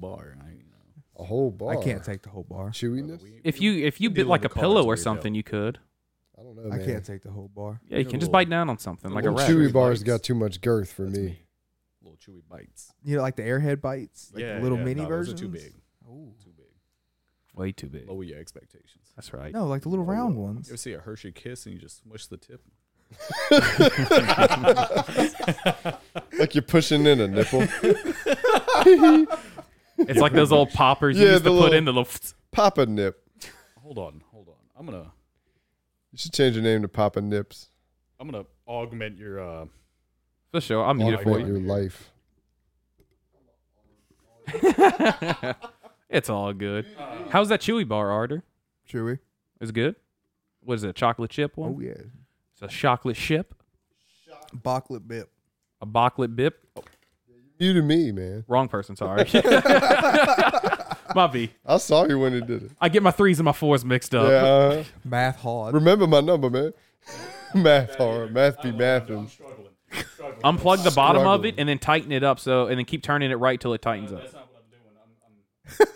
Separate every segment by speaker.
Speaker 1: bar. I, you know.
Speaker 2: A whole bar.
Speaker 3: I can't take the whole bar.
Speaker 2: chewiness.
Speaker 4: If you if you
Speaker 1: we
Speaker 4: bit
Speaker 1: do
Speaker 4: like a
Speaker 1: have a
Speaker 4: pillow
Speaker 1: card
Speaker 4: or
Speaker 1: too, though.
Speaker 4: something, you could.
Speaker 2: I don't know. Man.
Speaker 3: I can't take the whole bar.
Speaker 4: Yeah, you
Speaker 1: Yeah,
Speaker 4: can just
Speaker 1: little-
Speaker 4: bite down on something like a
Speaker 2: Little
Speaker 4: rat.
Speaker 2: chewy
Speaker 1: Chewy
Speaker 2: bars
Speaker 1: bites.
Speaker 2: got too much girth for
Speaker 1: That's
Speaker 2: me.
Speaker 1: Little chewy bites.
Speaker 3: You know, like the airhead bites, like the little mini
Speaker 1: no, those
Speaker 3: versions.
Speaker 1: are too big.
Speaker 3: Ooh.
Speaker 1: Too big.
Speaker 4: Way too big.
Speaker 1: Lower your expectations.
Speaker 4: That's right.
Speaker 3: No, like the little round
Speaker 1: You
Speaker 3: ones.
Speaker 1: ever see a Hershey kiss and you just smush the tip?
Speaker 2: Like you're pushing in a nipple.
Speaker 4: It's like those old poppers you
Speaker 2: Yeah,
Speaker 4: used
Speaker 2: the
Speaker 4: to put
Speaker 2: little-
Speaker 4: in the little.
Speaker 2: Papa Nip.
Speaker 1: Hold on, hold on. I'm gonna
Speaker 2: You should change your name to Papa Nips.
Speaker 1: I'm gonna augment your uh
Speaker 4: For sure, I'm muted for
Speaker 2: Augment
Speaker 4: you.
Speaker 2: your life.
Speaker 4: It's all good. How's that chewy bar, Arter?
Speaker 3: Chewy.
Speaker 4: Is it good? What is it? A chocolate chip one?
Speaker 3: Oh yeah.
Speaker 4: It's a chocolate chip,
Speaker 3: Bocklet bip.
Speaker 4: a bocklet bip. Oh,
Speaker 2: You to me, man.
Speaker 4: Wrong person, sorry. my B.
Speaker 2: I saw you when you did it.
Speaker 4: I get my threes and my fours mixed up.
Speaker 2: Yeah. uh,
Speaker 3: Math hard.
Speaker 2: remember my number, man. math hard. Math be mathing.
Speaker 1: struggling.
Speaker 4: Unplug the bottom of
Speaker 2: Struggling.
Speaker 4: it and then tighten it up so, and then keep turning it right till it tightens up.
Speaker 1: not what I'm doing. I'm, I'm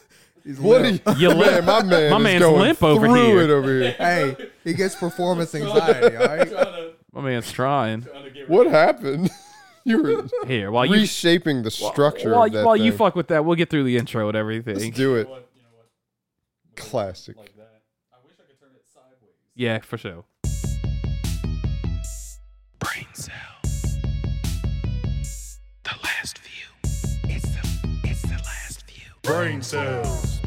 Speaker 3: He's
Speaker 2: What are
Speaker 3: limp.
Speaker 2: you,
Speaker 4: You
Speaker 2: man?
Speaker 4: limp.
Speaker 2: My man,
Speaker 4: My
Speaker 2: is
Speaker 4: man's
Speaker 2: going
Speaker 4: limp over
Speaker 2: through
Speaker 4: here.
Speaker 2: it over here.
Speaker 3: Hey, he gets performance anxiety. All right.
Speaker 1: trying
Speaker 4: My man's trying.
Speaker 1: to, get
Speaker 2: What happened? you were
Speaker 4: Here, while you
Speaker 2: reshaping the structure
Speaker 4: while,
Speaker 2: of that
Speaker 4: while
Speaker 2: thing.
Speaker 4: you fuck with that, we'll get through the intro and everything.
Speaker 2: Let's do it.
Speaker 1: you know what?
Speaker 2: Classic.
Speaker 1: that. I wish I could turn it sideways.
Speaker 4: yeah, for sure.
Speaker 5: brain cell. The last view. It's the it's the last view.
Speaker 6: Brain cells.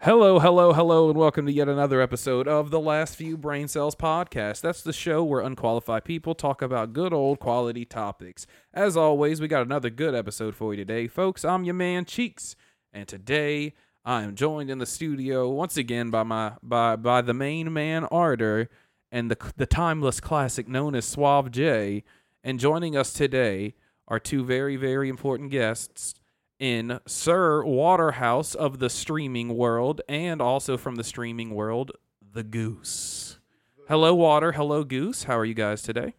Speaker 4: Hello, hello, hello, and welcome to yet another episode of the Last Few Brain Cells Podcast. That's the show where unqualified people talk about good old quality topics. As always, we got another good episode for you today, folks. I'm your man Cheeks, and today I am joined in the studio once again by my by by the main man Arter and the the timeless classic known as Suave J. And joining us today are two very very important guests in Sir Waterhouse of the streaming world and also from the streaming world, The Goose. Hello, Water. Hello, Goose. How are you guys today?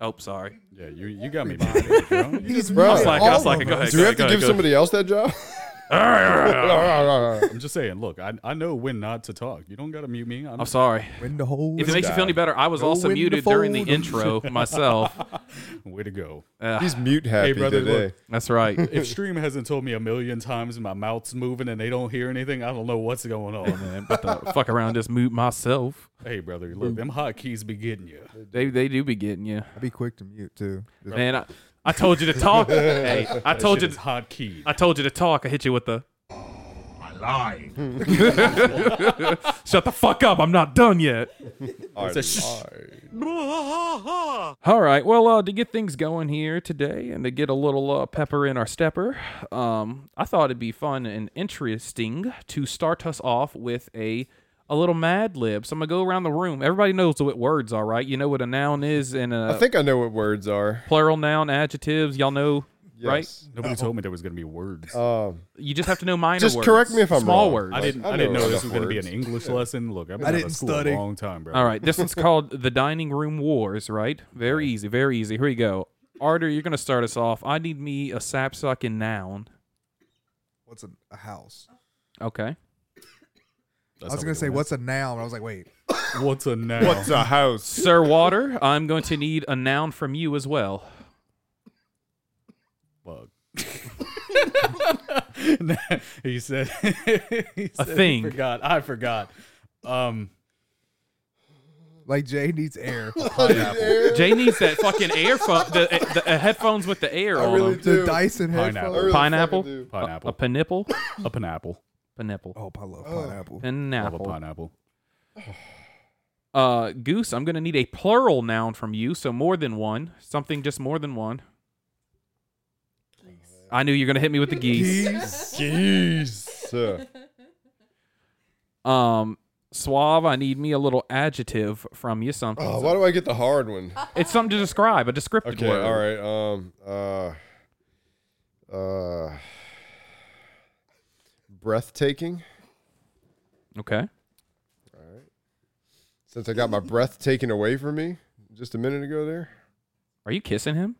Speaker 4: Oh, sorry.
Speaker 1: Yeah, you you got me behind
Speaker 3: He's
Speaker 2: Bro,
Speaker 3: mad.
Speaker 2: I'll slack,
Speaker 4: I'll
Speaker 3: All
Speaker 4: slack.
Speaker 3: of
Speaker 4: Go ahead.
Speaker 3: us.
Speaker 2: Do we have
Speaker 4: Go
Speaker 2: to give
Speaker 4: ahead, go ahead.
Speaker 2: somebody else that job?
Speaker 1: I'm just saying, look, I, I know when not to talk. You don't gotta mute me. I'm,
Speaker 4: I'm sorry.
Speaker 3: When the whole
Speaker 4: If it makes you feel any better, I was
Speaker 3: Go
Speaker 4: also
Speaker 3: in the
Speaker 4: muted during the
Speaker 3: fold.
Speaker 4: intro myself.
Speaker 1: way to go.
Speaker 2: He's mute happy
Speaker 1: brother,
Speaker 2: today.
Speaker 1: look.
Speaker 4: That's right.
Speaker 1: If stream hasn't told me a million times my mouth's moving and they don't hear anything, I don't know what's going on, man. But
Speaker 4: Uh, fuck around, and just mute myself.
Speaker 1: hey, brother, look, them hotkeys be getting you.
Speaker 4: They they do be getting you,
Speaker 3: I'd be quick to mute too. Just-
Speaker 4: man. I, I told you to talk. hey, I told you.
Speaker 1: it's
Speaker 4: To,
Speaker 1: hotkey.
Speaker 4: I told you to talk. I hit you with the.
Speaker 6: I lied.
Speaker 4: Shut the fuck up. I'm not done yet. All right. Well, uh, to get things going here today and to get a little uh, pepper in our stepper, um, I thought it'd be fun and interesting to start us off with a a little Mad Lib. So I'm gonna go around the room. Everybody knows what words are, right? You know what a noun is and a
Speaker 2: I think I know what words are.
Speaker 4: plural noun, adjectives. Y'all know, right?
Speaker 2: Yes.
Speaker 1: Nobody told me there was gonna be words.
Speaker 3: Uh,
Speaker 2: Um,
Speaker 4: You just have to know minor
Speaker 2: Just
Speaker 4: words.
Speaker 2: correct me if I'm
Speaker 4: small
Speaker 2: wrong.
Speaker 4: words.
Speaker 1: I didn't.
Speaker 2: I
Speaker 1: I, didn't
Speaker 2: know
Speaker 1: know this
Speaker 2: enough
Speaker 1: was going to be an
Speaker 2: words.
Speaker 1: English lesson. Look, I've been
Speaker 3: I
Speaker 1: out of
Speaker 3: didn't
Speaker 1: school
Speaker 3: study.
Speaker 1: a long time, bro.
Speaker 4: All right. This one's called the dining room wars. Right? Very easy. Very easy. Here we go. Arter, you're gonna start us off. I need me a sap sucking noun.
Speaker 3: What's a, a house?
Speaker 4: Okay.
Speaker 3: I was gonna say what's a noun, but I was like, wait.
Speaker 1: what's a noun? What's
Speaker 2: a house?
Speaker 4: Sir Water, I'm going to need a noun from you as well.
Speaker 1: bug? he said. he said he
Speaker 4: thing.
Speaker 1: forgot. I forgot. Um,
Speaker 3: Like Jay needs air.
Speaker 4: Jay needs that fucking earphone, the, the uh, headphones with the air on
Speaker 2: really
Speaker 4: them.
Speaker 2: do.
Speaker 3: the
Speaker 2: Dude,
Speaker 3: Dyson
Speaker 1: pineapple.
Speaker 3: headphones.
Speaker 2: really
Speaker 4: Pineapple?
Speaker 2: fucking do.
Speaker 4: A-
Speaker 1: pineapple.
Speaker 4: A, pineapple?
Speaker 1: a pineapple.
Speaker 4: pineapple.
Speaker 3: Oh, I love pineapple.
Speaker 1: Love a
Speaker 4: Pineapple.
Speaker 1: pineapple.
Speaker 4: Uh, Goose, I'm going to need a plural noun from you, so more than one. Something just more than one. I knew you were going to hit me with the geese.
Speaker 2: Jeez.
Speaker 4: Um, Suave, I need me a little adjective from you, something.
Speaker 2: Oh, why do I get the hard one?
Speaker 4: It's something to describe, a descriptive
Speaker 2: Okay,
Speaker 4: word.
Speaker 2: all right. Um, uh, uh, breathtaking.
Speaker 4: Okay.
Speaker 2: Since I got my breath taken away from me just a minute ago, there.
Speaker 4: Are you kissing him?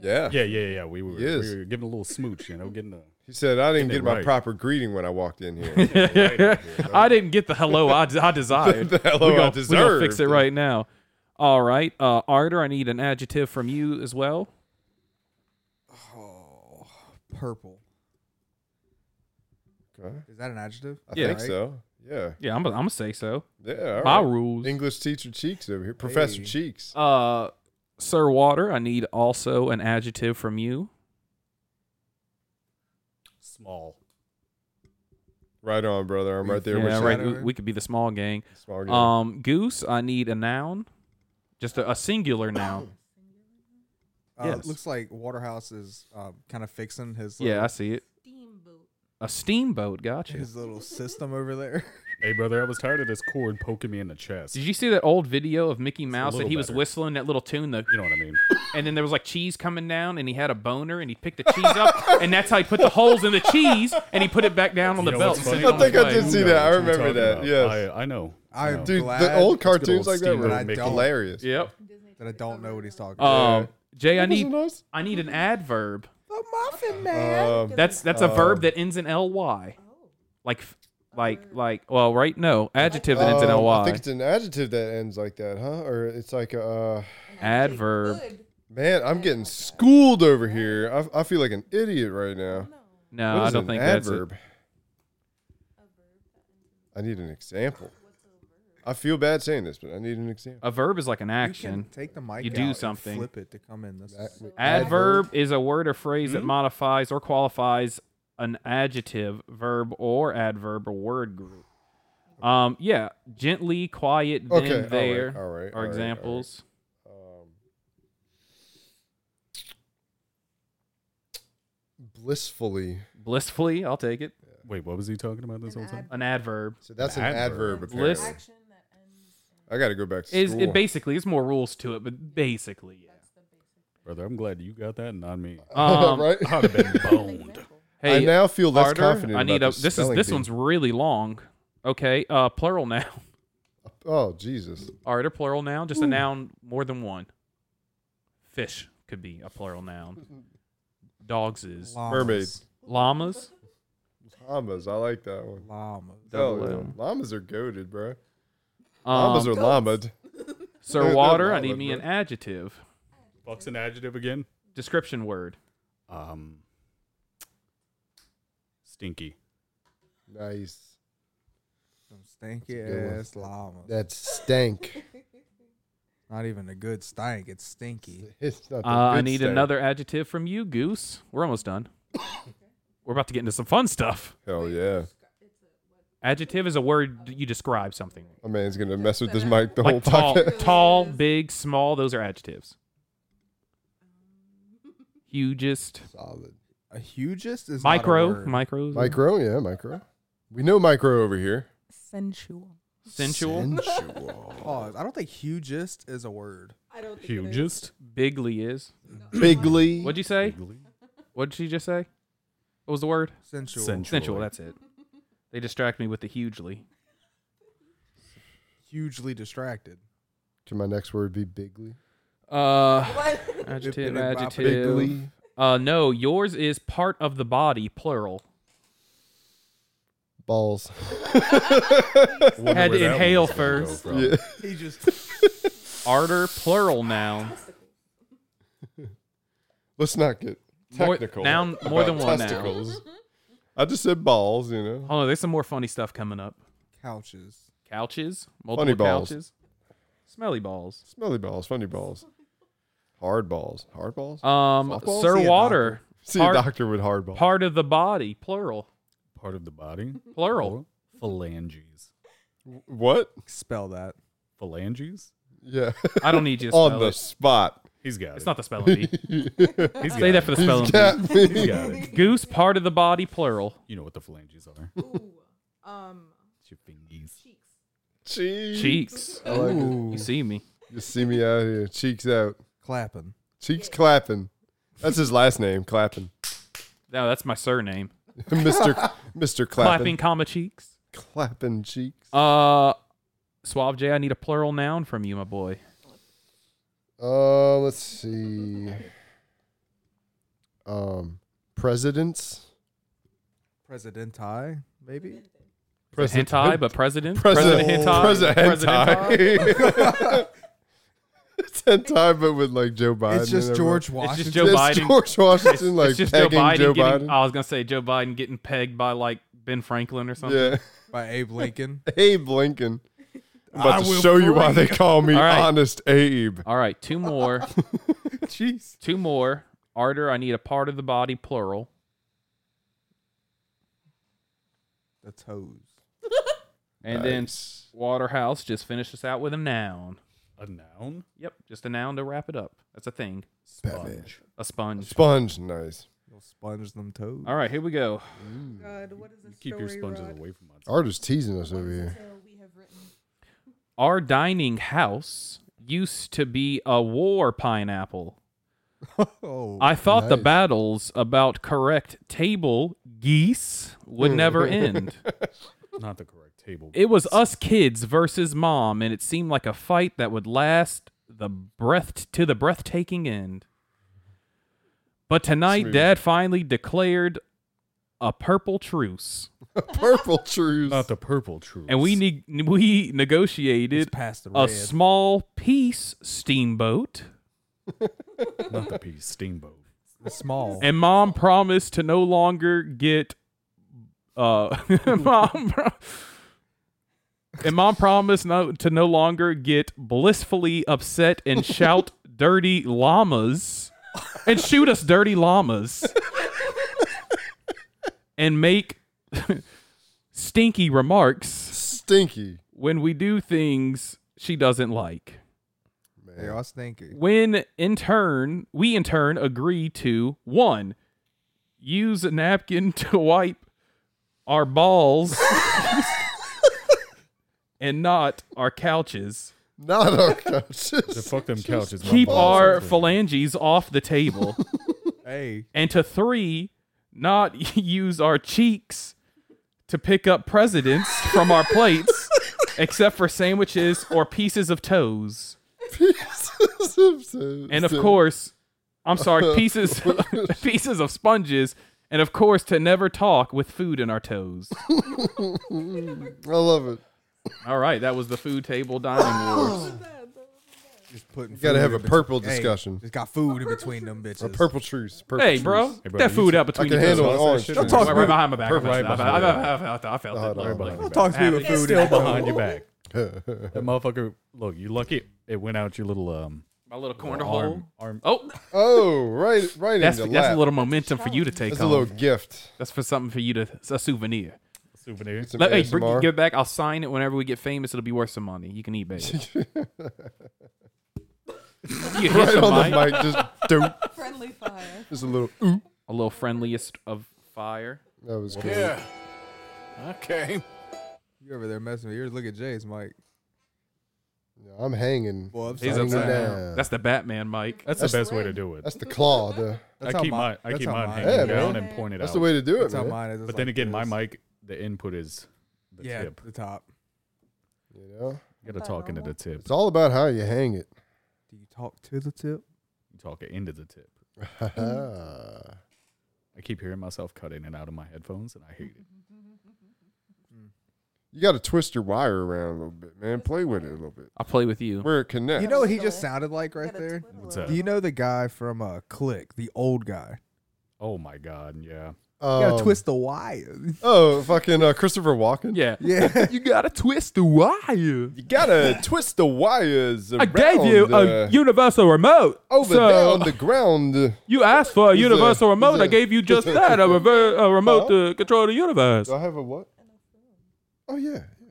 Speaker 2: Yeah.
Speaker 1: Yeah, yeah, yeah. We were,
Speaker 2: Yes.
Speaker 1: we were giving a little smooch, you know, getting the.
Speaker 2: He said, I didn't
Speaker 1: Get it
Speaker 2: get my
Speaker 1: right.
Speaker 2: proper greeting when I walked in here.
Speaker 4: I didn't get the hello I, I desired.
Speaker 2: The hello
Speaker 4: we're
Speaker 2: I
Speaker 4: gonna, We're gonna fix
Speaker 2: deserved.
Speaker 4: it right now. All right, uh, Ardor, I need an adjective from you as well.
Speaker 3: Oh, Purple.
Speaker 2: Okay.
Speaker 3: Is that an adjective?
Speaker 2: I
Speaker 4: Yeah.
Speaker 2: think
Speaker 3: Right?
Speaker 2: so. Yeah.
Speaker 4: Yeah, I'm, I'm gonna say so.
Speaker 2: Yeah.
Speaker 4: My
Speaker 2: all right.
Speaker 4: rules.
Speaker 2: English teacher Cheeks over here. Professor
Speaker 3: Hey.
Speaker 2: Cheeks.
Speaker 4: Uh, Sir Water, I need also an adjective from you.
Speaker 1: Small.
Speaker 2: Right on, brother. I'm right there
Speaker 4: yeah,
Speaker 2: with you.
Speaker 4: right.
Speaker 3: shadow
Speaker 4: We, we could be the small gang.
Speaker 2: Small guy.
Speaker 4: Um, Goose, I need a noun, just a, a singular noun.
Speaker 3: Uh,
Speaker 4: Yes.
Speaker 3: Looks like Waterhouse is um, kind of fixing his little,
Speaker 4: yeah, I see it.
Speaker 7: Steamboat.
Speaker 4: A steamboat. Gotcha.
Speaker 3: his little system over there.
Speaker 1: Hey, brother, I was tired of this cord poking me in the chest.
Speaker 4: Did you see that old video of Mickey Mouse that
Speaker 1: little
Speaker 4: he was
Speaker 1: better.
Speaker 4: whistling that little tune, the
Speaker 1: You know what I mean?
Speaker 4: and then there was like cheese coming down, and he had a boner, and he picked the cheese up, and that's how he put the holes in the cheese, and he put it back down on
Speaker 1: You
Speaker 4: the
Speaker 1: know
Speaker 4: belt. "Oh,
Speaker 1: what's
Speaker 4: and sent
Speaker 1: funny?
Speaker 4: it on
Speaker 2: I think
Speaker 4: his
Speaker 2: I
Speaker 4: way.
Speaker 2: did see
Speaker 1: You know
Speaker 2: that. I
Speaker 1: what you're
Speaker 2: remember
Speaker 1: talking
Speaker 2: that,
Speaker 1: about.
Speaker 2: yes.
Speaker 1: I, I know.
Speaker 3: I
Speaker 1: know.
Speaker 2: Dude,
Speaker 3: glad
Speaker 2: the old
Speaker 1: old
Speaker 2: cartoons like that
Speaker 1: Steamboat
Speaker 2: were
Speaker 1: Mickey.
Speaker 2: hilarious.
Speaker 4: Yep.
Speaker 7: Disney
Speaker 3: that I
Speaker 7: took
Speaker 3: don't
Speaker 7: over
Speaker 3: know what he's
Speaker 7: the-
Speaker 3: talking about.
Speaker 4: Um, Jay, I
Speaker 2: Wasn't
Speaker 4: need
Speaker 2: us?
Speaker 4: I need an adverb.
Speaker 3: The Muffin
Speaker 2: Um,
Speaker 4: That's that's a verb
Speaker 3: Oh.
Speaker 4: that ends in ly,
Speaker 7: Oh,
Speaker 4: like f- like like. Well, right? No, adjective that ends in
Speaker 2: Um, I
Speaker 4: ly.
Speaker 2: think it's an adjective that ends like that, huh? Or it's like a uh,
Speaker 7: an
Speaker 4: Adverb.
Speaker 7: adjective.
Speaker 2: man. I'm getting schooled over here. I, I feel like an idiot right now.
Speaker 7: Good. No,
Speaker 4: No,
Speaker 2: What
Speaker 4: I
Speaker 2: is
Speaker 4: don't
Speaker 2: an
Speaker 4: think
Speaker 2: adverb?
Speaker 4: that's
Speaker 7: a verb.
Speaker 2: I need an example. I feel bad saying this, but I need an example.
Speaker 4: it. A verb is like an
Speaker 3: You can
Speaker 4: action.
Speaker 3: Take the mic.
Speaker 4: You do
Speaker 3: out and
Speaker 4: something.
Speaker 3: flip it to come in. This
Speaker 2: That-
Speaker 4: Adverb is a word or phrase
Speaker 2: Hmm?
Speaker 4: that modifies or qualifies an adjective, verb, or adverb or word group. Um, yeah, gently, quiet, then,
Speaker 2: Okay, all right,
Speaker 4: there
Speaker 2: all right, all
Speaker 4: are
Speaker 2: right, Um,
Speaker 4: examples.
Speaker 2: Blissfully.
Speaker 4: Blissfully, I'll take it.
Speaker 1: Wait, what was he talking about this
Speaker 7: An
Speaker 1: whole time?
Speaker 7: ad-
Speaker 4: An adverb
Speaker 2: So that's an,
Speaker 1: An
Speaker 2: adverb.
Speaker 1: adverb.
Speaker 2: apparently.
Speaker 4: Bliss-
Speaker 7: Action that ends in
Speaker 2: I got to go back to school.
Speaker 4: is it basically. There's more rules to it, but basically, yeah.
Speaker 7: that's the basic.
Speaker 1: Brother, I'm glad you got that and not me.
Speaker 4: Um,
Speaker 2: right?
Speaker 1: I'd have been boned.
Speaker 2: I
Speaker 4: Hey,
Speaker 2: now feel less
Speaker 4: Carter,
Speaker 2: confident.
Speaker 4: I need
Speaker 2: about
Speaker 4: a.
Speaker 2: the
Speaker 4: This is
Speaker 2: spelling
Speaker 4: this
Speaker 2: bee.
Speaker 4: one's really long. Okay, uh, plural noun.
Speaker 2: Oh Jesus!
Speaker 4: Art a plural noun,
Speaker 2: Hmm.
Speaker 4: just a noun more than one. Fish could be a plural noun. Dogs is
Speaker 2: Mermaids.
Speaker 4: llamas.
Speaker 2: Llamas. I like that one.
Speaker 3: Llamas.
Speaker 2: Hell
Speaker 4: Double
Speaker 2: yeah.
Speaker 4: M.
Speaker 2: Llamas are goaded, bro. Llamas
Speaker 4: Um,
Speaker 2: are llamaed. they're-
Speaker 4: Sir
Speaker 2: they're
Speaker 4: Water, I need
Speaker 2: llamas,
Speaker 4: me an
Speaker 2: bro.
Speaker 4: adjective,
Speaker 1: What's an adjective again?
Speaker 4: description word.
Speaker 1: Um, stinky.
Speaker 2: Nice.
Speaker 3: Some stinky
Speaker 2: a good one.
Speaker 3: ass llamas.
Speaker 2: That stank.
Speaker 3: Not even a good stank. It's stinky.
Speaker 2: It's not
Speaker 4: Uh,
Speaker 2: the
Speaker 4: I
Speaker 2: good
Speaker 4: need
Speaker 2: stank.
Speaker 4: another adjective from you, Goose. We're almost done. We're about to get into some fun stuff.
Speaker 2: Hell yeah!
Speaker 4: Adjective is a word you describe something.
Speaker 2: My man's gonna mess with this mic the whole
Speaker 4: Like tall,
Speaker 2: podcast.
Speaker 4: tall, big, small. Those are adjectives. Hugest,
Speaker 2: Solid.
Speaker 3: A hugest is not a
Speaker 4: micro,
Speaker 3: word.
Speaker 4: micros,
Speaker 2: Micro, yeah, micro. We know micro over here.
Speaker 7: Sensual.
Speaker 4: sensual.
Speaker 2: Sensual.
Speaker 3: Pause. I don't think hugest is a word.
Speaker 7: I don't think it is.
Speaker 1: Hugest.
Speaker 4: Bigly is.
Speaker 2: Bigly.
Speaker 4: What'd you say? What did she just say? What was the word?
Speaker 3: Sensual.
Speaker 1: Sensual.
Speaker 4: Sensual. That's it. They distract me with the hugely.
Speaker 3: Hugely distracted.
Speaker 2: Can my next word be bigly?
Speaker 4: Uh, adjective.
Speaker 3: Bip-bidi-bop-bidi.
Speaker 4: Adjective. Uh, no, yours is part of the body, plural.
Speaker 2: Balls.
Speaker 1: Wonder
Speaker 4: Had to
Speaker 1: where that
Speaker 4: inhale
Speaker 1: one's gonna go
Speaker 4: first.
Speaker 1: from.
Speaker 3: He just
Speaker 4: Ardor, plural noun.
Speaker 2: Let's not get
Speaker 4: More-
Speaker 2: technical.
Speaker 4: noun- more
Speaker 2: about
Speaker 4: than one noun.
Speaker 2: testicles. I just said balls, you know.
Speaker 4: Hold on, there's some more funny stuff coming up.
Speaker 3: couches.
Speaker 4: Couches, multiple
Speaker 2: balls.
Speaker 4: couches, smelly balls.
Speaker 2: Smelly balls, funny balls, hard balls, hard balls.
Speaker 4: Um,
Speaker 2: Softball?
Speaker 4: Sir
Speaker 3: See a
Speaker 4: Water,
Speaker 2: See
Speaker 4: part,
Speaker 2: a doctor with hard balls.
Speaker 4: part of the body, plural,
Speaker 1: Part of the body.
Speaker 4: plural.
Speaker 1: Phalanges.
Speaker 2: what?
Speaker 3: Spell that.
Speaker 1: Phalanges.
Speaker 2: Yeah.
Speaker 4: I don't need you to
Speaker 2: On
Speaker 4: spell
Speaker 2: the
Speaker 4: it.
Speaker 2: spot.
Speaker 1: He's got
Speaker 4: It's
Speaker 1: it.
Speaker 4: not the spelling bee.
Speaker 1: He's got
Speaker 4: Say that for the spelling bee.
Speaker 2: Got me.
Speaker 1: He's got it.
Speaker 4: Goose, part of the body, plural.
Speaker 1: You know what the phalanges are?
Speaker 7: Ooh, um,
Speaker 1: It's your fingies.
Speaker 7: cheeks.
Speaker 2: Cheeks.
Speaker 4: Cheeks.
Speaker 2: I like it.
Speaker 4: You see me.
Speaker 2: You see me out here, cheeks out,
Speaker 3: Clapping.
Speaker 2: cheeks clapping. That's his last name, clapping.
Speaker 4: No, that's my surname.
Speaker 2: Mister Mister
Speaker 4: Clapping,
Speaker 2: clapping,
Speaker 4: comma, cheeks.
Speaker 2: clapping cheeks.
Speaker 4: Uh, Suave J, I need a plural noun from you, my boy.
Speaker 2: Uh, let's see. um, presidents.
Speaker 3: President I maybe.
Speaker 4: President hentai, but president.
Speaker 2: President
Speaker 4: hentai.
Speaker 2: President
Speaker 4: hentai.
Speaker 2: hentai. it's hentai, but with like Joe Biden.
Speaker 3: It's just
Speaker 2: and
Speaker 3: George
Speaker 4: It's
Speaker 3: Washington.
Speaker 4: just Joe
Speaker 2: everyone. It's
Speaker 4: Biden.
Speaker 2: George
Speaker 4: It's,
Speaker 2: Washington, like
Speaker 4: it's just Joe
Speaker 2: pegging
Speaker 4: Biden.
Speaker 2: Joe
Speaker 4: getting,
Speaker 2: Biden.
Speaker 4: I was gonna say Joe Biden getting pegged by like Ben Franklin or something.
Speaker 2: Yeah.
Speaker 3: by Abe Lincoln.
Speaker 2: Abe Lincoln. I'm about
Speaker 3: I
Speaker 2: to
Speaker 3: will
Speaker 2: show you why they call me
Speaker 4: All right.
Speaker 2: Honest Abe.
Speaker 4: All right, two more.
Speaker 2: Jeez.
Speaker 4: two more. Ardor, I need a part of the body, plural.
Speaker 3: The toes.
Speaker 4: And
Speaker 2: Nice.
Speaker 4: then Waterhouse just finished us out with a noun.
Speaker 1: A noun?
Speaker 4: Yep, just a noun to wrap it up. That's a thing.
Speaker 1: Sponge.
Speaker 4: A sponge.
Speaker 2: Sponge, nice.
Speaker 3: You'll sponge them toes.
Speaker 4: All right, here we go.
Speaker 7: God, what is this
Speaker 1: Keep your sponges away from my
Speaker 2: Art is teasing us over here.
Speaker 7: we have written?
Speaker 4: Our dining house used to be a war pineapple.
Speaker 3: Oh,
Speaker 4: I thought the
Speaker 2: nice.
Speaker 4: battles about correct table geese would never end.
Speaker 1: Not the correct table.
Speaker 4: It was us kids versus mom, and it seemed like a fight that would last the breath to the breathtaking end. But tonight,
Speaker 2: Smooth.
Speaker 4: Dad finally declared a purple truce,
Speaker 2: Purple trues.
Speaker 4: Uh,
Speaker 1: Not the purple truth.
Speaker 4: and we ne- we
Speaker 3: it's
Speaker 4: negotiated
Speaker 3: past the
Speaker 4: a
Speaker 3: red.
Speaker 4: small piece steamboat.
Speaker 1: Not the peas. Steamboat.
Speaker 3: The small.
Speaker 4: And mom promised to no longer get uh mom pro- And mom promised no, to no longer get blissfully upset and shout dirty llamas and shoot us dirty llamas and make stinky remarks
Speaker 2: Stinky.
Speaker 4: when we do things she doesn't like
Speaker 3: they
Speaker 2: Man.
Speaker 3: are stinky.
Speaker 4: when in turn we in turn agree to one use a napkin to wipe our balls and not our couches
Speaker 2: Not our
Speaker 1: The
Speaker 2: couches.
Speaker 1: fuck them couches. my
Speaker 4: keep
Speaker 1: balls
Speaker 4: our
Speaker 1: are clean.
Speaker 4: phalanges off the table
Speaker 3: Hey,
Speaker 4: and to three not use our cheeks to pick up presidents from our plates except for sandwiches or pieces of toes
Speaker 2: Pieces of-
Speaker 4: and of course, I'm sorry, pieces pieces of sponges, and of course to never talk with food in our toes.
Speaker 2: I love it.
Speaker 4: All right, that was the food table dining wars.
Speaker 3: just putting. You
Speaker 2: gotta have a purple discussion.
Speaker 3: It's got food in between them bitches.
Speaker 2: A purple truce. Purple
Speaker 4: Hey,
Speaker 2: truce.
Speaker 4: bro,
Speaker 1: Hey, bro,
Speaker 4: that
Speaker 1: you
Speaker 4: food
Speaker 1: two-
Speaker 4: out between
Speaker 2: I
Speaker 4: your
Speaker 2: can handle
Speaker 4: toes.
Speaker 2: it. Orange.
Speaker 1: shit
Speaker 2: Don't
Speaker 1: in
Speaker 2: talk
Speaker 1: there.
Speaker 4: Right behind my back.
Speaker 1: Perfect.
Speaker 4: I, felt it. I, felt it. I felt it.
Speaker 2: Hold on,
Speaker 4: Look,
Speaker 2: hold
Speaker 4: look,
Speaker 2: on.
Speaker 4: look.
Speaker 3: Talk to me about
Speaker 4: It's
Speaker 3: food.
Speaker 4: still
Speaker 3: in them.
Speaker 1: behind your back. that motherfucker. Look, you lucky it went out your little um
Speaker 4: My little corner
Speaker 1: arm,
Speaker 4: hole.
Speaker 1: arm.
Speaker 4: Oh,
Speaker 2: Oh, right, right
Speaker 4: that's
Speaker 2: in the
Speaker 4: that's
Speaker 2: lap.
Speaker 4: a little momentum for you to take
Speaker 2: that's a little
Speaker 4: home.
Speaker 2: gift.
Speaker 4: That's for something for you to it's a souvenir.
Speaker 1: souvenir.
Speaker 2: Some
Speaker 4: Let, hey,
Speaker 2: ASMR.
Speaker 4: bring, give it back. I'll sign it whenever we get famous. It'll be worth some money. You can eat baby. you hit
Speaker 2: right
Speaker 4: the
Speaker 2: on
Speaker 4: mic.
Speaker 2: the mic. Just dope.
Speaker 7: Friendly fire.
Speaker 2: Just a little. Oop.
Speaker 4: a little friendliest of fire.
Speaker 2: That was good.
Speaker 8: Yeah. Okay.
Speaker 3: You over there messing with yours? Look at Jay's Mike.
Speaker 2: I'm hanging.
Speaker 3: Boy, I'm
Speaker 4: He's
Speaker 3: sorry.
Speaker 4: upside
Speaker 2: down.
Speaker 4: down. That's the Batman, Mike.
Speaker 1: That's, the best way to do it.
Speaker 2: That's the claw. The,
Speaker 3: That's
Speaker 1: I
Speaker 3: how
Speaker 1: keep
Speaker 3: mine-
Speaker 1: my I
Speaker 3: that's
Speaker 1: keep
Speaker 3: how
Speaker 1: mine
Speaker 3: mine
Speaker 1: hanging
Speaker 2: is.
Speaker 1: down
Speaker 7: Yeah,
Speaker 1: and
Speaker 7: man.
Speaker 1: pointed
Speaker 2: that's
Speaker 1: out.
Speaker 2: the way to do it,
Speaker 3: That's how
Speaker 2: man.
Speaker 3: mine is. It's
Speaker 1: but
Speaker 3: like
Speaker 1: then again, my
Speaker 3: this.
Speaker 1: mic, the input is the
Speaker 3: Yeah,
Speaker 1: tip.
Speaker 3: the top.
Speaker 2: You know,
Speaker 1: You gotta talk into the tip.
Speaker 2: it's all about how you hang it.
Speaker 3: Do you talk to the tip?
Speaker 1: You talk it into the tip.
Speaker 2: That's
Speaker 1: I keep hearing myself cut in and out of my headphones, and I hate it.
Speaker 2: You got to twist your wire around a little bit, man. Play with it a little bit
Speaker 4: I'll play with you.
Speaker 2: where it connects.
Speaker 3: You know what he just sounded like right there?
Speaker 1: What's up?
Speaker 3: Do you know the guy from uh, Click, the old guy?
Speaker 1: Oh my god, yeah.
Speaker 3: You gotta
Speaker 2: Um,
Speaker 3: twist the wire.
Speaker 2: Oh, fucking uh, Christopher Walken.
Speaker 4: Yeah.
Speaker 3: yeah.
Speaker 4: You gotta twist the wire.
Speaker 2: You gotta twist the wires.
Speaker 4: I gave
Speaker 2: around,
Speaker 4: you
Speaker 2: uh,
Speaker 4: a universal remote.
Speaker 2: over
Speaker 4: so
Speaker 2: there on the ground.
Speaker 4: You asked for a
Speaker 2: He's a-
Speaker 4: universal
Speaker 2: he's
Speaker 4: remote. I
Speaker 2: a-
Speaker 4: gave you just that a, rever- a remote
Speaker 2: Huh?
Speaker 4: to control the universe.
Speaker 2: Do I have a what? Oh yeah, yeah.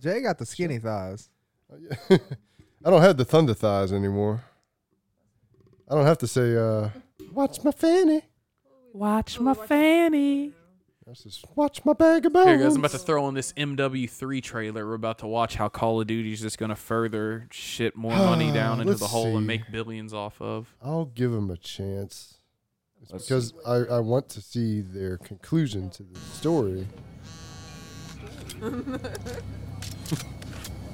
Speaker 3: Jay got the skinny thighs.
Speaker 2: Oh, yeah. I don't have the thunder thighs anymore. I don't have to say, uh, watch my fanny.
Speaker 4: Watch
Speaker 7: Oh,
Speaker 4: my fanny.
Speaker 2: That's just watch my bag of bones.
Speaker 4: Here goes. I'm about to throw on this MW3 trailer. We're about to watch how Call of Duty is just going to further shit more money down into
Speaker 2: Let's
Speaker 4: the hole and
Speaker 2: see.
Speaker 4: make billions off of.
Speaker 2: I'll give them a chance. It's because I, I want to see their conclusion to the story.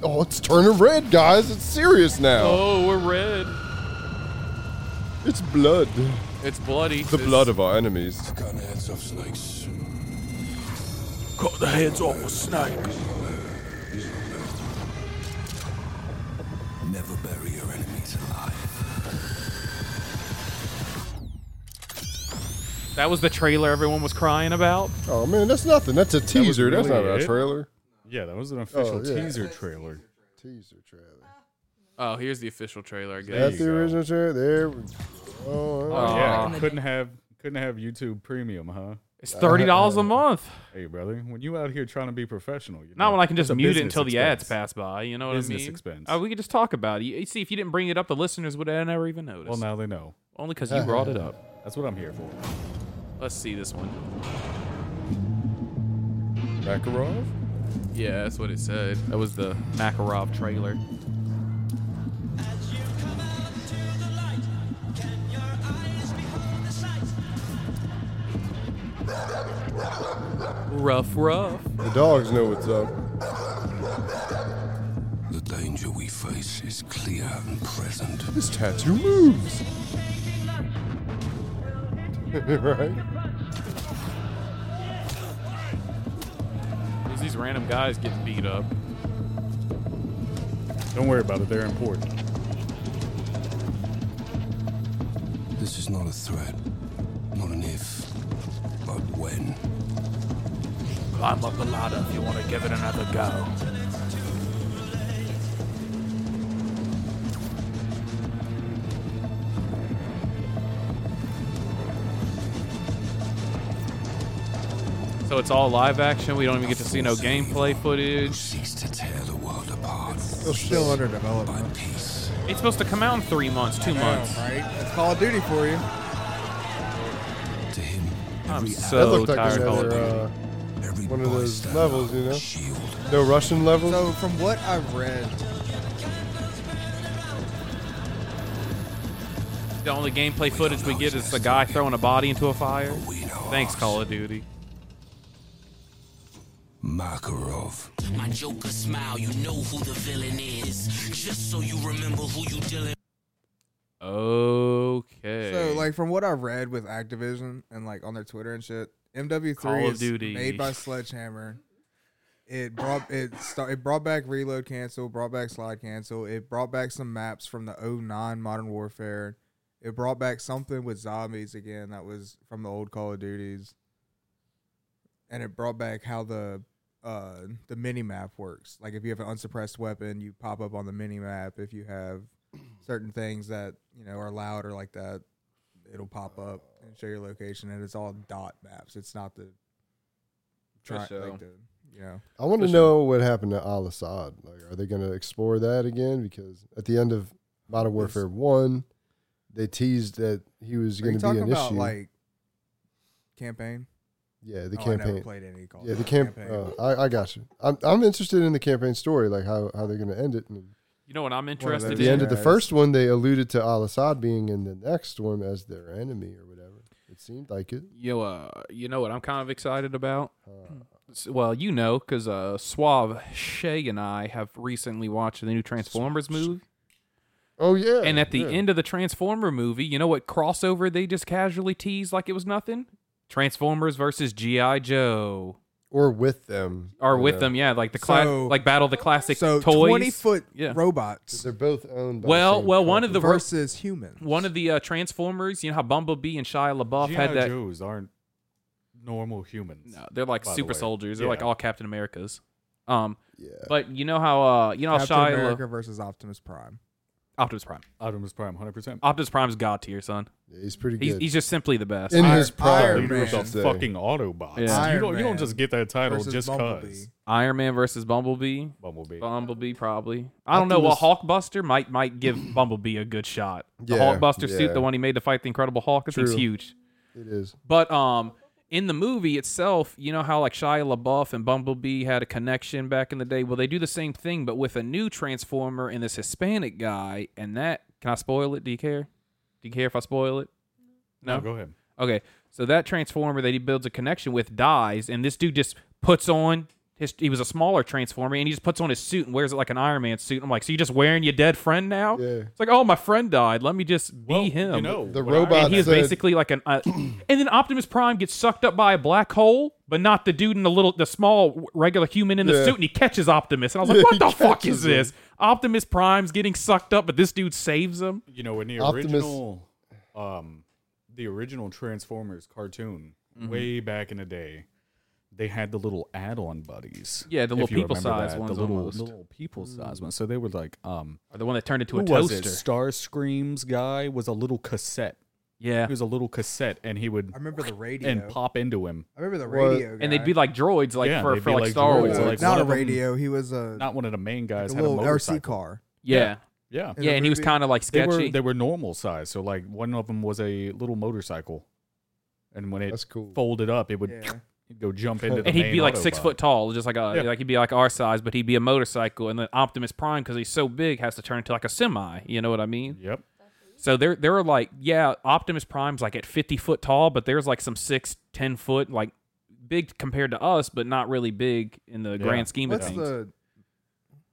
Speaker 2: oh, it's turning red, guys. It's serious now.
Speaker 4: Oh, we're red.
Speaker 2: It's blood
Speaker 9: It's bloody.
Speaker 2: The
Speaker 9: It's-
Speaker 2: blood of our enemies.
Speaker 10: Cut the heads off snakes.
Speaker 4: Cut the heads off a snake.
Speaker 10: Never bury your enemies alive.
Speaker 4: That was the trailer everyone was crying about.
Speaker 2: Oh man, that's nothing. That's a teaser. That's not
Speaker 1: really
Speaker 2: a
Speaker 1: it.
Speaker 2: trailer.
Speaker 1: Yeah, that was an official
Speaker 2: yeah.
Speaker 1: teaser trailer.
Speaker 2: Teaser trailer.
Speaker 9: Oh, here's the official trailer. I guess.
Speaker 1: There
Speaker 2: That's
Speaker 1: you
Speaker 2: the
Speaker 1: go.
Speaker 2: original trailer. There. we-
Speaker 1: Oh,
Speaker 2: Oh,
Speaker 4: Aw.
Speaker 1: yeah, couldn't have couldn't have YouTube Premium, huh?
Speaker 4: It's thirty dollars a month.
Speaker 1: Hey, brother, when you out here trying to be professional, you
Speaker 4: Not
Speaker 1: know,
Speaker 4: when I can
Speaker 1: it's
Speaker 4: just
Speaker 1: a
Speaker 4: mute it
Speaker 1: business
Speaker 4: until the ads
Speaker 1: expense.
Speaker 4: pass by. You know what
Speaker 1: Business
Speaker 4: I mean?
Speaker 1: expense.
Speaker 4: Oh, we could just talk about it. You, see, if you didn't bring it up, the listeners would have never even noticed.
Speaker 1: Well, now they know.
Speaker 4: Only because you brought it up.
Speaker 1: That's what I'm here for.
Speaker 4: Let's see this one.
Speaker 2: Makarov.
Speaker 9: Yeah, that's what it said.
Speaker 4: That was the Makarov trailer. Rough, rough.
Speaker 2: The dogs know what's up.
Speaker 10: The danger we face is clear and present.
Speaker 2: This tattoo moves. right?
Speaker 4: There's these random guys getting beat up.
Speaker 1: Don't worry about it. They're important.
Speaker 10: This is not a threat, not an if, but when.
Speaker 4: Climb up the ladder if you want to give it another go. So it's all live action. We don't even get to see no gameplay footage.
Speaker 10: Cease to tear the world apart
Speaker 3: It's still under
Speaker 10: by
Speaker 3: development.
Speaker 10: piece.
Speaker 4: It's supposed to come out in three months, two months.
Speaker 3: Right? That's Call of Duty for you.
Speaker 10: To him,
Speaker 4: I'm
Speaker 10: every
Speaker 2: That
Speaker 4: so
Speaker 2: looked like
Speaker 4: tired of Call of
Speaker 2: another
Speaker 4: Duty.
Speaker 2: uh,
Speaker 10: act, every
Speaker 2: one of those
Speaker 10: bystander,
Speaker 2: levels, you know?
Speaker 10: Shield.
Speaker 2: no Russian level.
Speaker 3: So from what I've read,
Speaker 4: The only gameplay footage we get is the guy throwing a body into a fire.
Speaker 10: We know
Speaker 4: Thanks,
Speaker 10: ours.
Speaker 4: Call of Duty.
Speaker 10: Makarov.
Speaker 11: My Joker smile, you know who the villain is. Just so you remember who you dealing
Speaker 4: Okay.
Speaker 3: so like from what I've read with Activision and like on their Twitter and shit, MW3
Speaker 4: Call of
Speaker 3: is
Speaker 4: Duty.
Speaker 3: made by Sledgehammer. It brought it start, it brought back reload cancel, brought back slide cancel. It brought back some maps from the 09 Modern Warfare. It brought back something with zombies again that was from the old Call of Duties. And it brought back how the uh the mini map works. Like if you have an unsuppressed weapon, you pop up on the mini map. If you have certain things that, you know, are loud or like that, it'll pop up and show your location and it's all dot maps. It's not the
Speaker 4: For
Speaker 3: tri-
Speaker 4: sure.
Speaker 3: like the you know.
Speaker 2: I want to know what happened to Al Assad. Like, are they going to explore that again? Because at the end of Modern Warfare One, they teased that he was
Speaker 3: Are
Speaker 2: going
Speaker 3: you
Speaker 2: to be
Speaker 3: talking
Speaker 2: an
Speaker 3: about
Speaker 2: issue.
Speaker 3: like campaign?
Speaker 2: yeah, the
Speaker 3: oh, I never
Speaker 2: campaign.
Speaker 3: played any Call of
Speaker 2: Yeah, the
Speaker 3: Duty
Speaker 2: camp. Uh, I, I got you. I'm, I'm interested in the campaign story, like how, how they're going to end it. And
Speaker 4: you know what I'm
Speaker 3: of
Speaker 2: at
Speaker 3: those-
Speaker 4: interested
Speaker 2: the
Speaker 3: Yeah.
Speaker 2: end
Speaker 4: in?
Speaker 2: of the
Speaker 3: Yes.
Speaker 2: first one, they alluded to Al Assad being in the next one as their enemy or whatever. It seemed like it. Uh,
Speaker 4: Yo, uh, you know what I'm kind of excited about?
Speaker 2: Hmm.
Speaker 4: S- Well, you know, because uh, Suave Shay and I have recently watched the new Transformers movie.
Speaker 2: Oh yeah.
Speaker 4: And at the
Speaker 2: yeah.
Speaker 4: end of the Transformer movie, you know what crossover they just casually teased like it was nothing? Transformers versus G.I. Joe.
Speaker 2: or with them,
Speaker 4: Or
Speaker 2: you
Speaker 4: with
Speaker 2: know.
Speaker 4: them, yeah, like the cla-
Speaker 3: So-
Speaker 4: like battle of the classic
Speaker 3: so
Speaker 4: toys.
Speaker 3: twenty foot
Speaker 4: Yeah.
Speaker 3: robots
Speaker 2: They're both owned. By
Speaker 4: Well-
Speaker 2: the same
Speaker 4: well, one of the
Speaker 2: company.
Speaker 3: versus humans.
Speaker 4: One of the uh, Transformers, you know how Bumblebee and Shia LaBeouf
Speaker 1: G.I.
Speaker 4: had that.
Speaker 1: Joes aren't normal humans.
Speaker 4: No, they're like
Speaker 1: by the
Speaker 4: super
Speaker 1: way.
Speaker 4: soldiers. They're
Speaker 1: Yeah.
Speaker 4: like all Captain Americas. Um,
Speaker 2: yeah.
Speaker 4: but you know how uh, you know how
Speaker 3: Captain
Speaker 4: Shia
Speaker 3: America versus Optimus Prime.
Speaker 4: La- Optimus Prime.
Speaker 1: Optimus Prime, hundred percent.
Speaker 4: Optimus Prime's god tier, son.
Speaker 2: Yeah, he's pretty
Speaker 4: He's,
Speaker 2: good.
Speaker 4: he's just simply the best.
Speaker 2: in
Speaker 3: Iron-
Speaker 2: his prime,
Speaker 3: Iron
Speaker 2: you would
Speaker 3: Man.
Speaker 2: say.
Speaker 1: Fucking Autobots.
Speaker 4: Yeah.
Speaker 1: You
Speaker 3: Iron
Speaker 1: don't. You don't
Speaker 3: Man
Speaker 1: just get that title
Speaker 3: versus
Speaker 1: just
Speaker 3: Bumblebee.
Speaker 1: cause.
Speaker 4: Iron Man versus Bumblebee.
Speaker 1: Bumblebee.
Speaker 4: Bumblebee probably. I don't know. Well, Hulkbuster might might give Bumblebee a good shot. The
Speaker 2: Yeah,
Speaker 4: Hulkbuster
Speaker 2: yeah.
Speaker 4: suit, the one he made to fight the Incredible Hulk, it's
Speaker 2: True.
Speaker 4: huge.
Speaker 2: It is.
Speaker 4: But um, in the movie itself, you know how like Shia LaBeouf and Bumblebee had a connection back in the day. Well, they do the same thing, but with a new Transformer and this Hispanic guy. And that can I spoil it? Do you care? Do you care if I spoil it?
Speaker 1: no, go ahead.
Speaker 4: Okay, so that Transformer that he builds a connection with dies, and this dude just puts on his, he was a smaller Transformer, and he just puts on his suit and wears it like an Iron Man suit. I'm like, so you just wearing your dead friend now?
Speaker 2: Yeah.
Speaker 4: It's like, oh, my friend died. Let me just be
Speaker 1: Well,
Speaker 4: him.
Speaker 1: You know,
Speaker 2: The
Speaker 1: what I-
Speaker 2: robot-
Speaker 4: And he is
Speaker 2: said-
Speaker 4: basically like an, uh, and then Optimus Prime gets sucked up by a black hole, but not the dude in the little, the small w- regular human in the
Speaker 2: Yeah.
Speaker 4: suit, and he catches Optimus, and I was
Speaker 2: Yeah,
Speaker 4: like, what
Speaker 2: he
Speaker 4: the fuck
Speaker 2: catches
Speaker 4: is
Speaker 2: him.
Speaker 4: this? Optimus Prime's getting sucked up, but this dude saves him.
Speaker 1: you know, in the
Speaker 2: Optimus-
Speaker 1: original, um, the original Transformers cartoon,
Speaker 4: Mm-hmm.
Speaker 1: way back in the day, they had the little add-on buddies.
Speaker 4: Yeah, the
Speaker 1: if
Speaker 4: little
Speaker 1: you remember
Speaker 4: people-sized
Speaker 1: that,
Speaker 4: ones
Speaker 1: The little,
Speaker 4: almost.
Speaker 1: little people-sized ones. So they were like, um,
Speaker 4: Or the one that turned into
Speaker 1: who
Speaker 4: a
Speaker 1: was
Speaker 4: toaster.
Speaker 1: it? Star Screams guy was a little cassette.
Speaker 4: Yeah.
Speaker 1: He was a little cassette, and he would
Speaker 3: I remember the radio.
Speaker 1: and pop into him.
Speaker 3: I remember the
Speaker 2: What?
Speaker 3: radio.
Speaker 4: And they'd
Speaker 3: guy.
Speaker 4: be like droids, like
Speaker 1: Yeah,
Speaker 4: for,
Speaker 1: they'd
Speaker 4: for
Speaker 1: be
Speaker 4: like
Speaker 1: like
Speaker 4: Star
Speaker 1: droids,
Speaker 4: Wars.
Speaker 3: Uh,
Speaker 1: like
Speaker 3: not
Speaker 1: one
Speaker 3: a
Speaker 1: of them-
Speaker 3: radio. he was a,
Speaker 1: Not one of the main guys
Speaker 3: a
Speaker 1: had a
Speaker 3: little RC
Speaker 1: motorcycle.
Speaker 3: car.
Speaker 4: yeah.
Speaker 1: Yeah.
Speaker 4: Yeah,
Speaker 3: in the
Speaker 4: and he was
Speaker 3: movie.
Speaker 4: kind of like
Speaker 1: They
Speaker 4: sketchy.
Speaker 1: were they were normal size, so like one of them was a little motorcycle, and when it
Speaker 2: That's cool.
Speaker 1: folded up, it would
Speaker 3: Yeah.
Speaker 1: he'd go jump into. The
Speaker 4: and he'd
Speaker 1: main
Speaker 4: be like
Speaker 1: Autobot.
Speaker 4: six foot tall, just like a
Speaker 1: Yeah.
Speaker 4: like he'd be like our size, but he'd be a motorcycle. And then Optimus Prime, because he's so big, has to turn into like a semi. You know what I mean?
Speaker 1: Yep.
Speaker 4: So there, there are like, yeah, Optimus Prime's like at fifty foot tall, but there's like some six, ten foot, like big compared to us, but not really big in the grand scheme of
Speaker 3: What's
Speaker 4: things.
Speaker 3: the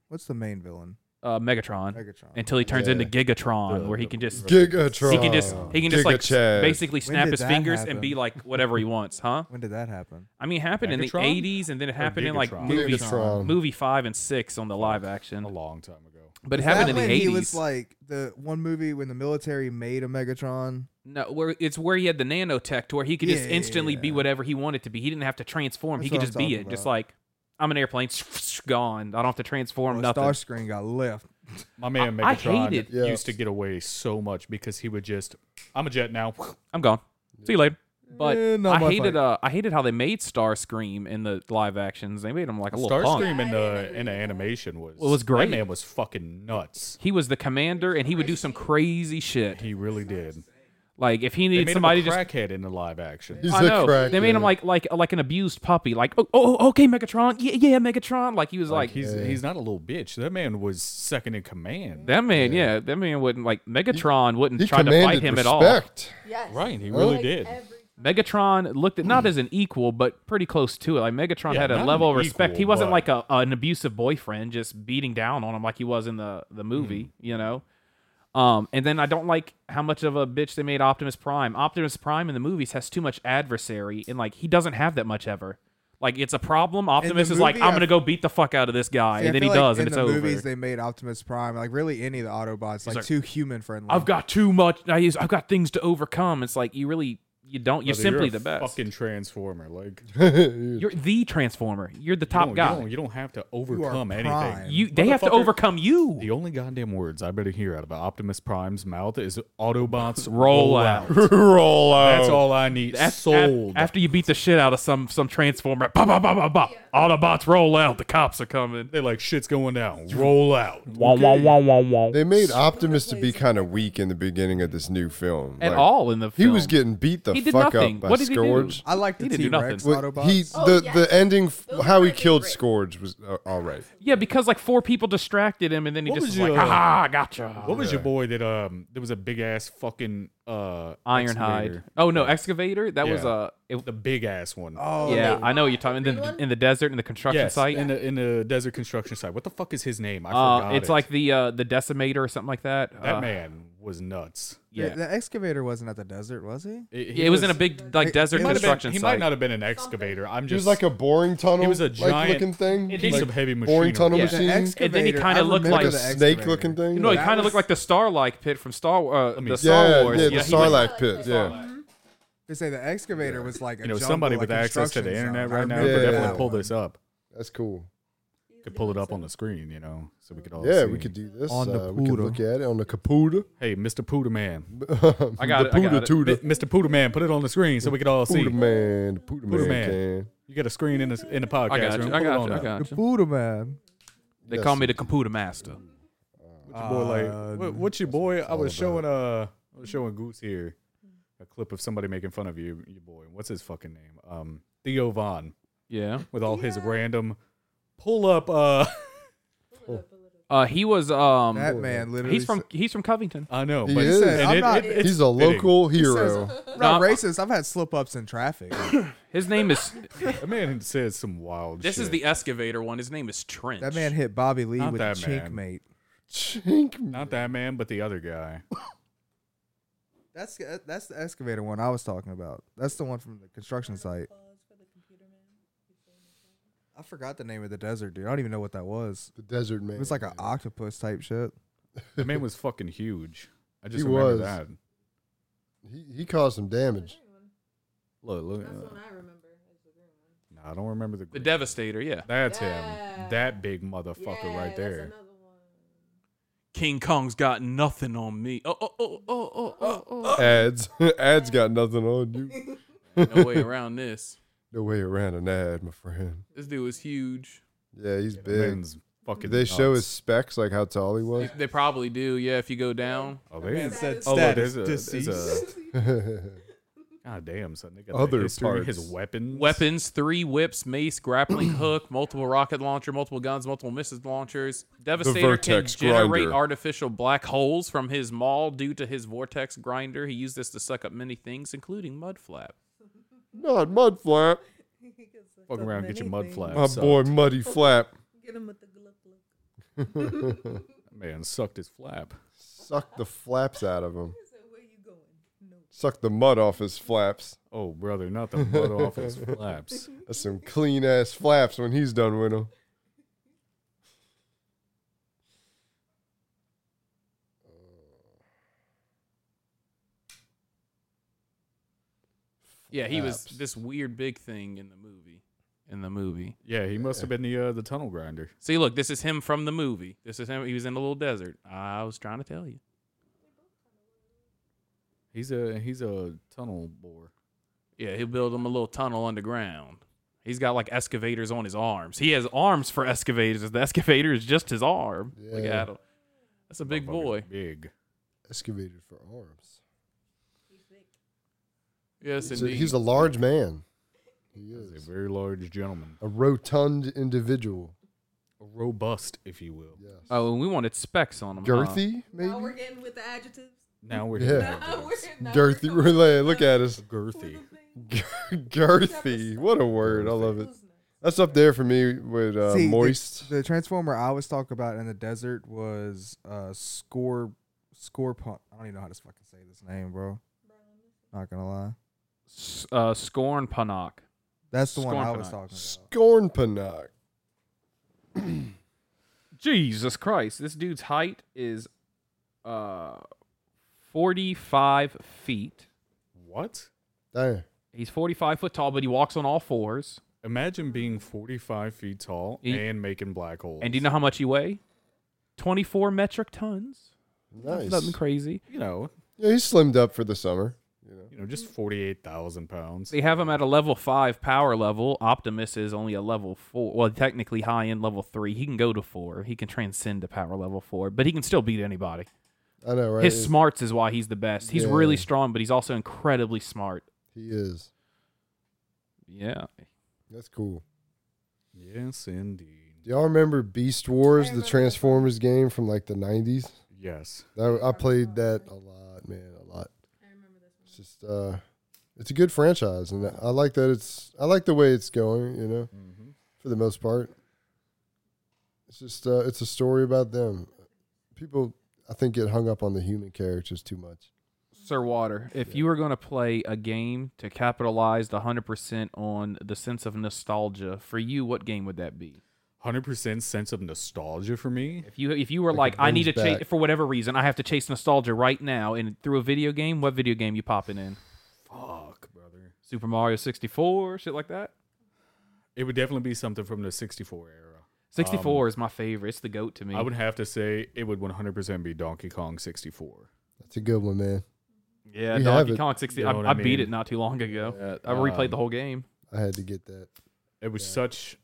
Speaker 3: What's the main villain?
Speaker 4: uh, Megatron,
Speaker 3: Megatron.
Speaker 4: until he turns
Speaker 2: Yeah.
Speaker 4: into Gigatron,
Speaker 1: The-
Speaker 4: where he
Speaker 1: the-
Speaker 4: can just
Speaker 2: Gigatron.
Speaker 4: he can just he can just like s-
Speaker 2: Gigachad.
Speaker 4: basically snap
Speaker 3: did
Speaker 4: his
Speaker 3: that
Speaker 4: fingers
Speaker 3: happen?
Speaker 4: and be like whatever he wants, huh?
Speaker 3: when did that happen?
Speaker 4: I mean, it happened
Speaker 1: Megatron?
Speaker 4: in the '80s, and then it happened in like
Speaker 1: Gigatron?
Speaker 4: movie
Speaker 2: Gigatron.
Speaker 4: movie five and six on the live
Speaker 1: A
Speaker 4: action,
Speaker 1: long time ago.
Speaker 4: but it
Speaker 3: Is
Speaker 4: happened
Speaker 3: that
Speaker 4: in the
Speaker 3: when
Speaker 4: '80s.
Speaker 3: He was like the one movie when the military made a Megatron.
Speaker 4: no, where it's where he had the nanotech to where he could just
Speaker 3: Yeah,
Speaker 4: instantly be
Speaker 3: yeah.
Speaker 4: whatever he wanted to be. He didn't have to transform;
Speaker 3: That's
Speaker 4: he could
Speaker 3: what I'm
Speaker 4: just be it.
Speaker 3: talking
Speaker 4: Just
Speaker 3: about.
Speaker 4: like I'm an airplane, gone. I don't have to transform
Speaker 3: Well,
Speaker 4: nothing.
Speaker 3: Starscreen got left.
Speaker 1: My man
Speaker 4: I- I
Speaker 1: Megatron
Speaker 4: hated-
Speaker 2: Yeah.
Speaker 1: used to get away so much because he would just, I'm a jet now.
Speaker 4: I'm gone. See you later. But
Speaker 3: Eh, not
Speaker 4: I
Speaker 3: my
Speaker 4: hated
Speaker 3: fight.
Speaker 4: uh, I hated how they made Starscream in the live actions. They made him like a little punk.
Speaker 1: Starscream in the in the animation was
Speaker 4: Well, it was great.
Speaker 1: That man was fucking nuts.
Speaker 4: He was the commander, and he would do some crazy shit.
Speaker 1: He really did.
Speaker 4: Like if he
Speaker 1: They
Speaker 4: needed
Speaker 1: made
Speaker 4: somebody
Speaker 1: him a
Speaker 4: just
Speaker 1: crackhead in the live action.
Speaker 2: He's
Speaker 4: I
Speaker 2: a
Speaker 4: know.
Speaker 2: crack
Speaker 4: they made
Speaker 2: dude.
Speaker 4: him like like like an abused puppy. Like oh oh oh, okay Megatron yeah yeah Megatron. Like he was like,
Speaker 1: he's he's not a little bitch. That man was second in command.
Speaker 4: that man yeah. that man wouldn't like Megatron wouldn't
Speaker 2: he
Speaker 4: try to fight
Speaker 2: commanded
Speaker 4: him at all.
Speaker 2: respect.
Speaker 7: Yes.
Speaker 1: Right, he really did.
Speaker 4: Megatron looked at not as an equal but pretty close to it. Like Megatron
Speaker 1: Yeah,
Speaker 4: had
Speaker 1: not
Speaker 4: a
Speaker 1: an
Speaker 4: level of respect.
Speaker 1: equal,
Speaker 4: He wasn't
Speaker 1: but-
Speaker 4: like a, an abusive boyfriend just beating down on him like he was in the the movie.
Speaker 3: Hmm.
Speaker 4: You know. Um, and then I don't like how much of a bitch they made Optimus Prime. Optimus Prime in the movies has too much adversary, and like he doesn't have that much ever. Like it's a problem. Optimus is like,
Speaker 3: movie,
Speaker 4: I'm
Speaker 3: I-
Speaker 4: gonna go beat the fuck out of this guy,
Speaker 3: See, I
Speaker 4: and then he
Speaker 3: feel like
Speaker 4: does,
Speaker 3: in
Speaker 4: and it's
Speaker 3: the
Speaker 4: over.
Speaker 3: movies they made Optimus Prime, like really any of the Autobots, like,
Speaker 4: like,
Speaker 3: too human friendly.
Speaker 4: I've got too much. I use, I've got things to overcome. It's like you really, you don't. You're
Speaker 1: Brother,
Speaker 4: simply
Speaker 1: a
Speaker 4: the best.
Speaker 1: Fucking transformer. Like you
Speaker 4: You're the Transformer. You're the top
Speaker 1: don't- you
Speaker 4: guy.
Speaker 1: don't- You don't have to overcome
Speaker 3: prime.
Speaker 1: anything.
Speaker 4: You, they have to
Speaker 1: Motherfucker.
Speaker 4: overcome you.
Speaker 1: The only goddamn words I better hear out of Optimus Prime's mouth is Autobots roll
Speaker 4: Roll out."
Speaker 1: out.
Speaker 2: roll out.
Speaker 1: That's all I need.
Speaker 4: Af- af-
Speaker 1: Sold.
Speaker 4: after you beat the shit out of some some Transformer, bah, bah, bah, bah, bah. Autobots roll out. The cops are coming.
Speaker 1: They're like, shit's going down. Roll out.
Speaker 4: Wah, wah, wah, wah, wah.
Speaker 2: They made Optimus
Speaker 7: the
Speaker 2: to be kind of weak in the beginning of this new film.
Speaker 4: At
Speaker 2: Like,
Speaker 4: all in the
Speaker 2: He
Speaker 4: film.
Speaker 2: was getting beat the
Speaker 4: He did
Speaker 2: fuck
Speaker 4: nothing.
Speaker 2: up by
Speaker 4: What did he do?
Speaker 2: Scourge.
Speaker 3: I like the
Speaker 4: He didn't do
Speaker 3: T Rex
Speaker 4: nothing.
Speaker 2: What-
Speaker 3: Autobots.
Speaker 2: He
Speaker 7: Oh,
Speaker 2: the
Speaker 7: yes.
Speaker 2: the ending f-
Speaker 7: Those
Speaker 2: how
Speaker 7: were
Speaker 2: he
Speaker 7: pretty
Speaker 2: killed
Speaker 7: great.
Speaker 2: Scourge was uh, all right.
Speaker 4: Yeah, because like four people distracted him, and then he
Speaker 1: What
Speaker 4: just
Speaker 1: was
Speaker 4: was like,
Speaker 1: your- uh,
Speaker 4: "Haha, I gotcha."
Speaker 1: What was your boy that um there was a big ass fucking uh
Speaker 4: Ironhide.
Speaker 1: excavator?
Speaker 4: Oh no, excavator. That was
Speaker 1: Yeah.
Speaker 4: uh, it,
Speaker 1: The big ass one.
Speaker 3: oh
Speaker 4: yeah,
Speaker 7: the-
Speaker 4: I know what you're talking. In
Speaker 7: Green
Speaker 4: the,
Speaker 7: one?
Speaker 4: in the desert, in the construction
Speaker 1: yes,
Speaker 4: site.
Speaker 1: in the in the desert construction site. What the fuck is his name? I
Speaker 4: uh,
Speaker 1: forgot.
Speaker 4: it's
Speaker 1: it.
Speaker 4: like the uh, the decimator or something like that.
Speaker 1: that
Speaker 4: Uh,
Speaker 1: man was nuts.
Speaker 3: yeah.
Speaker 4: Yeah.
Speaker 3: The, excavator wasn't at the desert, was he?
Speaker 1: It,
Speaker 4: Yeah, it was, in a big like
Speaker 3: It-
Speaker 4: desert
Speaker 1: he might, have been-
Speaker 4: construction
Speaker 1: he might
Speaker 4: site.
Speaker 1: not have been an excavator. I'm
Speaker 2: He
Speaker 1: just
Speaker 2: was like a boring tunnel.
Speaker 1: He was a
Speaker 2: like,
Speaker 1: giant
Speaker 2: looking thing.
Speaker 1: piece
Speaker 2: like,
Speaker 1: of heavy machinery.
Speaker 2: boring tunnel
Speaker 4: Yeah.
Speaker 2: machine. Like
Speaker 3: The
Speaker 4: And then he
Speaker 3: excavator,
Speaker 4: kinda
Speaker 3: I
Speaker 4: looked
Speaker 3: remember
Speaker 4: like
Speaker 2: a
Speaker 3: the
Speaker 2: snake
Speaker 3: excavator.
Speaker 2: looking thing.
Speaker 4: no, he
Speaker 3: that
Speaker 4: kind of
Speaker 3: was-
Speaker 4: looked like the Starlight Pit from Star uh,
Speaker 1: mean,
Speaker 4: the Star
Speaker 2: yeah,
Speaker 4: Wars.
Speaker 2: yeah,
Speaker 4: he
Speaker 2: the
Speaker 4: was-
Speaker 2: Sarlacc pit. Yeah,
Speaker 3: Mm-hmm. They say the excavator was like a
Speaker 1: you know
Speaker 3: jungle,
Speaker 1: somebody
Speaker 3: like
Speaker 1: with access to the
Speaker 3: construction
Speaker 1: internet
Speaker 3: zone. I
Speaker 1: right now
Speaker 3: remember
Speaker 1: could
Speaker 2: Yeah.
Speaker 1: definitely
Speaker 3: that
Speaker 1: pull
Speaker 3: one.
Speaker 1: this up.
Speaker 2: that's cool.
Speaker 1: Could pull it up on the screen, you know, so we could
Speaker 4: Oh,
Speaker 1: all
Speaker 2: Yeah,
Speaker 1: see.
Speaker 2: we could do this.
Speaker 3: On the
Speaker 2: uh, we could
Speaker 3: Puda.
Speaker 2: look at it on the Caputa.
Speaker 1: Hey, Mr. Pooter Man,
Speaker 4: I got
Speaker 2: the
Speaker 4: it, I got
Speaker 2: Puda
Speaker 4: it.
Speaker 1: Mi-
Speaker 2: Tuda.
Speaker 1: Mr. Pooter Man, put it on the screen so we could all see.
Speaker 2: Puda man, the Puda man.
Speaker 1: Man.
Speaker 2: can.
Speaker 1: You got a screen in the in the podcast
Speaker 4: I got
Speaker 1: room.
Speaker 4: you. I
Speaker 1: Put it
Speaker 4: got
Speaker 1: on
Speaker 4: you. I
Speaker 1: up.
Speaker 4: got you.
Speaker 3: Buddha man.
Speaker 4: They
Speaker 2: Yes.
Speaker 4: call me the computer master.
Speaker 1: Your
Speaker 3: Ah.
Speaker 1: boy, like,
Speaker 2: Uh,
Speaker 1: what, what's your boy? I was showing uh, I was showing Goose here a clip of somebody making fun of you, your boy. What's his fucking name? Um, Theo Vaughn
Speaker 4: Yeah.
Speaker 1: with all his random pull up. Uh,
Speaker 12: Uh, he was um,
Speaker 3: That man literally.
Speaker 12: he's from
Speaker 3: said-
Speaker 12: he's from Covington.
Speaker 1: I know,
Speaker 2: He
Speaker 1: but
Speaker 2: is.
Speaker 1: and
Speaker 3: I'm
Speaker 1: it- it-
Speaker 3: not-
Speaker 1: it's
Speaker 2: He's a
Speaker 1: fitting.
Speaker 2: local
Speaker 3: says-
Speaker 2: hero.
Speaker 3: not
Speaker 12: No, I-
Speaker 3: racist. I've had slip ups in traffic.
Speaker 12: His name is.
Speaker 1: That man says some wild.
Speaker 4: This is
Speaker 1: shit.
Speaker 4: the excavator one. His name is Trench.
Speaker 3: that man hit Bobby Lee
Speaker 1: Not
Speaker 3: with a
Speaker 1: that
Speaker 3: chink,
Speaker 1: man.
Speaker 3: mate.
Speaker 2: Chink.
Speaker 1: not that man, but the other guy.
Speaker 3: That's uh, that's the excavator one I was talking about. That's the one from the construction site. I forgot the name of the desert, dude. I don't even know what that was.
Speaker 2: The desert man.
Speaker 3: It was like an octopus type shit.
Speaker 1: That man was fucking huge. I just
Speaker 2: He
Speaker 1: remember
Speaker 2: was.
Speaker 1: that.
Speaker 2: He, he caused some damage.
Speaker 1: Look, look.
Speaker 7: That's the one I remember. It's the green one.
Speaker 1: Nah, I don't remember the.
Speaker 4: the Devastator. Yeah,
Speaker 1: That's
Speaker 7: Yeah.
Speaker 1: him. That big motherfucker
Speaker 7: Yeah,
Speaker 1: right
Speaker 7: that's
Speaker 1: there.
Speaker 7: another one.
Speaker 4: King Kong's got nothing on me. Oh oh oh oh oh oh. oh.
Speaker 2: Ads. Ads got nothing on you.
Speaker 4: no way around this.
Speaker 2: No way around an ad, my friend.
Speaker 4: This dude was huge.
Speaker 2: Yeah, he's
Speaker 1: That
Speaker 2: big.
Speaker 1: man's fucking.
Speaker 2: Did they show his
Speaker 1: nuts.
Speaker 2: specs, like how tall he was?
Speaker 4: They probably do. Yeah, if you go down.
Speaker 1: Oh, they,
Speaker 7: said
Speaker 1: oh look, there's a,
Speaker 3: status
Speaker 1: there's a.
Speaker 2: That's
Speaker 1: God damn, son. They got
Speaker 2: Other
Speaker 1: other history, his
Speaker 2: parts.
Speaker 1: weapons.
Speaker 4: Weapons, three whips, mace, grappling hook, multiple rocket launcher, multiple guns, multiple missile launchers. Devastator can
Speaker 13: Vertex
Speaker 4: generate
Speaker 13: Grinder.
Speaker 4: artificial black holes from his maul due to his vortex grinder. He used this to suck up many things, including mudflap.
Speaker 2: Not Mud Flap.
Speaker 1: Fuck around, and get your mud flaps.
Speaker 2: My
Speaker 1: sucked.
Speaker 2: boy Muddy Flap
Speaker 7: Get him with the gluck gluck.
Speaker 1: Man sucked his flap.
Speaker 2: sucked the flaps out of him.
Speaker 7: He said, "Where you going?" No.
Speaker 2: Sucked the mud off his flaps.
Speaker 1: Oh, brother, not the mud off his flaps.
Speaker 2: That's some clean ass flaps when he's done with them.
Speaker 4: Yeah, he was
Speaker 2: Flaps.
Speaker 4: this weird big thing in the movie. In the movie.
Speaker 1: Yeah, he must have been the uh, the tunnel grinder.
Speaker 4: See, look, this is him from the movie. This is him. He was in a little desert. I was trying to tell you.
Speaker 1: He's a he's a tunnel bore.
Speaker 4: Yeah, he'll build him a little tunnel underground. He's got like excavators on his arms. He has arms for excavators. The excavator is just his arm. Look
Speaker 2: Yeah.
Speaker 4: at him. That's a big
Speaker 1: Motherfucker's
Speaker 4: boy.
Speaker 1: Big.
Speaker 2: Excavated for arms.
Speaker 4: Yes,
Speaker 2: He's a,
Speaker 4: indeed.
Speaker 2: he's a large man. He
Speaker 1: He's
Speaker 2: is
Speaker 1: a very large gentleman.
Speaker 2: a rotund individual.
Speaker 1: Robust, if you will.
Speaker 2: Yes.
Speaker 12: Oh, and we wanted specs
Speaker 4: uh-huh.
Speaker 12: on him. huh?
Speaker 2: girthy,
Speaker 7: Now we're
Speaker 2: maybe.
Speaker 7: getting with the adjectives.
Speaker 1: Now we're
Speaker 2: Yeah.
Speaker 1: here.
Speaker 7: Now we're- now we're
Speaker 2: Girthy.
Speaker 7: coming
Speaker 2: Relay. Look at us.
Speaker 1: girthy.
Speaker 2: girthy. What a word. I love it.
Speaker 7: Who's next?
Speaker 2: That's up there for me with uh,
Speaker 3: See, the-
Speaker 2: moist.
Speaker 3: The, transformer I always talk about in the desert was uh score score pump. I don't even know how to fucking say this name, bro. Not gonna lie.
Speaker 12: S- uh, Scorn Panak.
Speaker 3: That's the one I
Speaker 12: Scorn
Speaker 3: was
Speaker 12: Panite.
Speaker 3: talking about.
Speaker 2: Scorn Panak.
Speaker 12: Jesus Christ! This dude's height is uh, forty-five feet.
Speaker 1: What?
Speaker 2: Damn.
Speaker 12: He's forty-five foot tall, but he walks on all fours.
Speaker 1: Imagine being 45 feet tall
Speaker 12: He-
Speaker 1: and making black holes.
Speaker 12: And do you know how much he weigh? Twenty-four metric tons.
Speaker 2: Nice.
Speaker 12: Nothing crazy.
Speaker 1: you know,
Speaker 2: Yeah, he slimmed up for the summer. You know.
Speaker 1: you know, just 48,000 pounds.
Speaker 12: They have him at a level five power level. Optimus is only a level four. Well, technically high end level three. He can go to four. He can transcend to power level four, but he can still beat anybody.
Speaker 2: I know, right?
Speaker 12: His smarts is why he's the best. He's
Speaker 2: Yeah.
Speaker 12: really strong, but he's also incredibly smart.
Speaker 2: he is.
Speaker 12: Yeah.
Speaker 2: That's cool.
Speaker 1: Yes, indeed.
Speaker 2: Do y'all remember Beast Wars, the
Speaker 7: remember that.
Speaker 2: Transformers game from like the '90s?
Speaker 1: Yes.
Speaker 2: That, I played that a lot, man, a lot. It's just, uh, it's a good franchise, and I like that it's. I like the way it's going. You know, for the most part, it's just uh, it's a story about them. People, I think, get hung up on the human characters too much.
Speaker 12: Sir Water, if you were going to play a game to capitalize the 100% on the sense of nostalgia, for you, what game would that be?
Speaker 1: 100% sense of nostalgia for me.
Speaker 12: If you if you were like,
Speaker 2: Like it
Speaker 12: I need to
Speaker 2: brings
Speaker 12: chase
Speaker 2: back-
Speaker 12: for whatever reason, I have to chase nostalgia right now, and through a video game, what video game you popping in?
Speaker 1: Fuck, brother.
Speaker 12: Super Mario 64, shit like that.
Speaker 1: It would definitely be something from the 64 era.
Speaker 12: 64 is my favorite. It's the goat to me.
Speaker 1: Um, I would have to say it would 100% be Donkey Kong 64.
Speaker 2: That's a good one, man.
Speaker 12: yeah,
Speaker 2: we have
Speaker 12: Donkey
Speaker 2: it.
Speaker 12: Kong 60.
Speaker 1: You
Speaker 12: I,
Speaker 1: know what
Speaker 12: I
Speaker 1: I
Speaker 12: beat
Speaker 1: mean?
Speaker 12: it not too long ago.
Speaker 1: Yeah,
Speaker 12: I replayed the
Speaker 1: um,
Speaker 12: whole game.
Speaker 2: I had to get that.
Speaker 1: It was such,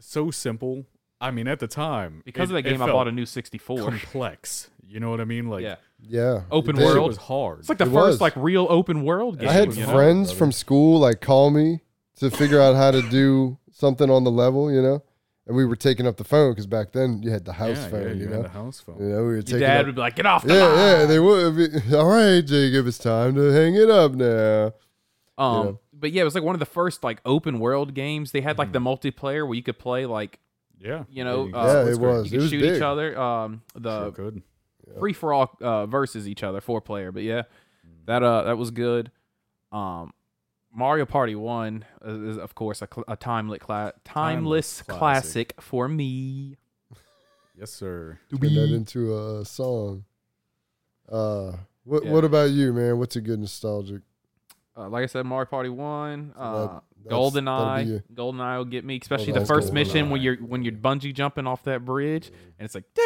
Speaker 1: so simple. I mean, at the time,
Speaker 12: Because
Speaker 1: it-
Speaker 12: of that
Speaker 1: it
Speaker 12: game, I
Speaker 1: felt
Speaker 12: bought a new 64.
Speaker 1: complex. You know what I mean? Like,
Speaker 12: yeah.
Speaker 2: Yeah,
Speaker 12: Open
Speaker 2: it did.
Speaker 1: It
Speaker 12: world.
Speaker 1: was hard.
Speaker 12: It's like the
Speaker 2: It
Speaker 12: first
Speaker 2: was.
Speaker 12: like real open world game.
Speaker 2: I had
Speaker 12: you know?
Speaker 2: friends from school like call me to figure out how to do something on the level, you know. and we were taking up the phone because back then you had the house
Speaker 1: yeah, yeah,
Speaker 2: phone,
Speaker 1: you,
Speaker 2: you
Speaker 1: had
Speaker 2: know.
Speaker 1: the house phone.
Speaker 2: You know, we were taking.
Speaker 4: Your dad
Speaker 2: up-
Speaker 4: would be like, "Get off the line."
Speaker 2: yeah, yeah, they would. Be, All right, Jacob, it's time to hang it up now.
Speaker 4: Um,
Speaker 2: Yeah.
Speaker 4: but yeah, it was like one of the first like open world games. They had like
Speaker 1: Mm-hmm.
Speaker 4: the multiplayer where you could play like
Speaker 1: Yeah,
Speaker 4: you know,
Speaker 1: could-
Speaker 4: uh,
Speaker 2: yeah, it
Speaker 1: that's great.
Speaker 2: was.
Speaker 4: you
Speaker 2: it
Speaker 4: could
Speaker 2: was
Speaker 4: shoot
Speaker 2: big.
Speaker 4: each other. Um,
Speaker 12: uh,
Speaker 4: the
Speaker 1: Sure could.
Speaker 4: free for all uh, versus each other, four player. But yeah, that uh that was good. Um, Mario Party One is, is, of course a, cl- a timeless cla- timeless
Speaker 1: Timeless
Speaker 4: classic.
Speaker 1: classic.
Speaker 4: for me.
Speaker 1: Yes, sir.
Speaker 2: Turn that into a song. Uh, what
Speaker 4: Yeah.
Speaker 2: What about you, man? What's a good nostalgic?
Speaker 4: Uh, like I said, Mario Party One, uh,
Speaker 2: That- that's-
Speaker 4: Golden Eye,
Speaker 2: that'd be a-
Speaker 4: Golden Eye will get me, especially the
Speaker 2: that's
Speaker 4: first
Speaker 2: GoldenEye.
Speaker 4: mission when you're when you're bungee jumping off that bridge, and it's like da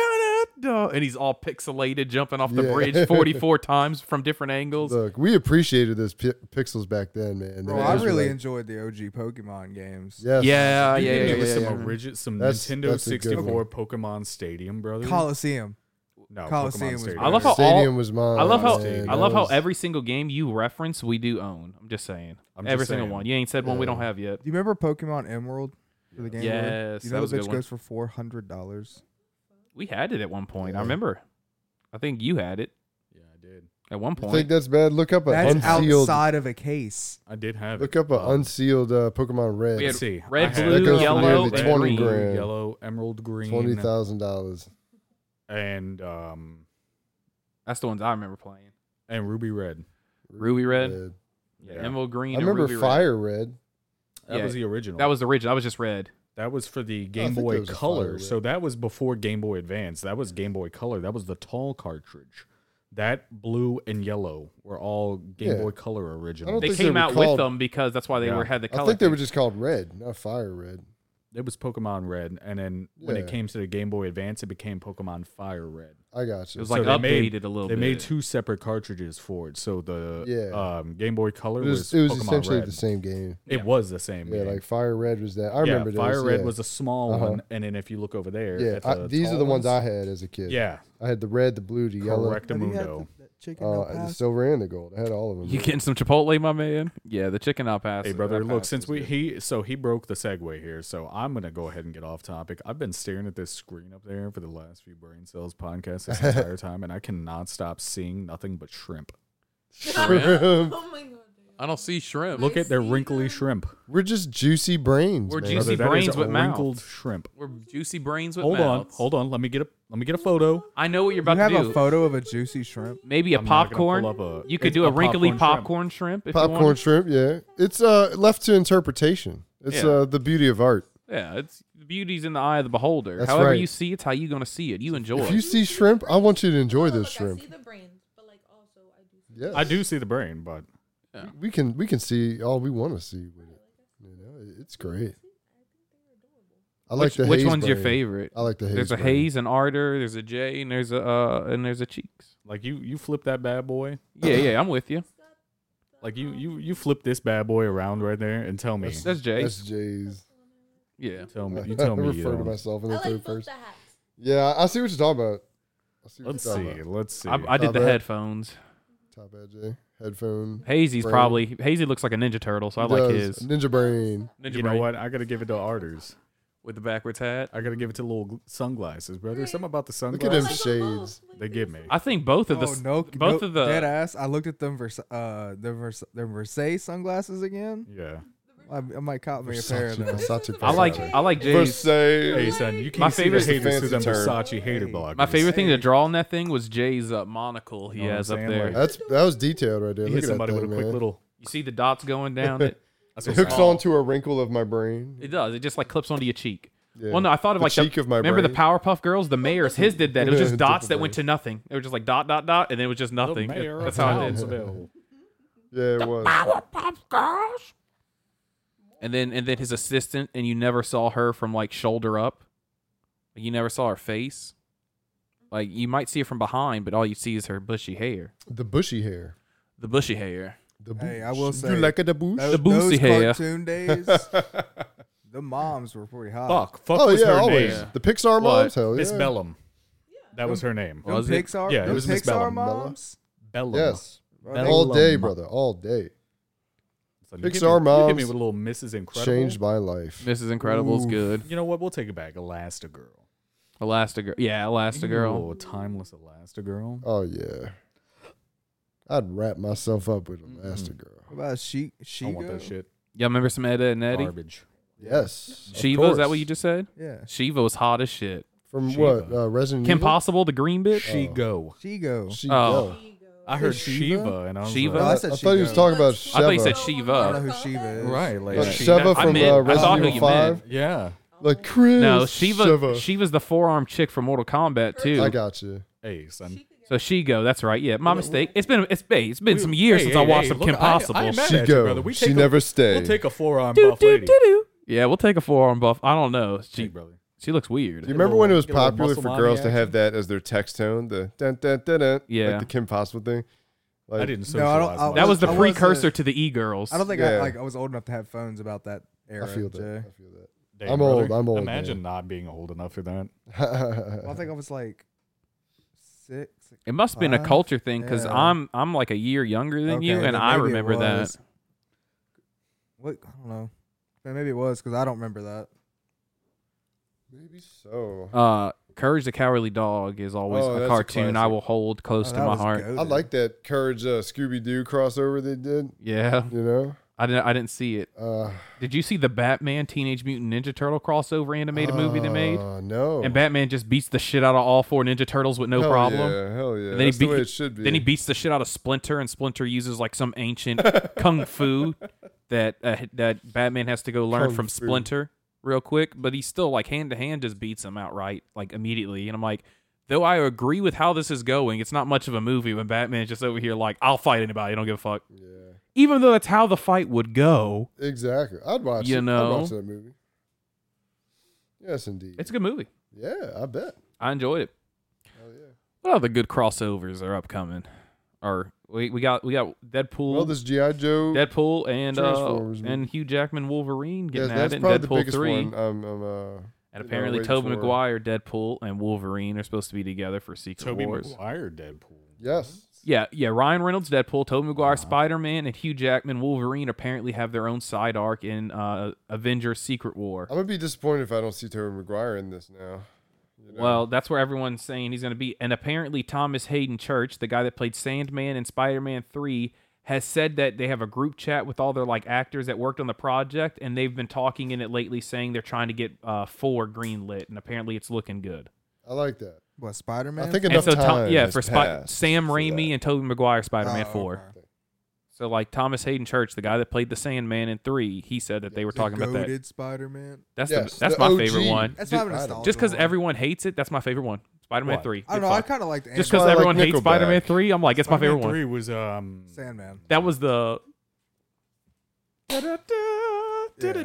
Speaker 4: da and he's all pixelated jumping off the
Speaker 2: Yeah.
Speaker 4: bridge forty four times from different angles.
Speaker 2: Look, we appreciated those pi- pixels back then, man.
Speaker 3: Bro,
Speaker 2: Those
Speaker 3: I
Speaker 2: were
Speaker 3: really
Speaker 2: like-
Speaker 3: enjoyed the OG Pokemon games.
Speaker 2: Yes.
Speaker 4: Yeah, Oh, yeah,
Speaker 1: You
Speaker 4: yeah,
Speaker 1: could
Speaker 4: yeah,
Speaker 1: do with
Speaker 4: yeah,
Speaker 1: some
Speaker 4: yeah.
Speaker 1: origi- some
Speaker 2: That's-
Speaker 1: Nintendo
Speaker 2: that's a good
Speaker 1: 64
Speaker 2: one.
Speaker 1: Pokemon Stadium, brother.
Speaker 3: Coliseum.
Speaker 1: no,
Speaker 3: Coliseum
Speaker 1: Pokemon
Speaker 3: was
Speaker 1: Stadium.
Speaker 4: I love how all,
Speaker 2: Stadium was mine.
Speaker 4: I love how
Speaker 2: man.
Speaker 4: I love
Speaker 2: That
Speaker 4: how
Speaker 2: was-
Speaker 4: every single game you reference we do own. I'm just saying.
Speaker 1: I'm just
Speaker 4: every single
Speaker 1: saying.
Speaker 4: one. You ain't said one we don't have yet.
Speaker 3: Do you remember Pokemon Emerald for the Game Boy?
Speaker 4: Yes,
Speaker 3: you
Speaker 4: that
Speaker 3: know
Speaker 4: was a
Speaker 3: the
Speaker 4: good
Speaker 3: bitch
Speaker 4: one.
Speaker 3: goes for four hundred dollars.
Speaker 4: We had it at one point. I
Speaker 2: Yeah.
Speaker 4: remember. I think you had it
Speaker 1: Yeah, I did.
Speaker 4: at one
Speaker 2: You
Speaker 4: point.
Speaker 2: think that's bad? Look up
Speaker 3: That's
Speaker 2: an unsealed.
Speaker 3: outside of a case.
Speaker 1: I did have
Speaker 2: Look
Speaker 1: it.
Speaker 2: up an
Speaker 1: Um,
Speaker 2: unsealed uh, Pokemon Red.
Speaker 4: Oh. We had
Speaker 1: Let's see. I
Speaker 4: red,
Speaker 1: had-
Speaker 2: That
Speaker 4: blue,
Speaker 2: goes for
Speaker 4: yellow,
Speaker 2: nearly
Speaker 4: and
Speaker 2: 20
Speaker 4: green.
Speaker 2: grand.
Speaker 1: yellow, emerald green,
Speaker 4: uh,
Speaker 2: Twenty thousand dollars.
Speaker 1: and um
Speaker 4: That's the ones I remember playing.
Speaker 1: and ruby red.
Speaker 4: Ruby red,
Speaker 2: Red.
Speaker 4: yeah.
Speaker 1: Yeah.
Speaker 4: emerald green.
Speaker 2: I
Speaker 4: and
Speaker 2: remember
Speaker 4: ruby red.
Speaker 2: Fire Red.
Speaker 1: That
Speaker 4: Yeah.
Speaker 1: was the original.
Speaker 4: That was the original. That was just red.
Speaker 1: that was for the Game
Speaker 2: think that
Speaker 1: Boy
Speaker 2: was a
Speaker 1: Color.
Speaker 2: Fire
Speaker 1: So
Speaker 2: Red.
Speaker 1: that was before Game Boy Advance. That was Game Boy Color. That was the tall cartridge. That blue and yellow were all Game
Speaker 2: Yeah.
Speaker 1: Boy Color original.
Speaker 2: don't
Speaker 4: They
Speaker 2: think they
Speaker 4: came
Speaker 2: were
Speaker 4: out with
Speaker 2: called-
Speaker 4: them because that's why they
Speaker 1: Yeah.
Speaker 4: were had the color.
Speaker 2: I think they
Speaker 4: thing.
Speaker 2: were just called Red, not Fire Red.
Speaker 1: It was Pokemon Red, and then when it
Speaker 2: Yeah.
Speaker 1: came to the Game Boy Advance, it became Pokemon Fire Red.
Speaker 2: I got you.
Speaker 4: It was like
Speaker 1: they
Speaker 4: updated
Speaker 1: made-
Speaker 4: a little
Speaker 1: They
Speaker 4: bit.
Speaker 1: made two separate cartridges for it. So the
Speaker 2: Yeah.
Speaker 1: um, Game Boy Color
Speaker 2: it
Speaker 1: was,
Speaker 2: was, it was
Speaker 1: Pokemon
Speaker 2: essentially
Speaker 1: Red.
Speaker 2: the same game.
Speaker 1: It was the same.
Speaker 2: Yeah,
Speaker 1: game.
Speaker 2: like Fire Red was that. I
Speaker 1: Yeah,
Speaker 2: remember.
Speaker 1: Fire
Speaker 2: those,
Speaker 1: Red
Speaker 2: yeah.
Speaker 1: was a small
Speaker 2: Uh-huh.
Speaker 1: one, and then if you look over there,
Speaker 2: Yeah,
Speaker 1: at
Speaker 2: I-
Speaker 1: the
Speaker 2: these are
Speaker 1: tall
Speaker 2: the
Speaker 1: ones
Speaker 2: ones I had as a kid.
Speaker 1: Yeah,
Speaker 2: I had the red, the blue, the yellow,
Speaker 1: Correctamundo.
Speaker 2: uh, and the silver, and the gold. I had all of them.
Speaker 4: You getting some Chipotle, my man? Yeah, the chicken al paso.
Speaker 1: Hey brother,
Speaker 4: al
Speaker 1: look,
Speaker 4: paso
Speaker 1: since
Speaker 4: is
Speaker 1: we
Speaker 4: good.
Speaker 1: he so he broke the segue here, so I'm gonna go ahead and get off topic. I've been staring at this screen up there for the last few brain cells podcasts this entire time, and I cannot stop seeing nothing but shrimp.
Speaker 2: Shrimp.
Speaker 7: Oh my god.
Speaker 4: I don't see shrimp.
Speaker 1: Look at their
Speaker 7: see
Speaker 1: wrinkly
Speaker 7: that.
Speaker 1: shrimp.
Speaker 2: We're just juicy brains.
Speaker 4: We're
Speaker 2: man.
Speaker 4: juicy-
Speaker 1: Brother, that is
Speaker 4: brains with mouth.
Speaker 1: wrinkled shrimp.
Speaker 4: We're juicy brains with
Speaker 1: Hold on,
Speaker 4: mouths.
Speaker 1: hold on. Let me get a let me get a photo.
Speaker 4: I know what you're
Speaker 3: You
Speaker 4: about
Speaker 3: have
Speaker 4: to do.
Speaker 3: a photo of a juicy shrimp.
Speaker 4: Maybe a
Speaker 1: I'm not gonna
Speaker 4: popcorn.
Speaker 1: pull up a-
Speaker 4: you could
Speaker 1: it's
Speaker 4: do a,
Speaker 1: a
Speaker 4: wrinkly popcorn
Speaker 1: popcorn
Speaker 4: shrimp. if you wanted.
Speaker 2: popcorn shrimp. Yeah, it's uh left to interpretation. It's
Speaker 4: Yeah.
Speaker 2: uh the beauty of art.
Speaker 4: Yeah, it's the beauty's in the eye of the beholder.
Speaker 2: That's
Speaker 4: However
Speaker 2: right.
Speaker 4: you see, it's how you gonna see it. You enjoy.
Speaker 2: If
Speaker 4: it.
Speaker 2: you see shrimp, I want you to enjoy
Speaker 7: Oh, Look,
Speaker 2: those
Speaker 7: I
Speaker 2: shrimp.
Speaker 7: see the brains, but like also I do. see-
Speaker 2: Yeah,
Speaker 1: I do see the brain, but
Speaker 2: We can we can see all we want to see with it. You know, it- it's great. I like
Speaker 4: which
Speaker 2: the
Speaker 4: which
Speaker 2: haze
Speaker 4: one's your
Speaker 2: brain.
Speaker 4: favorite?
Speaker 2: I like the haze.
Speaker 4: there's a
Speaker 2: brain.
Speaker 4: haze, an ardor, there's a J, and there's a uh, and there's a cheeks.
Speaker 1: like you you flip that bad boy,
Speaker 4: Yeah, yeah, I'm with you.
Speaker 1: like you you you flip this bad boy around right there, and tell me,
Speaker 4: That's J.
Speaker 2: That's J's.
Speaker 4: yeah.
Speaker 1: tell me, you tell
Speaker 2: I
Speaker 1: me. um, you
Speaker 2: refer to
Speaker 1: don't.
Speaker 2: myself in
Speaker 7: I
Speaker 2: the
Speaker 7: like
Speaker 2: third
Speaker 7: both the
Speaker 2: person.
Speaker 7: hats.
Speaker 2: Yeah, I see what you're talking about. I see what
Speaker 1: Let's
Speaker 2: you're talking
Speaker 1: see,
Speaker 2: about.
Speaker 1: let's see.
Speaker 4: I, I did
Speaker 2: Top
Speaker 4: the
Speaker 2: hat.
Speaker 4: headphones.
Speaker 2: Top edge, eh? headphone.
Speaker 4: Hazy's
Speaker 2: Brain.
Speaker 4: probably Hazy looks like a Ninja Turtle, so I like
Speaker 2: Does.
Speaker 4: his.
Speaker 2: Ninja brain.
Speaker 4: Ninja
Speaker 1: you know
Speaker 4: brain
Speaker 1: what? I gotta give it to Arders.
Speaker 4: with the backwards hat.
Speaker 1: I gotta give it to little gl- sunglasses, brother. Something about the
Speaker 2: Look at them
Speaker 1: sunglasses
Speaker 2: shades.
Speaker 1: they give me.
Speaker 4: I think both of the
Speaker 3: Oh
Speaker 4: s-
Speaker 3: no!
Speaker 4: both
Speaker 3: no,
Speaker 4: of the
Speaker 3: dead ass. I looked at them Versa- uh the Versa- the Versace sunglasses again.
Speaker 1: Yeah.
Speaker 3: I, I might cop me a pair
Speaker 2: Versace,
Speaker 3: of them.
Speaker 2: Versace,
Speaker 4: I like
Speaker 2: Versace.
Speaker 4: I like J's.
Speaker 1: Hey
Speaker 2: Versace.
Speaker 1: son, you
Speaker 4: My
Speaker 1: can't see
Speaker 4: favorite-
Speaker 1: the haters
Speaker 2: Fancy
Speaker 1: through them
Speaker 2: term.
Speaker 1: Versace hater bloggers.
Speaker 4: My favorite thing to draw on that thing was Jay's uh, monocle he
Speaker 1: You know what
Speaker 4: has
Speaker 1: I'm
Speaker 4: up
Speaker 1: saying?
Speaker 4: there.
Speaker 1: Like,
Speaker 2: That's that was detailed right there.
Speaker 1: You
Speaker 2: Look
Speaker 1: hit
Speaker 2: at
Speaker 1: somebody
Speaker 2: that
Speaker 1: with a
Speaker 2: thing,
Speaker 1: quick
Speaker 2: man.
Speaker 1: little.
Speaker 4: you see the dots going down it.
Speaker 1: That's
Speaker 2: It
Speaker 1: what
Speaker 2: hooks
Speaker 1: I'm saying.
Speaker 2: onto a wrinkle of my brain.
Speaker 4: It does. It just like clips onto your cheek.
Speaker 2: Yeah.
Speaker 4: Well, no, I thought of
Speaker 2: The
Speaker 4: like
Speaker 2: cheek of my
Speaker 4: remember the
Speaker 2: brain.
Speaker 4: Powerpuff Girls, the mayor's his did that. It was just
Speaker 2: Different
Speaker 4: dots that went to nothing. They were just like dot dot dot, and then it was just
Speaker 1: The
Speaker 4: nothing.
Speaker 1: mayor
Speaker 4: That's
Speaker 1: of
Speaker 4: how it is.
Speaker 1: Brownsville.
Speaker 2: Oh, Yeah, it was.
Speaker 4: And then and then his assistant, and you never saw her from like shoulder up. Like, You never saw her face. Like you might see her from behind, but all you see is her bushy hair.
Speaker 2: The bushy hair.
Speaker 4: The bushy hair.
Speaker 2: The
Speaker 3: Hey,
Speaker 2: boosh.
Speaker 3: I will
Speaker 2: You
Speaker 3: say,
Speaker 2: like it, the boosh?
Speaker 3: Those,
Speaker 4: The boosty
Speaker 3: those
Speaker 4: hair.
Speaker 3: cartoon days, the moms were pretty hot.
Speaker 1: Fuck, fuck
Speaker 2: Oh
Speaker 1: was
Speaker 2: yeah,
Speaker 1: her
Speaker 2: always
Speaker 1: name.
Speaker 2: the Pixar moms. Hell yeah.
Speaker 1: Miss Bellum. That was her name.
Speaker 3: Them
Speaker 4: Was it?
Speaker 3: Pixar,
Speaker 1: Yeah, it
Speaker 3: them
Speaker 1: was Miss
Speaker 3: Pixar
Speaker 1: Bellum.
Speaker 2: Bella?
Speaker 3: moms.
Speaker 1: Bellum.
Speaker 2: Yes,
Speaker 3: Bro,
Speaker 1: Bellum.
Speaker 2: all day, brother, all day.
Speaker 1: It's like, you hit
Speaker 2: Pixar
Speaker 1: me- you hit me
Speaker 2: moms
Speaker 1: with a little Mrs. Incredible.
Speaker 2: Changed my life.
Speaker 4: Mrs. Incredible's
Speaker 2: Ooh.
Speaker 4: good.
Speaker 1: You know what? We'll take it back. Elastigirl.
Speaker 4: Elastigirl. Yeah, Elastigirl.
Speaker 1: Ooh, timeless Elastigirl.
Speaker 2: Oh yeah. I'd wrap myself up with Elastigirl.
Speaker 3: What about she?
Speaker 1: I
Speaker 3: She.
Speaker 1: want that shit.
Speaker 4: Y'all remember some Ed, Ed and Eddie?
Speaker 1: Garbage.
Speaker 2: Yes. of
Speaker 4: Shiva, is that
Speaker 2: course.
Speaker 4: what you just said?
Speaker 3: Yeah.
Speaker 4: Shiva was hot as shit.
Speaker 2: From
Speaker 1: Shiva.
Speaker 2: what? Uh, Resident
Speaker 4: Kim
Speaker 2: Evil?
Speaker 4: Possible, the green bitch?
Speaker 1: She
Speaker 2: Oh.
Speaker 1: go.
Speaker 3: She go.
Speaker 2: She,
Speaker 4: Oh.
Speaker 2: yeah.
Speaker 1: I heard
Speaker 2: Shiva?
Speaker 1: Shiva, and I was
Speaker 4: Shiva?
Speaker 2: Uh,
Speaker 3: I
Speaker 2: I,
Speaker 1: like,
Speaker 3: said
Speaker 2: thought he was
Speaker 3: Sheva.
Speaker 2: talking about
Speaker 7: I
Speaker 2: Sheva.
Speaker 4: I thought you said
Speaker 3: I don't
Speaker 4: Shiva.
Speaker 3: know who Sheva is.
Speaker 1: right, like
Speaker 2: Look,
Speaker 1: she-
Speaker 2: Sheva
Speaker 4: I
Speaker 2: from
Speaker 4: meant-
Speaker 2: uh,
Speaker 4: I thought
Speaker 2: Resident
Speaker 4: who
Speaker 2: Evil
Speaker 4: you
Speaker 2: 5.
Speaker 4: meant.
Speaker 1: yeah.
Speaker 2: Like Chris.
Speaker 4: No, Shiva,
Speaker 2: Sheva.
Speaker 4: Shiva's the forearm chick from Mortal Kombat too.
Speaker 2: I got you.
Speaker 1: Hey, son.
Speaker 4: So she go. That's right. Yeah, my mistake. It's been it's hey, it's been some years
Speaker 1: Hey,
Speaker 4: since
Speaker 1: hey,
Speaker 4: I watched
Speaker 1: hey,
Speaker 4: some
Speaker 1: look,
Speaker 4: Kim
Speaker 1: I- I ain't
Speaker 4: Possible.
Speaker 1: mad
Speaker 2: She
Speaker 1: at you,
Speaker 2: go.
Speaker 1: brother. We
Speaker 2: She
Speaker 1: take a-
Speaker 2: never stay.
Speaker 1: We'll take a forearm
Speaker 4: Do,
Speaker 1: buff
Speaker 4: do,
Speaker 1: lady.
Speaker 4: do, do. Yeah, we'll take a forearm buff. I don't know.
Speaker 1: Hey,
Speaker 4: She
Speaker 1: brother.
Speaker 4: she looks
Speaker 1: Do Get
Speaker 4: weird.
Speaker 2: Do
Speaker 1: a
Speaker 2: you remember
Speaker 1: little-
Speaker 2: when it was
Speaker 1: get a little
Speaker 2: popular for
Speaker 1: muscle
Speaker 2: girls to
Speaker 1: mommy
Speaker 2: have that as their text tone? The dun dun dun dun.
Speaker 4: Yeah.
Speaker 2: Like the Kim Possible thing. Like,
Speaker 1: I didn't
Speaker 3: No, I
Speaker 1: socialize.
Speaker 3: don't- I-
Speaker 1: much.
Speaker 4: That was the
Speaker 3: I wasn't-
Speaker 4: precursor to the e girls.
Speaker 3: I don't think I
Speaker 2: Yeah.
Speaker 3: like. I was old enough to have phones about that era.
Speaker 2: I feel that.
Speaker 3: Jay.
Speaker 2: I feel that.
Speaker 1: Damn,
Speaker 2: I'm
Speaker 1: brother.
Speaker 2: old, I'm old,
Speaker 1: Imagine not being old enough for that.
Speaker 3: Well, I think I was like six.
Speaker 4: It must have been a
Speaker 3: Five?
Speaker 4: culture thing because
Speaker 3: Yeah.
Speaker 4: I'm I'm like a year younger than you,
Speaker 3: Okay,
Speaker 4: and
Speaker 3: then
Speaker 4: I
Speaker 3: maybe it
Speaker 4: remember that.
Speaker 3: was. What? I don't know. Yeah, Maybe it was because I don't remember that.
Speaker 2: Maybe so.
Speaker 4: Uh, Courage the Cowardly Dog is always
Speaker 2: Oh,
Speaker 4: a
Speaker 2: that's a
Speaker 4: cartoon I
Speaker 2: classic.
Speaker 4: will hold close
Speaker 3: Oh,
Speaker 4: to
Speaker 3: that
Speaker 4: my
Speaker 3: was
Speaker 4: heart.
Speaker 3: goated.
Speaker 2: I like that Courage uh, Scooby Doo crossover they did.
Speaker 4: Yeah,
Speaker 2: You know,
Speaker 4: I didn't I didn't see it.
Speaker 2: uh,
Speaker 4: Did you see the Batman Teenage Mutant Ninja Turtle crossover animated movie they made?
Speaker 2: uh, No,
Speaker 4: And Batman just beats the shit out of all four Ninja Turtles with no
Speaker 2: Hell
Speaker 4: problem.
Speaker 2: Yeah, hell yeah.
Speaker 4: And
Speaker 2: That's
Speaker 4: beat-
Speaker 2: the way it should be.
Speaker 4: Then he beats the shit out of Splinter, and Splinter uses like some ancient kung fu that uh, that Batman has to go learn
Speaker 2: Kung
Speaker 4: from
Speaker 2: fu.
Speaker 4: Splinter real quick. But he still like hand to hand just beats him outright, like immediately. And I'm like, though I agree with how this is going, it's not much of a movie when Batman's just over here like, I'll fight anybody, I don't give a fuck.
Speaker 2: yeah,
Speaker 4: Even though that's how the fight would go,
Speaker 2: exactly. I'd watch.
Speaker 4: You
Speaker 2: it.
Speaker 4: know.
Speaker 2: I'd watch that movie. Yes, indeed.
Speaker 4: it's a good movie.
Speaker 2: yeah, I bet.
Speaker 4: I enjoyed it.
Speaker 2: Hell yeah.
Speaker 4: What other good crossovers are upcoming? Or we, we got we got Deadpool.
Speaker 2: Well, this GI Joe.
Speaker 4: Deadpool and uh,
Speaker 2: Transformers movie.
Speaker 4: and Hugh Jackman Wolverine
Speaker 2: yeah,
Speaker 4: getting at
Speaker 2: that's
Speaker 4: it in
Speaker 2: probably the
Speaker 4: Deadpool
Speaker 2: biggest
Speaker 4: three.
Speaker 2: one. I'm, I'm, uh,
Speaker 4: And
Speaker 2: that I
Speaker 4: apparently
Speaker 2: wait
Speaker 4: Tobey
Speaker 2: for.
Speaker 4: Maguire, Deadpool, and Wolverine are supposed to be together for Secret
Speaker 1: Toby
Speaker 4: Wars.
Speaker 1: McGuire, Deadpool.
Speaker 2: yes.
Speaker 4: Yeah, yeah. Ryan Reynolds, Deadpool, Tobey Maguire, Spider Man, and Hugh Jackman, Wolverine apparently have their own side arc in uh, Avengers: Secret War.
Speaker 2: I'm gonna be disappointed if I don't see Tobey Maguire in this now. You know?
Speaker 4: Well, that's where everyone's saying he's going to be. And apparently, Thomas Hayden Church, the guy that played Sandman in Spider Man 3, has said that they have a group chat with all their like actors that worked on the project, and they've been talking in it lately, saying they're trying to get uh, four greenlit, and apparently, it's looking good.
Speaker 2: I like that.
Speaker 3: What Spider Man?
Speaker 2: I think
Speaker 4: and
Speaker 2: enough
Speaker 4: so, Tom-
Speaker 2: time.
Speaker 4: yeah,
Speaker 2: has
Speaker 4: for Spi-
Speaker 2: passed
Speaker 4: Sam
Speaker 2: for
Speaker 4: Raimi
Speaker 2: that.
Speaker 4: and Tobey Maguire, Spider Man
Speaker 3: Oh,
Speaker 4: 4.
Speaker 3: okay.
Speaker 4: So, like Thomas Hayden Church, the guy that played the Sandman in 3, he said that they were talking about that.
Speaker 3: Spider Man.
Speaker 4: That's
Speaker 2: Yes,
Speaker 4: the, that's
Speaker 2: the
Speaker 4: my
Speaker 2: OG.
Speaker 4: favorite one.
Speaker 3: That's
Speaker 4: Ju-
Speaker 3: not a
Speaker 2: Just-
Speaker 3: nostalgia
Speaker 4: just because
Speaker 3: one.
Speaker 4: everyone hates it, that's my favorite one. Spider Man
Speaker 1: What?
Speaker 4: 3.
Speaker 3: I don't
Speaker 4: Good
Speaker 3: know. I
Speaker 4: fuck.
Speaker 3: kind of like the
Speaker 4: just
Speaker 2: why
Speaker 4: because
Speaker 2: I like
Speaker 4: everyone hates
Speaker 2: Nickelback.
Speaker 4: Spider Man three, I'm like, it's my
Speaker 1: Spider-Man
Speaker 4: favorite one.
Speaker 1: Three was um.
Speaker 3: Sandman.
Speaker 4: That was the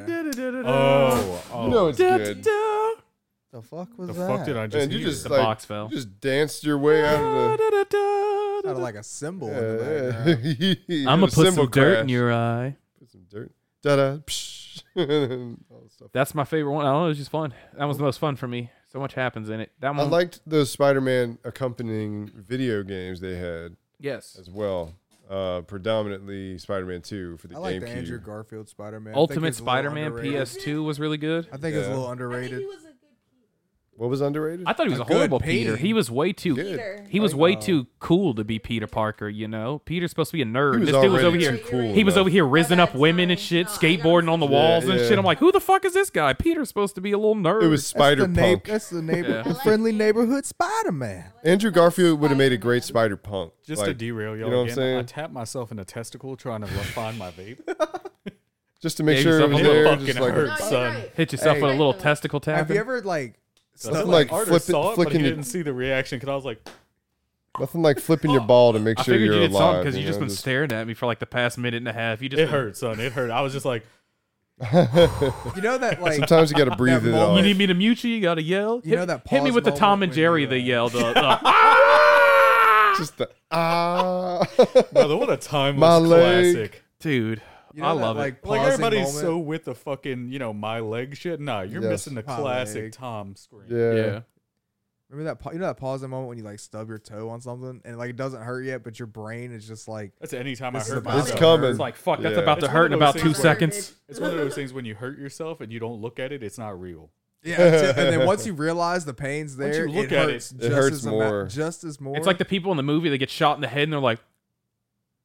Speaker 1: Oh, oh.
Speaker 2: You know it's good.
Speaker 3: The fuck was
Speaker 1: the
Speaker 3: that?
Speaker 1: fuck did I just?
Speaker 2: Man, you
Speaker 1: hear?
Speaker 2: just
Speaker 4: The
Speaker 2: like
Speaker 4: box fell.
Speaker 2: you just danced your way out of the.
Speaker 3: Sounded like a symbol. in the
Speaker 2: Yeah,
Speaker 3: background.
Speaker 2: yeah. You
Speaker 4: I'm
Speaker 2: did a
Speaker 4: gonna put
Speaker 2: cymbal
Speaker 4: some dirt in
Speaker 2: crash.
Speaker 4: your eye.
Speaker 2: Put some dirt. Da da. psh, and all that stuff.
Speaker 4: That's my favorite one. I don't know. It was just fun. That was the most fun for me. So much happens in it. That
Speaker 2: I
Speaker 4: one.
Speaker 2: liked those Spider-Man accompanying video games they had
Speaker 4: yes.
Speaker 2: as well. Uh, predominantly Spider-Man Two for the
Speaker 3: I like the Andrew
Speaker 2: GameCube.
Speaker 3: Garfield Spider Man.
Speaker 4: Ultimate Spider-Man PS2 was really good.
Speaker 3: I think it's a
Speaker 2: Yeah.
Speaker 3: little
Speaker 7: I think
Speaker 3: underrated.
Speaker 7: he was a good
Speaker 2: what was underrated?
Speaker 4: I thought he was
Speaker 3: A
Speaker 4: a, horrible
Speaker 3: good
Speaker 4: Peter.
Speaker 3: Pete.
Speaker 4: He was way too.
Speaker 2: Good.
Speaker 7: Peter.
Speaker 4: He was way too cool to be Peter Parker. You know, Peter's supposed to be a nerd.
Speaker 2: was
Speaker 4: This dude was
Speaker 2: already
Speaker 4: over
Speaker 2: too
Speaker 4: here.
Speaker 2: cool,
Speaker 4: He was
Speaker 2: though.
Speaker 4: over here rizzing up
Speaker 7: that's
Speaker 4: women and
Speaker 7: fine.
Speaker 4: shit,
Speaker 7: No, I gotta
Speaker 4: skateboarding on the
Speaker 7: see
Speaker 4: walls and
Speaker 2: Yeah,
Speaker 4: shit.
Speaker 2: yeah.
Speaker 4: I'm like, who the fuck is this guy? Peter's supposed to be a little nerd.
Speaker 2: it was
Speaker 3: That's
Speaker 2: Spider
Speaker 3: the neigh-
Speaker 2: Punk.
Speaker 3: That's the neighbor,
Speaker 4: Yeah.
Speaker 3: the friendly neighborhood Spider Man.
Speaker 2: Andrew Garfield would have made a great Spider Punk.
Speaker 1: Just to derail y'all
Speaker 2: you know what I'm
Speaker 1: again, I
Speaker 2: saying?
Speaker 1: tapped myself in a testicle trying to find my vape.
Speaker 2: Just to make
Speaker 4: Gave
Speaker 2: sure it
Speaker 4: yourself
Speaker 2: was
Speaker 4: a little
Speaker 2: there.
Speaker 1: fucking
Speaker 2: Just like
Speaker 1: hurt.
Speaker 7: No, you're
Speaker 1: Son.
Speaker 7: right.
Speaker 4: Hit yourself
Speaker 3: Hey.
Speaker 4: with a little testicle tap.
Speaker 3: Have you ever like?
Speaker 1: That's what,
Speaker 2: Nothing like
Speaker 1: Artis
Speaker 2: flip it-
Speaker 1: saw it, but he
Speaker 2: flicking the-
Speaker 1: didn't see the reaction because I was like,
Speaker 2: nothing like flipping your ball to make
Speaker 4: I
Speaker 2: sure
Speaker 4: figured
Speaker 2: you're
Speaker 4: you did something
Speaker 2: alive.
Speaker 4: because you just
Speaker 2: know,
Speaker 4: been staring at me for like the past minute and a half. You just
Speaker 1: "It hurt, son. It hurt." I was just like,
Speaker 3: You know that like
Speaker 2: Sometimes you got to breathe it
Speaker 3: moment-
Speaker 4: You
Speaker 2: off.
Speaker 4: need me to mute you? You gotta yell.
Speaker 3: You
Speaker 4: hit,
Speaker 3: know that
Speaker 4: hit me
Speaker 3: pause
Speaker 4: with the Tom
Speaker 3: moment
Speaker 4: and
Speaker 3: when
Speaker 4: Jerry.
Speaker 3: you,
Speaker 4: They
Speaker 3: uh,
Speaker 4: yell. The, the-
Speaker 2: Just the ah.
Speaker 1: "Brother, what a timeless
Speaker 2: My leg.
Speaker 1: classic."
Speaker 4: dude,
Speaker 3: you know
Speaker 4: I
Speaker 3: that,
Speaker 4: love it.
Speaker 3: like,
Speaker 1: Like
Speaker 3: pausing
Speaker 1: everybody's
Speaker 3: moment?
Speaker 1: so with the fucking you know my leg shit. Nah, you're
Speaker 2: Yes.
Speaker 1: missing the
Speaker 3: My
Speaker 1: classic
Speaker 3: leg.
Speaker 1: Tom scream.
Speaker 2: yeah.
Speaker 4: Yeah.
Speaker 3: Remember that pa- you know that pause that moment when you like stub your toe on something and like it doesn't hurt yet, but your brain is just like
Speaker 1: That's any time I
Speaker 3: This is
Speaker 1: hurt
Speaker 3: about
Speaker 1: myself.
Speaker 2: It's coming.
Speaker 4: It's like fuck. That's
Speaker 2: Yeah.
Speaker 4: about
Speaker 1: It's
Speaker 4: to
Speaker 1: one
Speaker 4: hurt
Speaker 1: of
Speaker 4: in
Speaker 1: those
Speaker 4: about two
Speaker 1: things where-
Speaker 4: seconds.
Speaker 1: It's one of those things when you hurt yourself and you don't look at it, it's not real.
Speaker 3: yeah. that's it. And then once you realize the pain's
Speaker 1: Once
Speaker 3: there,
Speaker 1: you look
Speaker 3: it
Speaker 1: at it,
Speaker 3: hurts.
Speaker 1: it
Speaker 3: just
Speaker 11: hurts
Speaker 3: as ama-
Speaker 11: more.
Speaker 3: just as more.
Speaker 4: It's like the people in the movie that get shot in the head and they're like,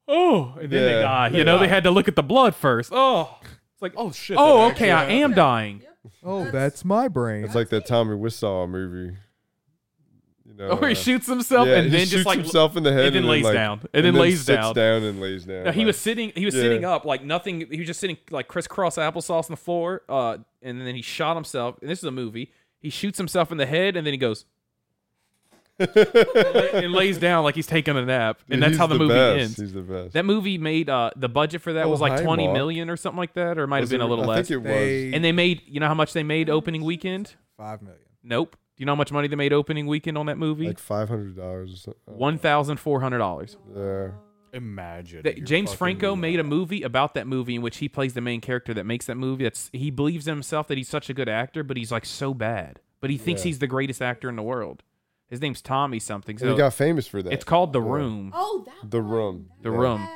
Speaker 4: oh, and then
Speaker 11: Yeah.
Speaker 4: they die. You
Speaker 1: They
Speaker 4: know,
Speaker 1: die.
Speaker 4: they had to look at the blood first. Oh,
Speaker 1: It's like, oh shit.
Speaker 4: oh,
Speaker 1: that
Speaker 4: okay, I
Speaker 1: actually
Speaker 4: am dying.
Speaker 3: oh, that's my brain.
Speaker 11: It's like that Tommy Wiseau movie. You know,
Speaker 4: Or Oh, he
Speaker 11: uh,
Speaker 4: shoots himself
Speaker 11: yeah,
Speaker 4: and
Speaker 11: he
Speaker 4: then just
Speaker 11: shoots
Speaker 4: like
Speaker 11: himself in the head
Speaker 4: and then lays
Speaker 11: like-
Speaker 4: down. And then lays
Speaker 11: sits
Speaker 4: down.
Speaker 11: and lays down.
Speaker 4: No, he
Speaker 11: like-
Speaker 4: was sitting. He was
Speaker 11: Yeah.
Speaker 4: sitting up like nothing. He was just sitting like crisscross applesauce on the floor. Uh, and then he shot himself. And this is a movie. He shoots himself in the head, and then he goes and lays down like he's taking a nap.
Speaker 11: Dude,
Speaker 4: And that's
Speaker 11: he's
Speaker 4: how the, movie
Speaker 11: best.
Speaker 4: ends.
Speaker 11: He's the best.
Speaker 4: That movie made uh the budget for that
Speaker 11: Oh,
Speaker 4: was like
Speaker 11: hi,
Speaker 4: twenty million
Speaker 11: Mark.
Speaker 4: or something like that, or it might have
Speaker 11: Was
Speaker 4: been
Speaker 11: it-
Speaker 4: a little
Speaker 11: I
Speaker 4: less.
Speaker 11: think it was.
Speaker 3: They-
Speaker 4: And they made you know how much they made opening weekend?
Speaker 3: five million.
Speaker 4: Nope. Do you know how much money they made opening weekend on that movie?
Speaker 11: like five hundred dollars or something.
Speaker 4: One thousand four hundred dollars.
Speaker 11: Yeah.
Speaker 1: uh, Imagine.
Speaker 4: That
Speaker 1: you're
Speaker 4: James
Speaker 1: fucking
Speaker 4: Franco made a
Speaker 1: lost.
Speaker 4: movie about that movie in which he plays the main character that makes that movie. That's he believes in himself that he's such a good actor, but he's like so bad. But he thinks
Speaker 11: Yeah.
Speaker 4: he's the greatest actor in the world. His name's Tommy something.
Speaker 11: and
Speaker 4: So
Speaker 11: he got famous for that.
Speaker 4: it's called The
Speaker 11: Yeah.
Speaker 4: Room.
Speaker 7: Oh, that
Speaker 11: The
Speaker 7: one.
Speaker 11: room.
Speaker 4: The
Speaker 11: Yeah,
Speaker 4: Room.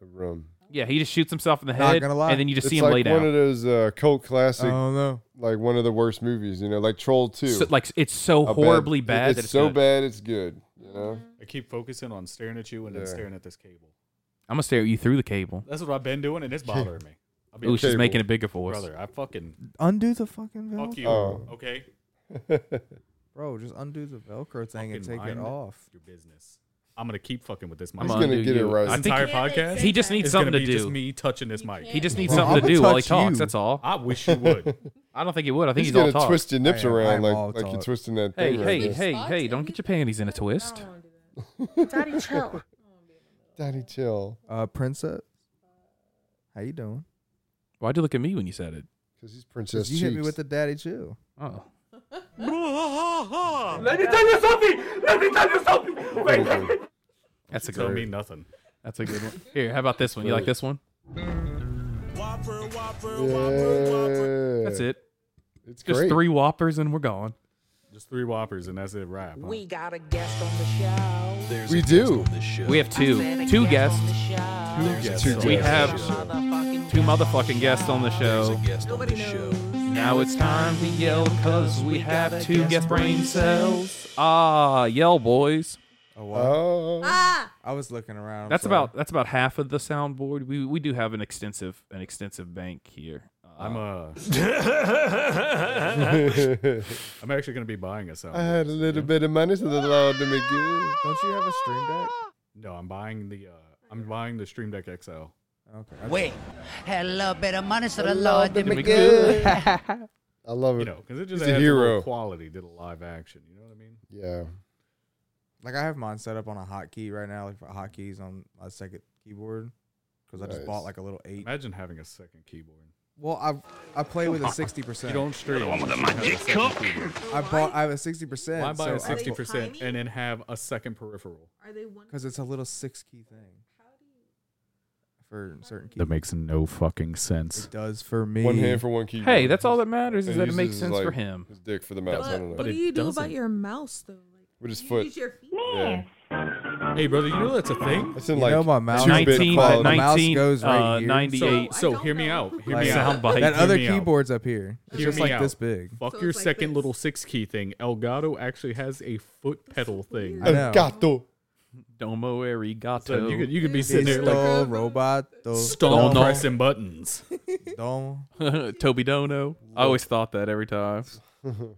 Speaker 11: The room.
Speaker 4: Yeah, he just shoots himself in the
Speaker 3: Not
Speaker 4: head,
Speaker 3: gonna lie.
Speaker 4: and then you just
Speaker 11: it's
Speaker 4: see him
Speaker 11: like
Speaker 4: lay
Speaker 11: one
Speaker 4: down.
Speaker 11: of those uh, cult
Speaker 3: I
Speaker 11: classic,
Speaker 3: don't know.
Speaker 11: like one of the worst movies. You know, like Troll Two.
Speaker 4: So- like it's so
Speaker 11: A bad-
Speaker 4: horribly
Speaker 11: it-
Speaker 4: bad.
Speaker 11: It's,
Speaker 4: that it's
Speaker 11: so
Speaker 4: good.
Speaker 11: bad. It's good. You know.
Speaker 1: I keep focusing on staring at you and then
Speaker 11: Yeah.
Speaker 1: staring at this cable.
Speaker 4: I'm gonna stare at you through the cable.
Speaker 1: That's what I've been doing, and it's bothering me. I've been
Speaker 4: Ooh, she's
Speaker 11: cable.
Speaker 4: making a bigger voice.
Speaker 1: brother. I fucking
Speaker 3: Undo the fucking velcro,
Speaker 1: fuck you.
Speaker 11: Oh.
Speaker 1: Okay,
Speaker 3: bro. Just undo the velcro thing and
Speaker 1: Fucking
Speaker 3: take it
Speaker 1: mind
Speaker 3: off.
Speaker 1: your business. I'm gonna keep fucking with this mic.
Speaker 4: I'm
Speaker 11: He's
Speaker 4: gonna
Speaker 11: gonna
Speaker 4: undo
Speaker 11: get it
Speaker 4: you.
Speaker 11: right.
Speaker 4: I
Speaker 1: This
Speaker 4: think
Speaker 1: entire
Speaker 7: Yeah, they
Speaker 1: podcast.
Speaker 7: say
Speaker 4: he just
Speaker 7: that.
Speaker 4: needs
Speaker 1: It's
Speaker 4: something
Speaker 1: gonna
Speaker 4: to
Speaker 1: be
Speaker 4: do.
Speaker 1: just me touching this mic.
Speaker 4: He just needs
Speaker 3: Well,
Speaker 4: something to
Speaker 3: I'ma
Speaker 4: do while he
Speaker 3: touch
Speaker 4: talks.
Speaker 3: you.
Speaker 4: That's all.
Speaker 1: I wish you would.
Speaker 4: I don't think he would. I think
Speaker 11: He's
Speaker 4: he's, all
Speaker 11: gonna
Speaker 4: talk.
Speaker 11: twist your nips
Speaker 3: I am- I
Speaker 11: around
Speaker 3: am all
Speaker 11: like like you're
Speaker 3: talk.
Speaker 11: twisting that
Speaker 4: Hey,
Speaker 11: thing. right
Speaker 4: hey,
Speaker 11: there.
Speaker 4: hey, hey! Don't get your panties in a twist.
Speaker 7: Daddy, chill.
Speaker 11: Daddy, chill.
Speaker 3: Uh, princess, how you doing?
Speaker 4: Why'd you look at me when you said it?
Speaker 11: Because he's Princess
Speaker 3: you
Speaker 11: Cheeks.
Speaker 3: hit me with the daddy chill.
Speaker 4: Oh,
Speaker 11: Totally.
Speaker 4: that's a
Speaker 1: Tell
Speaker 4: good.
Speaker 1: me nothing.
Speaker 4: That's a good one. Here, how about this one? You like this one?
Speaker 11: Yeah.
Speaker 4: That's it.
Speaker 11: It's
Speaker 4: Just
Speaker 11: great.
Speaker 4: three whoppers and we're gone.
Speaker 1: Just three whoppers and that's it. Wrap. Huh?
Speaker 5: got a guest on the show.
Speaker 11: We do.
Speaker 4: We have two, two guests.
Speaker 1: Yes.
Speaker 11: Two
Speaker 4: We
Speaker 11: guests.
Speaker 4: have two motherfucking guests on the show. Now it's time to yell because we have two guest brain cells. Ah, yell, boys.
Speaker 3: Oh wow!
Speaker 2: Uh,
Speaker 11: Oh,
Speaker 7: Ah,
Speaker 3: I was looking around. I'm
Speaker 4: That's
Speaker 3: sorry.
Speaker 4: about that's about half of the soundboard. We we do have an extensive an extensive bank here.
Speaker 1: I'm uh, I'm actually gonna be buying a
Speaker 11: I
Speaker 1: sound.
Speaker 11: had a little bit of money, so the Lord let me good.
Speaker 3: Don't you have a stream deck?
Speaker 1: No, I'm buying the uh, I'm buying the Stream Deck XL.
Speaker 3: Okay.
Speaker 5: Wait, had a little bit of money, so the Lord did me good.
Speaker 11: I love
Speaker 1: You
Speaker 11: it.
Speaker 1: know, because it just
Speaker 11: He's a
Speaker 1: adds a little
Speaker 11: hero.
Speaker 1: quality to the live action. You know what I mean?
Speaker 11: Yeah.
Speaker 3: Like I have mine set up on a hotkey right now, like for hotkeys on my second keyboard, because I just
Speaker 11: Nice.
Speaker 3: bought like a little eight.
Speaker 1: Imagine having a second keyboard.
Speaker 3: Well, I I play with a sixty
Speaker 1: You
Speaker 3: percent.
Speaker 1: don't stream. you have a second keyboard.
Speaker 3: I bought I have a sixty percent.
Speaker 1: Why buy a
Speaker 7: so I-
Speaker 1: sixty percent
Speaker 7: Tiny?
Speaker 1: and then have a second peripheral?
Speaker 7: are they one?
Speaker 3: Because it's a little six key thing for certain keys.
Speaker 1: That makes no fucking sense.
Speaker 3: It does for me.
Speaker 11: One hand for one keyboard.
Speaker 4: Hey, that's all that matters is
Speaker 11: And
Speaker 4: that it
Speaker 11: uses
Speaker 4: makes
Speaker 11: his,
Speaker 4: sense for
Speaker 11: like,
Speaker 4: him.
Speaker 11: His dick for the mouse. I don't know.
Speaker 1: but
Speaker 7: what
Speaker 1: it
Speaker 7: do you do
Speaker 1: doesn't.
Speaker 7: about your mouse though? Like,
Speaker 11: With his
Speaker 7: you
Speaker 11: foot.
Speaker 7: Use your feet.
Speaker 11: Yeah.
Speaker 1: Hey, brother, you know that's a thing.
Speaker 11: That's in
Speaker 3: You
Speaker 11: like
Speaker 3: know my mouse-
Speaker 11: two-bit
Speaker 4: 19,
Speaker 11: quality.
Speaker 3: My mouse
Speaker 4: 19,
Speaker 3: goes right
Speaker 4: uh,
Speaker 3: here.
Speaker 4: 98.
Speaker 7: I
Speaker 1: So
Speaker 7: don't
Speaker 1: hear me
Speaker 7: know.
Speaker 1: out. Hear
Speaker 3: Like,
Speaker 1: me out.
Speaker 4: soundbite.
Speaker 3: that
Speaker 1: Hear
Speaker 3: other
Speaker 1: me out.
Speaker 3: keyboard's up here. It's
Speaker 1: Hear
Speaker 3: just
Speaker 1: me
Speaker 3: like
Speaker 1: out.
Speaker 3: this big.
Speaker 1: Fuck
Speaker 7: So
Speaker 1: your
Speaker 7: it's like
Speaker 1: second
Speaker 7: this.
Speaker 1: little six key thing. Elgato actually has a foot pedal thing.
Speaker 3: I know.
Speaker 11: Gato.
Speaker 4: Domo arigato.
Speaker 1: So you could you could be sitting there like
Speaker 3: Esto, robot,
Speaker 1: stall
Speaker 4: Don't know.
Speaker 1: pressing buttons.
Speaker 3: don.
Speaker 4: Toby Dono. I always thought that every time.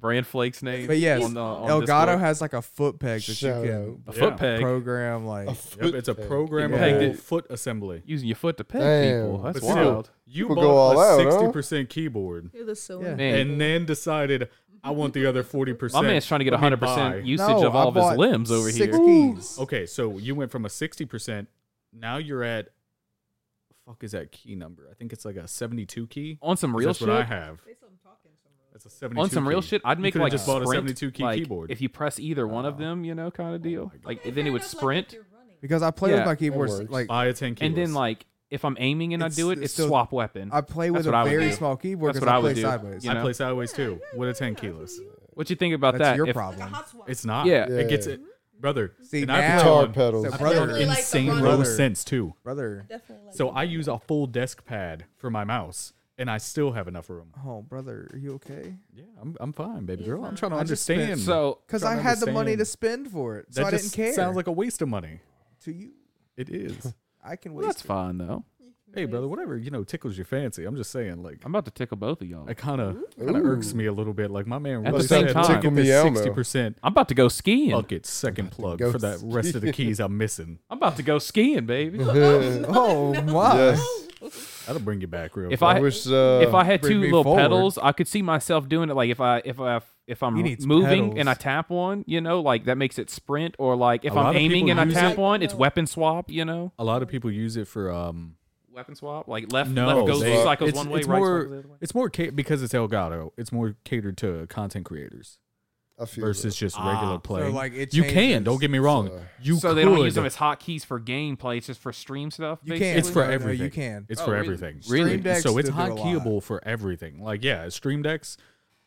Speaker 4: Brand Flake's name.
Speaker 3: But yes,
Speaker 4: on, uh, on
Speaker 3: Elgato
Speaker 4: Discord.
Speaker 3: has like a foot peg that you
Speaker 11: Shout
Speaker 3: can
Speaker 1: Yeah.
Speaker 4: a foot peg.
Speaker 3: program. Like,
Speaker 1: Yep, it's a
Speaker 4: Pegged
Speaker 1: programmable
Speaker 4: it.
Speaker 1: foot assembly.
Speaker 4: using your foot to peg
Speaker 11: Damn.
Speaker 4: people. That's
Speaker 1: But
Speaker 11: Wow.
Speaker 1: still,
Speaker 4: wild.
Speaker 1: you
Speaker 11: People
Speaker 1: bought
Speaker 11: go all
Speaker 1: a
Speaker 11: out, huh?
Speaker 1: sixty percent keyboard
Speaker 7: You're the so.
Speaker 3: Yeah.
Speaker 4: Man,
Speaker 1: and then decided I want the other forty
Speaker 4: my
Speaker 1: percent.
Speaker 4: man's trying to get 100% usage
Speaker 3: No,
Speaker 4: of
Speaker 3: I
Speaker 4: all of
Speaker 3: bought
Speaker 4: his limbs over
Speaker 3: six
Speaker 4: here.
Speaker 3: keys.
Speaker 1: Okay, so you went from a sixty percent. Now you're at fuck is that key number? I think it's like a seventy-two key.
Speaker 4: On some real
Speaker 1: that's
Speaker 4: shit.
Speaker 1: what I have. That's a seventy-two.
Speaker 4: On some real
Speaker 1: key.
Speaker 4: shit, I'd
Speaker 1: You
Speaker 4: make
Speaker 1: could've
Speaker 4: like
Speaker 1: just
Speaker 4: sprint,
Speaker 1: bought a seventy-two key
Speaker 4: like,
Speaker 1: keyboard.
Speaker 4: If you press either one of them, you know, kind of deal. like then it would sprint,
Speaker 3: Because I play
Speaker 4: Yeah.
Speaker 3: with my keyboards.
Speaker 11: works.
Speaker 3: Like,
Speaker 1: buy a ten key.
Speaker 4: and then like if I'm aiming and I
Speaker 3: It's-
Speaker 4: do it,
Speaker 3: it's
Speaker 4: it's
Speaker 3: still-
Speaker 4: swap weapon.
Speaker 3: I play with
Speaker 4: That's what I
Speaker 3: a
Speaker 4: would
Speaker 3: very
Speaker 4: do.
Speaker 3: small keyboard
Speaker 4: That's
Speaker 3: because
Speaker 4: what
Speaker 3: I
Speaker 4: I would
Speaker 3: play
Speaker 4: do.
Speaker 3: sideways.
Speaker 4: You know?
Speaker 1: I play sideways too with a ten keyless.
Speaker 4: What you think about
Speaker 3: That's
Speaker 4: that?
Speaker 3: your
Speaker 4: If-
Speaker 3: problem.
Speaker 1: It's not.
Speaker 4: Yeah.
Speaker 1: It gets
Speaker 2: Yeah.
Speaker 1: it, brother.
Speaker 3: See,
Speaker 1: and
Speaker 3: now-
Speaker 1: I've
Speaker 3: Guitar
Speaker 1: gone-
Speaker 2: pedals.
Speaker 1: I've
Speaker 3: So
Speaker 1: gone
Speaker 3: brother-
Speaker 7: Like the
Speaker 1: insane
Speaker 7: runner.
Speaker 1: low
Speaker 3: Brother.
Speaker 1: sense too.
Speaker 3: brother.
Speaker 7: Definitely. Like
Speaker 1: So I use a full desk pad for my mouse, and I still have enough room.
Speaker 3: Oh, brother, are you okay?
Speaker 1: Yeah, I'm, I'm fine, baby
Speaker 7: You're
Speaker 1: girl. I'm
Speaker 7: fine.
Speaker 1: trying to
Speaker 3: I just spent-
Speaker 1: understand.
Speaker 4: So
Speaker 3: Because I
Speaker 1: Trying to
Speaker 3: had the money to
Speaker 1: understand.
Speaker 3: spend for it,
Speaker 1: that
Speaker 3: so I didn't
Speaker 1: just
Speaker 3: care.
Speaker 1: sounds like a waste of money.
Speaker 3: to you,
Speaker 1: It is.
Speaker 3: I can
Speaker 4: Well,
Speaker 3: waste.
Speaker 4: that's fine though.
Speaker 1: hey, brother, whatever you know tickles your fancy. I'm just saying, like,
Speaker 4: I'm about to tickle both of y'all.
Speaker 1: it kind of kind of irks me a little bit. Like my man
Speaker 4: At
Speaker 1: really
Speaker 4: the same
Speaker 1: said,
Speaker 4: time-
Speaker 1: look
Speaker 4: Tickle
Speaker 1: at
Speaker 11: me
Speaker 1: this
Speaker 11: Elmo.
Speaker 1: sixty percent
Speaker 4: I'm about to go skiing.
Speaker 1: bucket second plug
Speaker 2: go
Speaker 1: for that rest of the keys I'm missing.
Speaker 4: I'm about to go skiing, baby.
Speaker 2: Uh,
Speaker 3: Oh my!
Speaker 11: Yes.
Speaker 1: That'll bring you back real.
Speaker 4: If
Speaker 1: quick.
Speaker 11: I,
Speaker 4: I
Speaker 11: wish. Uh,
Speaker 4: if I had
Speaker 3: bring
Speaker 4: two
Speaker 3: me
Speaker 4: little
Speaker 3: forward.
Speaker 4: pedals, I could see myself doing it. Like if I if I if I'm
Speaker 3: He needs
Speaker 4: moving
Speaker 3: pedals.
Speaker 4: and I tap one, you know, like that makes it sprint. Or like if
Speaker 1: A lot
Speaker 4: I'm
Speaker 1: of
Speaker 4: aiming
Speaker 1: people
Speaker 4: and I
Speaker 1: use
Speaker 4: tap
Speaker 7: it-
Speaker 4: one, it's weapon swap. You know,
Speaker 1: a lot of people use it for um
Speaker 4: weapon swap. Like left
Speaker 1: No,
Speaker 4: left goes
Speaker 1: they-
Speaker 4: cycles
Speaker 1: it's-
Speaker 4: one way,
Speaker 1: it's
Speaker 4: right
Speaker 1: more-
Speaker 4: cycles the other way.
Speaker 1: It's more ca- because it's Elgato. It's more catered to content creators
Speaker 2: I feel
Speaker 1: versus
Speaker 2: that.
Speaker 1: just regular play.
Speaker 3: So like it.
Speaker 1: you can.
Speaker 3: changes.
Speaker 1: Don't get me wrong.
Speaker 2: So-
Speaker 1: you
Speaker 4: Ah. so
Speaker 1: could.
Speaker 4: they don't use them as hotkeys for gameplay. It's just for stream stuff.
Speaker 3: You
Speaker 4: basically?
Speaker 3: can.
Speaker 1: It's for
Speaker 3: No, no,
Speaker 1: everything.
Speaker 3: you can.
Speaker 1: It's
Speaker 4: Oh,
Speaker 1: for
Speaker 4: really?
Speaker 1: everything.
Speaker 3: Stream
Speaker 1: Stream
Speaker 3: Decks
Speaker 1: So it's
Speaker 3: to do a lot.
Speaker 1: hotkeyable for everything. Like yeah, Stream Decks.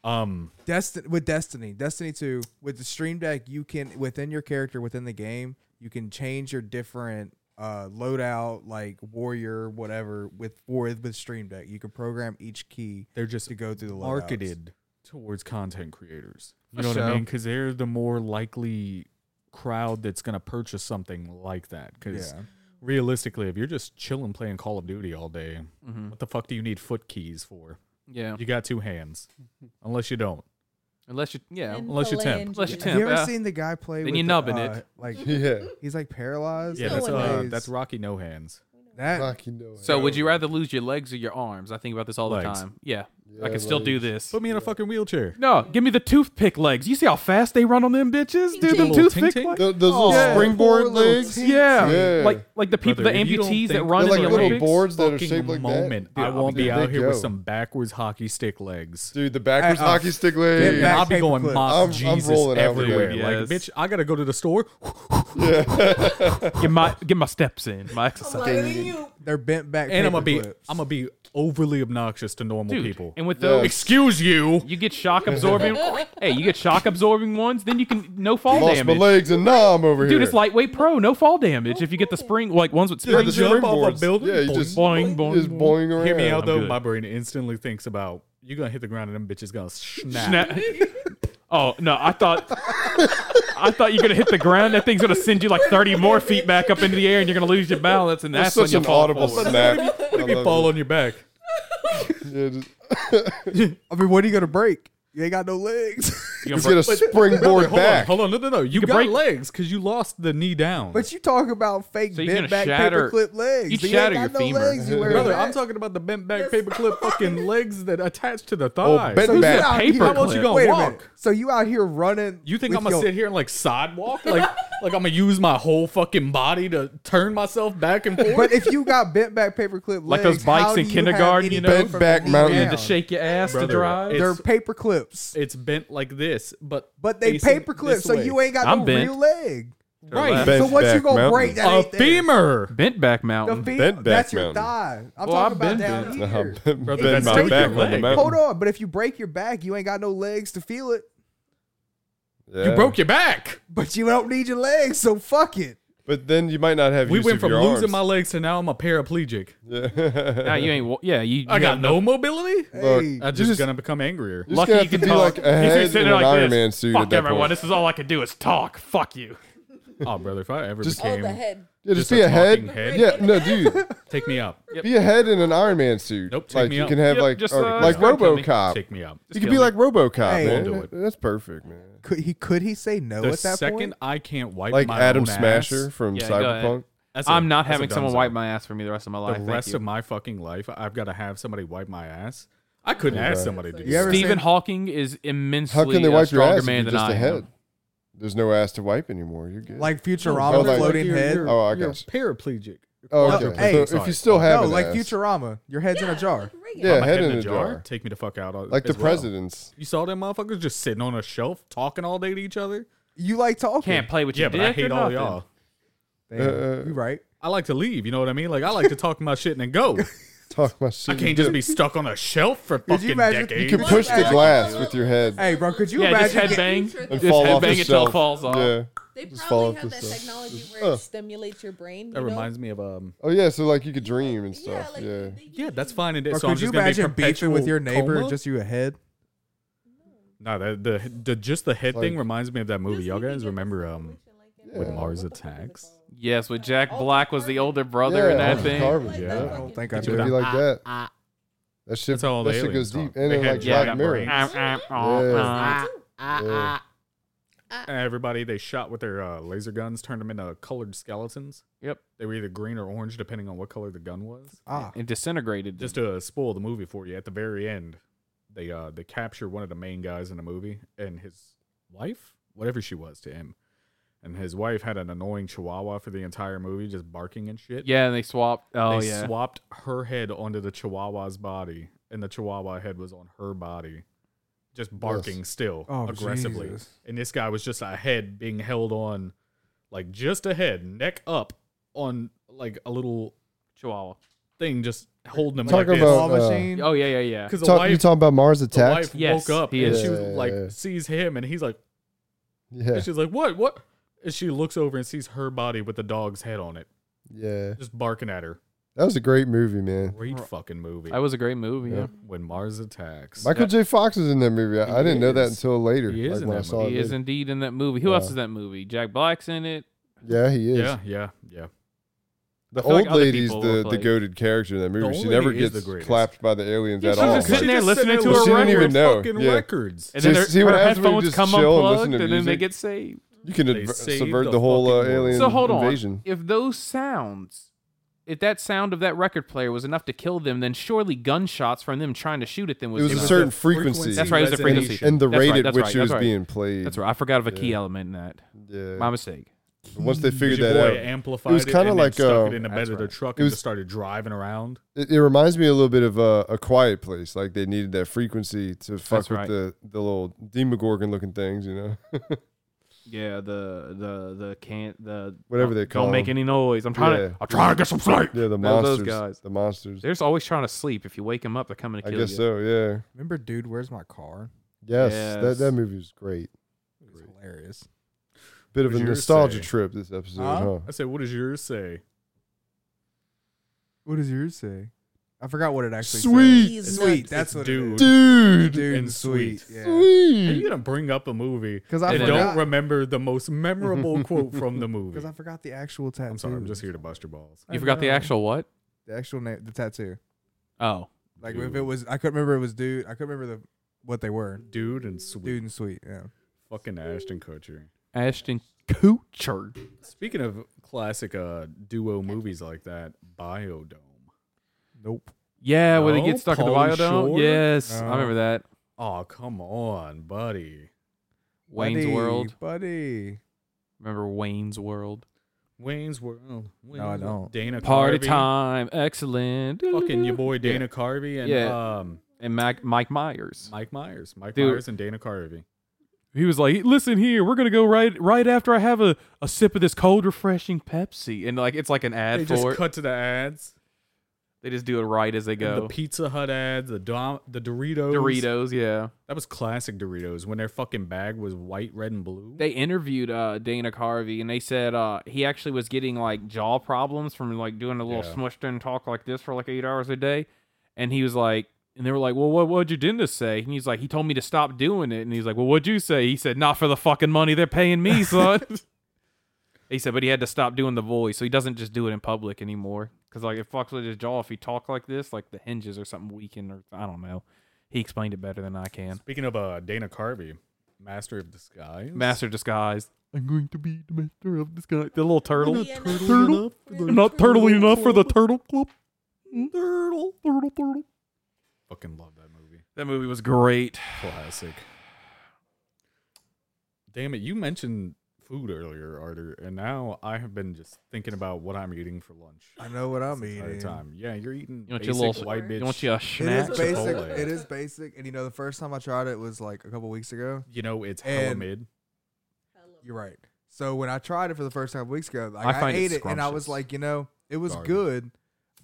Speaker 1: Um,
Speaker 3: Desti- with Destiny, Destiny Two, with the Stream Deck, you can within your character within the game, you can change your different uh loadout, like warrior, whatever. With for with Stream Deck, you can program each key
Speaker 1: they're just
Speaker 3: to go through the loadouts.
Speaker 1: marketed towards content creators. You
Speaker 4: For
Speaker 1: know what I
Speaker 4: sure.
Speaker 1: mean? Because they're the more likely crowd that's going to purchase something like that. Because
Speaker 3: Yeah.
Speaker 1: realistically, if you're just chilling playing Call of Duty all day,
Speaker 4: Mhm.
Speaker 1: what the fuck do you need foot keys for?
Speaker 4: Yeah,
Speaker 1: You got two hands, unless you don't.
Speaker 4: unless you yeah.
Speaker 7: And
Speaker 1: unless you temp.
Speaker 4: Unless you
Speaker 3: Have
Speaker 7: phalanges.
Speaker 4: temp.
Speaker 3: you ever
Speaker 4: Yeah.
Speaker 3: seen the guy play?
Speaker 4: Then
Speaker 3: with
Speaker 4: you
Speaker 3: the,
Speaker 4: nubbing
Speaker 3: uh,
Speaker 4: it.
Speaker 3: Like
Speaker 2: Yeah.
Speaker 3: he's like paralyzed.
Speaker 1: Yeah,
Speaker 7: No
Speaker 1: that's
Speaker 7: one
Speaker 1: uh,
Speaker 3: plays.
Speaker 1: that's Rocky No Hands.
Speaker 3: that.
Speaker 2: Rocky no
Speaker 4: So
Speaker 2: hand.
Speaker 4: would you rather lose your legs or your arms? I think about this all the
Speaker 1: Legs.
Speaker 4: time. Yeah,
Speaker 2: Yeah,
Speaker 4: I can still do this.
Speaker 1: Put me in a fucking wheelchair.
Speaker 4: No, give me the toothpick legs. You see how fast they run on them bitches, dude. Them
Speaker 1: Little
Speaker 4: toothpick
Speaker 1: tink-tink?
Speaker 4: legs.
Speaker 2: Th- those little
Speaker 3: Yeah.
Speaker 2: springboard
Speaker 3: Poor little
Speaker 2: legs.
Speaker 3: teeth.
Speaker 4: Yeah.
Speaker 2: Yeah.
Speaker 4: like like the people,
Speaker 1: Brother,
Speaker 4: the
Speaker 1: if you don't
Speaker 4: amputees that
Speaker 1: think-
Speaker 2: They're
Speaker 4: run in
Speaker 2: like
Speaker 4: the
Speaker 2: little
Speaker 4: Olympics.
Speaker 2: boards that are
Speaker 1: Fucking
Speaker 2: shaped like
Speaker 1: moment.
Speaker 2: that.
Speaker 1: I
Speaker 4: Dude,
Speaker 1: won't be
Speaker 2: I'll be
Speaker 1: out
Speaker 2: there.
Speaker 1: here
Speaker 2: Yo.
Speaker 1: with some backwards hockey stick legs.
Speaker 2: Dude, the backwards
Speaker 3: Uh,
Speaker 2: hockey stick leg.
Speaker 1: And I'll be
Speaker 3: Back
Speaker 1: going
Speaker 3: paperclip.
Speaker 1: mob
Speaker 2: I'm- I'm
Speaker 1: Jesus
Speaker 2: rolling out with
Speaker 1: everywhere.
Speaker 4: that.
Speaker 1: Like,
Speaker 4: Yes.
Speaker 1: bitch, I gotta go to the store.
Speaker 4: Get my get my steps in, my exercise,
Speaker 7: Like, you-
Speaker 3: They're bent back.
Speaker 1: And I'm gonna be
Speaker 3: paperclips.
Speaker 1: I'm gonna be overly obnoxious to normal
Speaker 4: dude.
Speaker 1: people.
Speaker 4: And with
Speaker 2: Yeah.
Speaker 4: those,
Speaker 1: Excuse you.
Speaker 4: you get shock absorbing. hey, you get shock absorbing ones, then you can no fall
Speaker 2: Lost my
Speaker 4: damage.
Speaker 2: legs and now I'm over here.
Speaker 4: Dude, it's lightweight pro, no fall damage. If you get the spring, like ones with
Speaker 2: yeah, the
Speaker 4: springs, in 'em.
Speaker 1: jump off a
Speaker 2: springboards.
Speaker 1: building,
Speaker 2: Yeah, you
Speaker 1: boing,
Speaker 2: just
Speaker 4: boing, boing,
Speaker 2: just
Speaker 4: boing.
Speaker 2: boing around.
Speaker 1: Hear me out
Speaker 4: I'm
Speaker 1: though.
Speaker 4: good.
Speaker 1: My brain instantly thinks about you're gonna hit the ground and them bitches gonna snap.
Speaker 4: Snap. oh no, I thought I thought you're gonna hit the ground. That thing's gonna send you like 30 more feet back up into the air, and you're gonna lose your balance, and
Speaker 2: That's
Speaker 4: that's when
Speaker 2: such
Speaker 4: you
Speaker 2: an
Speaker 4: fall.
Speaker 2: audible
Speaker 4: forward.
Speaker 2: snap. I
Speaker 1: You
Speaker 2: love
Speaker 1: fall
Speaker 2: it.
Speaker 1: on your back.
Speaker 2: Yeah, just,
Speaker 3: I mean, what are you gonna break? You ain't got no legs.
Speaker 4: You
Speaker 2: just
Speaker 4: gonna
Speaker 2: get
Speaker 1: Brother,
Speaker 2: a springboard
Speaker 1: hold
Speaker 2: back.
Speaker 1: on, hold on, no, no, no. You,
Speaker 4: can
Speaker 1: got
Speaker 4: break-
Speaker 1: legs because you lost the knee down.
Speaker 3: but you talk about fake
Speaker 4: So you're
Speaker 3: bent
Speaker 4: gonna
Speaker 3: back
Speaker 4: shatter-
Speaker 3: paperclip legs.
Speaker 4: you
Speaker 3: ain't
Speaker 4: shatter
Speaker 3: got
Speaker 4: your
Speaker 3: no
Speaker 4: femur.
Speaker 3: legs you wear
Speaker 1: Brother,
Speaker 3: back.
Speaker 1: I'm talking about the bent back paperclip fucking legs that attach to the
Speaker 2: Oh,
Speaker 1: thighs.
Speaker 2: bent
Speaker 3: you
Speaker 2: back.
Speaker 3: out
Speaker 4: Paper
Speaker 3: here-
Speaker 4: How else you clip.
Speaker 1: gonna
Speaker 3: Wait a
Speaker 1: walk?
Speaker 3: minute. So you out here running?
Speaker 1: you think
Speaker 3: with
Speaker 1: I'm gonna
Speaker 3: your-
Speaker 1: sit here and like sidewalk? Like, like I'm gonna use my whole fucking body to turn myself back and forth?
Speaker 3: But if you got bent back paperclip legs,
Speaker 4: Like those bikes
Speaker 3: how
Speaker 4: in
Speaker 3: do you have
Speaker 4: kindergarten, you
Speaker 3: any
Speaker 4: know?
Speaker 3: bent
Speaker 2: Bent
Speaker 3: from
Speaker 2: back
Speaker 3: knee
Speaker 2: mountain.
Speaker 3: down?
Speaker 2: Yeah,
Speaker 4: to shake your ass
Speaker 1: Brother,
Speaker 4: to drive.
Speaker 1: it's-
Speaker 3: They're paper clips,
Speaker 1: it's bent like this, but
Speaker 3: but they
Speaker 1: facing
Speaker 3: paper clip,
Speaker 1: this
Speaker 3: so
Speaker 1: way.
Speaker 3: you ain't got
Speaker 4: I'm
Speaker 3: no
Speaker 4: bent.
Speaker 3: real leg.
Speaker 1: right.
Speaker 2: Bent
Speaker 3: so what you
Speaker 2: back
Speaker 3: gonna
Speaker 2: mountain.
Speaker 3: break? That
Speaker 1: a
Speaker 3: ain't there.
Speaker 1: femur.
Speaker 4: Bent back
Speaker 3: The
Speaker 4: mountain.
Speaker 3: fe-
Speaker 2: Bent back
Speaker 3: that's your
Speaker 2: mountain.
Speaker 3: thigh. I'm
Speaker 4: Well,
Speaker 3: talking
Speaker 4: I've
Speaker 3: about
Speaker 4: bent
Speaker 3: down
Speaker 2: Nah,
Speaker 3: here.
Speaker 2: I bent
Speaker 1: Brother,
Speaker 2: bent
Speaker 1: that's
Speaker 2: my
Speaker 1: break
Speaker 2: back
Speaker 1: your
Speaker 2: on the
Speaker 1: leg.
Speaker 2: mountain.
Speaker 3: Hold on, but if you break your back, you ain't got no legs to feel it.
Speaker 1: You
Speaker 2: Yeah.
Speaker 1: broke your back.
Speaker 3: But you don't need your legs, so fuck it.
Speaker 2: But then you might not have.
Speaker 1: We
Speaker 2: use
Speaker 1: went
Speaker 2: of
Speaker 1: from
Speaker 2: your
Speaker 1: losing my
Speaker 2: arms.
Speaker 1: legs to now I'm a paraplegic.
Speaker 4: Nah, you ain't. wa- Yeah, you.
Speaker 1: I
Speaker 4: you
Speaker 1: got
Speaker 4: have
Speaker 1: no mobility.
Speaker 2: Look,
Speaker 3: Hey,
Speaker 1: I'm
Speaker 2: you
Speaker 1: just,
Speaker 2: just-
Speaker 1: gonna become angrier.
Speaker 2: You're just
Speaker 4: Lucky
Speaker 2: gonna have
Speaker 4: you can
Speaker 2: to be like
Speaker 4: talk.
Speaker 2: a
Speaker 4: He's
Speaker 2: head
Speaker 4: sitting
Speaker 2: in
Speaker 4: there
Speaker 2: an
Speaker 4: like
Speaker 2: Iron
Speaker 4: this.
Speaker 2: Man suit
Speaker 4: Fuck
Speaker 2: at that
Speaker 4: everyone.
Speaker 2: point.
Speaker 4: This is all I can do is talk. Fuck you.
Speaker 1: Oh, brother, if I ever
Speaker 2: Just-
Speaker 7: Oh,
Speaker 1: became,
Speaker 7: the head.
Speaker 2: Yeah, just
Speaker 1: just a
Speaker 2: be a head.
Speaker 1: talking head.
Speaker 2: Yeah, no, dude,
Speaker 1: take me up.
Speaker 2: be a head in an Iron Man suit.
Speaker 1: Nope, take
Speaker 2: like
Speaker 1: me
Speaker 2: you
Speaker 1: up.
Speaker 2: can have
Speaker 4: Yep,
Speaker 2: like
Speaker 4: just,
Speaker 2: or
Speaker 4: uh,
Speaker 2: like
Speaker 4: just kill me.
Speaker 2: RoboCop.
Speaker 1: Take me up.
Speaker 2: You could
Speaker 4: kill
Speaker 2: be
Speaker 4: me.
Speaker 2: like RoboCop,
Speaker 3: Hey.
Speaker 2: man.
Speaker 1: We'll do it.
Speaker 2: That- That's perfect, man.
Speaker 3: could he could he say no
Speaker 1: The
Speaker 3: at that
Speaker 1: second
Speaker 3: point?
Speaker 1: I can't wipe
Speaker 2: Like
Speaker 1: my
Speaker 2: Adam
Speaker 1: own ass,
Speaker 2: Smasher from
Speaker 4: Yeah, go
Speaker 2: Cyberpunk.
Speaker 4: ahead.
Speaker 1: that's a-
Speaker 4: I'm not
Speaker 1: that's a
Speaker 4: having someone
Speaker 1: dunzo.
Speaker 4: wipe my ass for me the rest of my
Speaker 1: the
Speaker 4: life. Thank
Speaker 1: rest
Speaker 4: you.
Speaker 1: of my fucking life, I've got to have somebody wipe my ass. I couldn't ask somebody to do
Speaker 3: You ever
Speaker 1: that.
Speaker 4: Stephen
Speaker 3: seen-
Speaker 4: Hawking is
Speaker 2: How
Speaker 4: immensely
Speaker 2: can they
Speaker 4: a
Speaker 2: wipe your
Speaker 4: stronger
Speaker 2: ass?
Speaker 4: man
Speaker 2: if you're
Speaker 4: than
Speaker 2: just
Speaker 4: I
Speaker 2: a head.
Speaker 4: am.
Speaker 2: There's no ass to wipe anymore. You're good.
Speaker 3: Like Futurama,
Speaker 2: Oh, like-
Speaker 3: floating
Speaker 1: You're-
Speaker 3: head.
Speaker 1: you're-
Speaker 2: Oh, I
Speaker 1: you're
Speaker 2: guess.
Speaker 1: Paraplegic.
Speaker 2: oh,
Speaker 3: no,
Speaker 2: okay.
Speaker 3: hey,
Speaker 2: So if
Speaker 1: sorry.
Speaker 2: you still have
Speaker 3: No,
Speaker 2: an
Speaker 3: like
Speaker 2: ass,
Speaker 3: Futurama. Your head's in a jar.
Speaker 2: Yeah,
Speaker 1: My
Speaker 2: head, in a jar.
Speaker 1: Take me the fuck out.
Speaker 2: Like the
Speaker 1: as well.
Speaker 2: presidents.
Speaker 1: You saw them motherfuckers just sitting on a shelf talking all day to each other.
Speaker 3: You like talking?
Speaker 4: Can't play with
Speaker 1: Yeah,
Speaker 4: your
Speaker 1: but
Speaker 4: dick
Speaker 1: I
Speaker 4: or
Speaker 1: hate all
Speaker 4: nothing.
Speaker 1: y'all.
Speaker 3: Damn,
Speaker 2: Uh,
Speaker 3: you right?
Speaker 1: I like to leave. You know what I mean? Like I like to talk my shit and then go.
Speaker 2: Talk my shit.
Speaker 1: I can't just be stuck on a shelf for
Speaker 3: you
Speaker 1: fucking
Speaker 3: imagine-
Speaker 1: decades.
Speaker 2: You can push the glass with your head
Speaker 3: Hey, bro, could you
Speaker 4: yeah, just
Speaker 3: imagine? get-
Speaker 4: headbang.
Speaker 2: and
Speaker 4: Just
Speaker 2: fall off the
Speaker 4: headbang until
Speaker 2: shelf.
Speaker 4: it falls off.
Speaker 11: Yeah.
Speaker 7: They
Speaker 2: Just
Speaker 7: probably
Speaker 2: follow
Speaker 7: have that
Speaker 2: this stuff.
Speaker 7: technology
Speaker 2: Just-
Speaker 7: where
Speaker 2: uh.
Speaker 7: it stimulates your brain.
Speaker 1: That
Speaker 7: you know?
Speaker 1: reminds me of um.
Speaker 2: Oh yeah, so like you could dream and
Speaker 7: Yeah,
Speaker 2: stuff.
Speaker 7: like,
Speaker 2: Yeah.
Speaker 7: they give
Speaker 1: Yeah, that's fine. And it-
Speaker 3: Or
Speaker 1: so I'm
Speaker 3: could you
Speaker 1: just gonna be
Speaker 3: imagine beefing with
Speaker 1: perpetual
Speaker 3: your neighbor
Speaker 1: coma?
Speaker 3: just you a head?
Speaker 1: No, that the, the just the head thing
Speaker 2: Like-
Speaker 1: reminds me of that movie.
Speaker 7: Just
Speaker 1: Y'all
Speaker 7: you can
Speaker 1: guys
Speaker 7: get
Speaker 1: remember
Speaker 7: this
Speaker 1: um
Speaker 7: situation like in
Speaker 2: when
Speaker 7: a-
Speaker 1: Mars
Speaker 7: what the fuck is it
Speaker 1: Attacks?
Speaker 7: called?
Speaker 4: Yes, with Jack Black was the older brother
Speaker 2: yeah,
Speaker 4: in that
Speaker 2: Harvey
Speaker 4: thing.
Speaker 2: Carver,
Speaker 7: Like,
Speaker 1: Yeah. I
Speaker 7: that
Speaker 2: yeah.
Speaker 1: don't
Speaker 7: fucking-
Speaker 3: think I
Speaker 2: It
Speaker 1: do
Speaker 2: would
Speaker 1: that.
Speaker 2: be like that. That shit.
Speaker 1: ah. That's all
Speaker 2: that
Speaker 1: the
Speaker 2: shit goes
Speaker 1: aliens
Speaker 2: deep.
Speaker 1: talk.
Speaker 2: And
Speaker 1: They
Speaker 2: then
Speaker 1: had
Speaker 2: like
Speaker 1: yeah,
Speaker 2: Black
Speaker 1: that
Speaker 2: Mirror.
Speaker 1: brain.
Speaker 2: Yeah.
Speaker 1: ah,
Speaker 2: Yeah.
Speaker 1: Everybody they shot with their uh, laser guns turned them into colored skeletons.
Speaker 4: Yep.
Speaker 1: They were either green or orange depending on what color the gun was.
Speaker 3: Ah,
Speaker 4: It disintegrated.
Speaker 1: Just to uh, spoil the movie for you, at the very end, they uh they capture one of the main guys in the movie and his wife, whatever she was to him. And his wife had an annoying chihuahua for the entire movie, just barking and shit.
Speaker 4: yeah, and they swapped. Oh
Speaker 1: they
Speaker 4: yeah.
Speaker 1: swapped her head onto the chihuahua's body, and the chihuahua head was on her body, just barking still
Speaker 3: Oh,
Speaker 1: aggressively.
Speaker 3: Jesus.
Speaker 1: And this guy was just a head being held on, like just a head, neck up on like a little
Speaker 4: Chihuahua.
Speaker 1: thing, just holding him
Speaker 2: Talk
Speaker 1: like
Speaker 2: about-
Speaker 1: this.
Speaker 3: claw
Speaker 2: uh,
Speaker 3: machine.
Speaker 4: Oh yeah, yeah, yeah.
Speaker 1: Because the
Speaker 2: Talk, you
Speaker 1: wife,
Speaker 2: talking about Mars
Speaker 1: the
Speaker 2: Attacks?
Speaker 1: wife
Speaker 4: Yes,
Speaker 1: woke up
Speaker 4: he
Speaker 1: and
Speaker 4: is.
Speaker 1: she was like
Speaker 2: Yeah.
Speaker 1: sees him, and he's like,
Speaker 2: Yeah.
Speaker 1: and she's like, what, what? And she looks over and sees her body with the dog's head on it,
Speaker 2: Yeah.
Speaker 1: just barking at her.
Speaker 2: That was a great movie, man.
Speaker 1: Great fucking movie.
Speaker 4: That was a great movie. Yeah.
Speaker 1: when Mars attacks.
Speaker 2: Michael J. Fox is in that movie.
Speaker 1: He
Speaker 2: I, I didn't know that
Speaker 1: is.
Speaker 2: until later.
Speaker 1: He is in
Speaker 2: when
Speaker 1: that
Speaker 2: I saw
Speaker 1: movie.
Speaker 2: it
Speaker 4: He is
Speaker 2: later.
Speaker 4: indeed in that movie. Who
Speaker 2: Yeah.
Speaker 4: else is in that movie? Jack Black's in it.
Speaker 2: Yeah, he is.
Speaker 1: Yeah, yeah, yeah.
Speaker 2: The
Speaker 4: I feel like
Speaker 2: old
Speaker 4: other
Speaker 2: lady's
Speaker 4: people
Speaker 2: the,
Speaker 4: look
Speaker 2: the
Speaker 4: like-
Speaker 2: goaded character in that movie. She
Speaker 1: old
Speaker 2: never
Speaker 1: lady is
Speaker 2: gets
Speaker 1: the greatest.
Speaker 2: clapped by the aliens
Speaker 1: Yeah,
Speaker 2: at
Speaker 1: she was
Speaker 2: all.
Speaker 4: just sitting there
Speaker 1: She
Speaker 4: listening
Speaker 1: sat
Speaker 4: to
Speaker 1: there
Speaker 4: her
Speaker 1: listening
Speaker 2: She didn't even
Speaker 4: records,
Speaker 2: know.
Speaker 1: Fucking
Speaker 2: Yeah.
Speaker 1: records.
Speaker 2: Just-
Speaker 4: and then their,
Speaker 2: see
Speaker 4: her
Speaker 2: what happens when you
Speaker 4: headphones
Speaker 2: just
Speaker 4: come
Speaker 2: chill and
Speaker 4: unplugged,
Speaker 2: listen
Speaker 4: and,
Speaker 2: to
Speaker 4: then they
Speaker 2: music?
Speaker 4: get saved.
Speaker 2: You can
Speaker 1: They
Speaker 2: adver-
Speaker 1: saved
Speaker 2: subvert
Speaker 1: the
Speaker 2: the, whole uh,
Speaker 1: fucking world.
Speaker 2: alien
Speaker 4: So hold
Speaker 2: invasion.
Speaker 4: on. If those sounds, if that sound of that record player was enough to kill them, then surely gunshots from them trying to shoot at them was.
Speaker 2: It was a
Speaker 4: enough.
Speaker 1: the
Speaker 2: certain frequency.
Speaker 4: That's right, it was the
Speaker 1: resonation.
Speaker 4: frequency.
Speaker 2: And the
Speaker 4: That's
Speaker 2: rate
Speaker 4: right,
Speaker 2: at
Speaker 4: that's
Speaker 2: which
Speaker 4: right,
Speaker 2: it was
Speaker 4: that's right.
Speaker 2: being played.
Speaker 4: That's right. I forgot of a key
Speaker 2: Yeah.
Speaker 4: element in that.
Speaker 2: Yeah.
Speaker 4: My mistake.
Speaker 2: But once they figured
Speaker 1: Your
Speaker 2: that
Speaker 1: boy
Speaker 2: out,
Speaker 1: amplified
Speaker 2: It was kinda
Speaker 1: and then
Speaker 2: like,
Speaker 1: stuck
Speaker 2: uh,
Speaker 1: it in the bed
Speaker 4: That's
Speaker 1: of the
Speaker 4: right.
Speaker 1: truck
Speaker 2: It
Speaker 1: and
Speaker 2: was-
Speaker 1: just started driving around.
Speaker 2: it, it reminds me a little bit of uh, a quiet place. Like they needed that frequency to fuck
Speaker 4: That's
Speaker 2: with
Speaker 4: right.
Speaker 2: the the little demogorgon looking things, you know.
Speaker 4: Yeah, the the the can't the
Speaker 2: Whatever they call
Speaker 4: Don't make
Speaker 2: them.
Speaker 4: any noise. I'm trying
Speaker 2: Yeah.
Speaker 4: to. I'm trying to get some sleep.
Speaker 2: yeah, the
Speaker 4: Those-
Speaker 2: monsters.
Speaker 4: Those guys.
Speaker 2: The monsters.
Speaker 4: They're just always trying to sleep. If you wake them up, they're coming to
Speaker 2: I
Speaker 4: kill
Speaker 2: guess
Speaker 4: you.
Speaker 2: so. Yeah.
Speaker 3: Remember, dude, where's my car?
Speaker 2: Yes, That
Speaker 4: Yes.
Speaker 2: that movie was great.
Speaker 3: It was hilarious.
Speaker 2: Bit
Speaker 1: What'd
Speaker 2: of a
Speaker 1: yours
Speaker 2: nostalgia
Speaker 1: say?
Speaker 2: trip this episode,
Speaker 3: Huh?
Speaker 2: huh?
Speaker 1: I said, "What does yours say?"
Speaker 3: What does yours say? I forgot what it actually
Speaker 2: Sweet.
Speaker 3: said.
Speaker 7: He's
Speaker 3: Sweet.
Speaker 7: nuts.
Speaker 3: That's what
Speaker 1: Dude.
Speaker 3: it is.
Speaker 2: Dude,
Speaker 3: Dude
Speaker 1: And sweet.
Speaker 3: Yeah.
Speaker 1: Are you
Speaker 2: sweet.
Speaker 1: gonna bring up a movie
Speaker 3: Because I
Speaker 1: and
Speaker 4: They
Speaker 1: don't
Speaker 3: forgot.
Speaker 1: remember the most memorable quote from the movie?
Speaker 3: Because I forgot the actual tattoo.
Speaker 1: I'm sorry, I'm just here to bust your balls.
Speaker 4: You forgot the actual what?
Speaker 3: the actual name, the tattoo.
Speaker 4: Oh,
Speaker 3: Like if
Speaker 1: Dude.
Speaker 3: it was, I couldn't remember. It was dude. I couldn't remember the what they were.
Speaker 1: Dude and sweet,
Speaker 3: Dude and sweet. Yeah.
Speaker 1: fucking Ashton Kutcher.
Speaker 4: Ashton Kutcher.
Speaker 1: Speaking of classic uh, duo movies like that, Biodome.
Speaker 3: Nope.
Speaker 4: Yeah, when they
Speaker 1: No,
Speaker 4: get stuck
Speaker 1: Pauly
Speaker 4: in the biodome.
Speaker 1: Shore?
Speaker 4: Yes,
Speaker 3: No.
Speaker 4: I remember that.
Speaker 1: Oh come on, buddy.
Speaker 4: Wayne's
Speaker 3: Buddy,
Speaker 4: World.
Speaker 3: buddy.
Speaker 4: Remember Wayne's World.
Speaker 1: Wayne's World. Wayne's
Speaker 3: I
Speaker 1: World.
Speaker 3: don't.
Speaker 1: Dana
Speaker 4: Party
Speaker 1: Carvey.
Speaker 4: time. Excellent.
Speaker 1: Fucking your boy
Speaker 4: Yeah.
Speaker 1: Dana Carvey and
Speaker 4: Yeah.
Speaker 1: um
Speaker 4: And Mike, Mike Myers.
Speaker 1: Mike Myers. Mike
Speaker 4: Dude.
Speaker 1: Myers and Dana Carvey.
Speaker 4: He was like, "Listen here, we're gonna go right right after I have a, a sip of this cold, refreshing Pepsi." And like, it's like an ad
Speaker 1: They
Speaker 4: for
Speaker 1: just
Speaker 4: it.
Speaker 1: cut to the ads.
Speaker 4: They just do it right as they
Speaker 1: and The
Speaker 4: go.
Speaker 1: Pizza Hut ads, the Dom, the Doritos.
Speaker 4: Doritos, yeah.
Speaker 1: That was classic Doritos when their fucking bag was white, red, and blue.
Speaker 4: They interviewed uh, Dana Carvey, and they said uh, he actually was getting like jaw problems from like doing a little
Speaker 1: Yeah.
Speaker 4: smushed in talk like this for like eight hours a day. And he was like, and they were like, "Well, what what'd your dentist say?" And he's like, "He told me to stop doing it." And he's like, "Well, what'd you say?" He said, "Not for the fucking money they're paying me, son." he said, but he had to stop doing the voice, so he doesn't just do it in public anymore. Because like it fucks with his jaw if he talk like this, like the hinges or something weaken or I don't know. He explained it better than I can.
Speaker 1: Speaking of uh, Dana Carvey, Master of Disguise.
Speaker 4: Master disguise. I'm going to be the master of disguise. The little turtle.
Speaker 7: Turtle.
Speaker 4: Turtle. I'm not turtling enough for the turtle club. Turtle, turtle, turtle.
Speaker 1: Fucking love that movie.
Speaker 4: That movie was great.
Speaker 1: Classic. Damn it, you mentioned food earlier, Arthur, and now I have been just thinking about what I'm eating for lunch.
Speaker 3: I know what I'm
Speaker 1: this entire
Speaker 3: eating.
Speaker 1: Time. Yeah, you're eating
Speaker 4: You want your
Speaker 1: basic
Speaker 4: little
Speaker 1: white bitch.
Speaker 4: You want you a
Speaker 3: It is
Speaker 4: snack?
Speaker 1: Chipotle.
Speaker 3: basic. It is basic. And you know, the first time I tried it was like a couple weeks ago.
Speaker 1: you know, it's hella
Speaker 3: And-
Speaker 1: mid.
Speaker 3: You're right. So when I tried it for the first time weeks ago, like,
Speaker 4: I
Speaker 3: I,
Speaker 4: find it
Speaker 3: ate it, and I was
Speaker 4: scrumptious.
Speaker 3: like, you know, it was
Speaker 1: Garbage.
Speaker 3: good,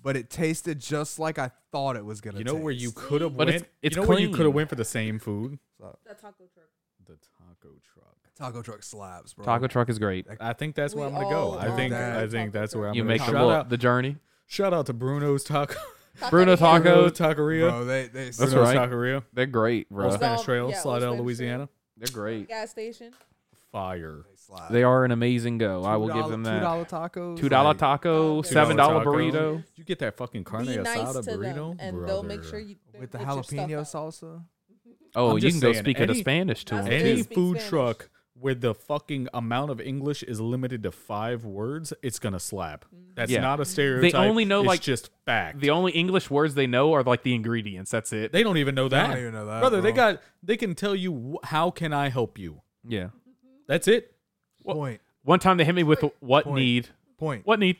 Speaker 3: but it tasted just like I thought it was gonna.
Speaker 1: You know where you
Speaker 3: taste.
Speaker 1: could have
Speaker 4: But
Speaker 1: went.
Speaker 4: it's- it's
Speaker 1: you know where you
Speaker 4: clean.
Speaker 1: could have went for the same food.
Speaker 3: So,
Speaker 7: The taco truck.
Speaker 1: The taco truck.
Speaker 3: taco truck slaps, bro.
Speaker 4: Taco truck is great.
Speaker 1: I think that's where
Speaker 7: We
Speaker 1: I'm gonna go.
Speaker 7: all
Speaker 1: I
Speaker 3: love
Speaker 1: think
Speaker 3: that.
Speaker 1: I think that's where I'm
Speaker 4: You
Speaker 1: gonna
Speaker 4: make the
Speaker 1: shout
Speaker 4: look,
Speaker 1: out.
Speaker 4: the journey.
Speaker 1: shout out to Bruno's Taco
Speaker 4: Bruno
Speaker 1: Bruno's
Speaker 4: Taco,
Speaker 1: Taqueria.
Speaker 3: bro. They they
Speaker 4: That's
Speaker 1: Bruno's
Speaker 4: right.
Speaker 1: Taqueria.
Speaker 4: they're great,
Speaker 1: Old
Speaker 4: bro.
Speaker 7: Well,
Speaker 1: Spanish Trail,
Speaker 7: yeah, Old
Speaker 1: Slidell,
Speaker 7: Spanish
Speaker 1: Louisiana.
Speaker 4: They're great.
Speaker 7: Gas station.
Speaker 1: Fire.
Speaker 3: slap.
Speaker 4: They are an amazing go. I will give them
Speaker 3: Two
Speaker 4: that.
Speaker 3: dollar tacos.
Speaker 4: Two dollar taco,
Speaker 7: $2
Speaker 4: seven dollar
Speaker 1: taco.
Speaker 4: burrito.
Speaker 1: You get that fucking carne
Speaker 7: Be nice
Speaker 1: asada
Speaker 7: to
Speaker 1: burrito,
Speaker 7: them, and
Speaker 1: brother.
Speaker 7: they'll make sure you
Speaker 3: with the
Speaker 7: get your stuff
Speaker 3: jalapeno
Speaker 7: out.
Speaker 3: salsa.
Speaker 4: Oh,
Speaker 1: I'm
Speaker 4: you
Speaker 1: just
Speaker 4: can go
Speaker 1: saying,
Speaker 4: speak in
Speaker 1: any-
Speaker 4: Spanish to
Speaker 7: That's
Speaker 4: them.
Speaker 7: what
Speaker 1: Any
Speaker 7: They speak
Speaker 1: food
Speaker 7: Spanish.
Speaker 1: truck where the fucking amount of English is limited to five words, it's gonna slap.
Speaker 7: Mm.
Speaker 1: That's
Speaker 4: Yeah.
Speaker 1: not a stereotype.
Speaker 4: only know,
Speaker 1: it's
Speaker 4: like,
Speaker 1: just fact.
Speaker 4: The only English words they know are like the ingredients. That's it.
Speaker 1: they don't even know that.
Speaker 3: even know that,
Speaker 1: brother. They
Speaker 3: bro.
Speaker 1: got. They can tell you wh- how can I help you.
Speaker 4: yeah.
Speaker 1: That's it.
Speaker 3: Point.
Speaker 4: One time they hit me with what
Speaker 3: Point.
Speaker 4: need.
Speaker 3: Point.
Speaker 4: What need?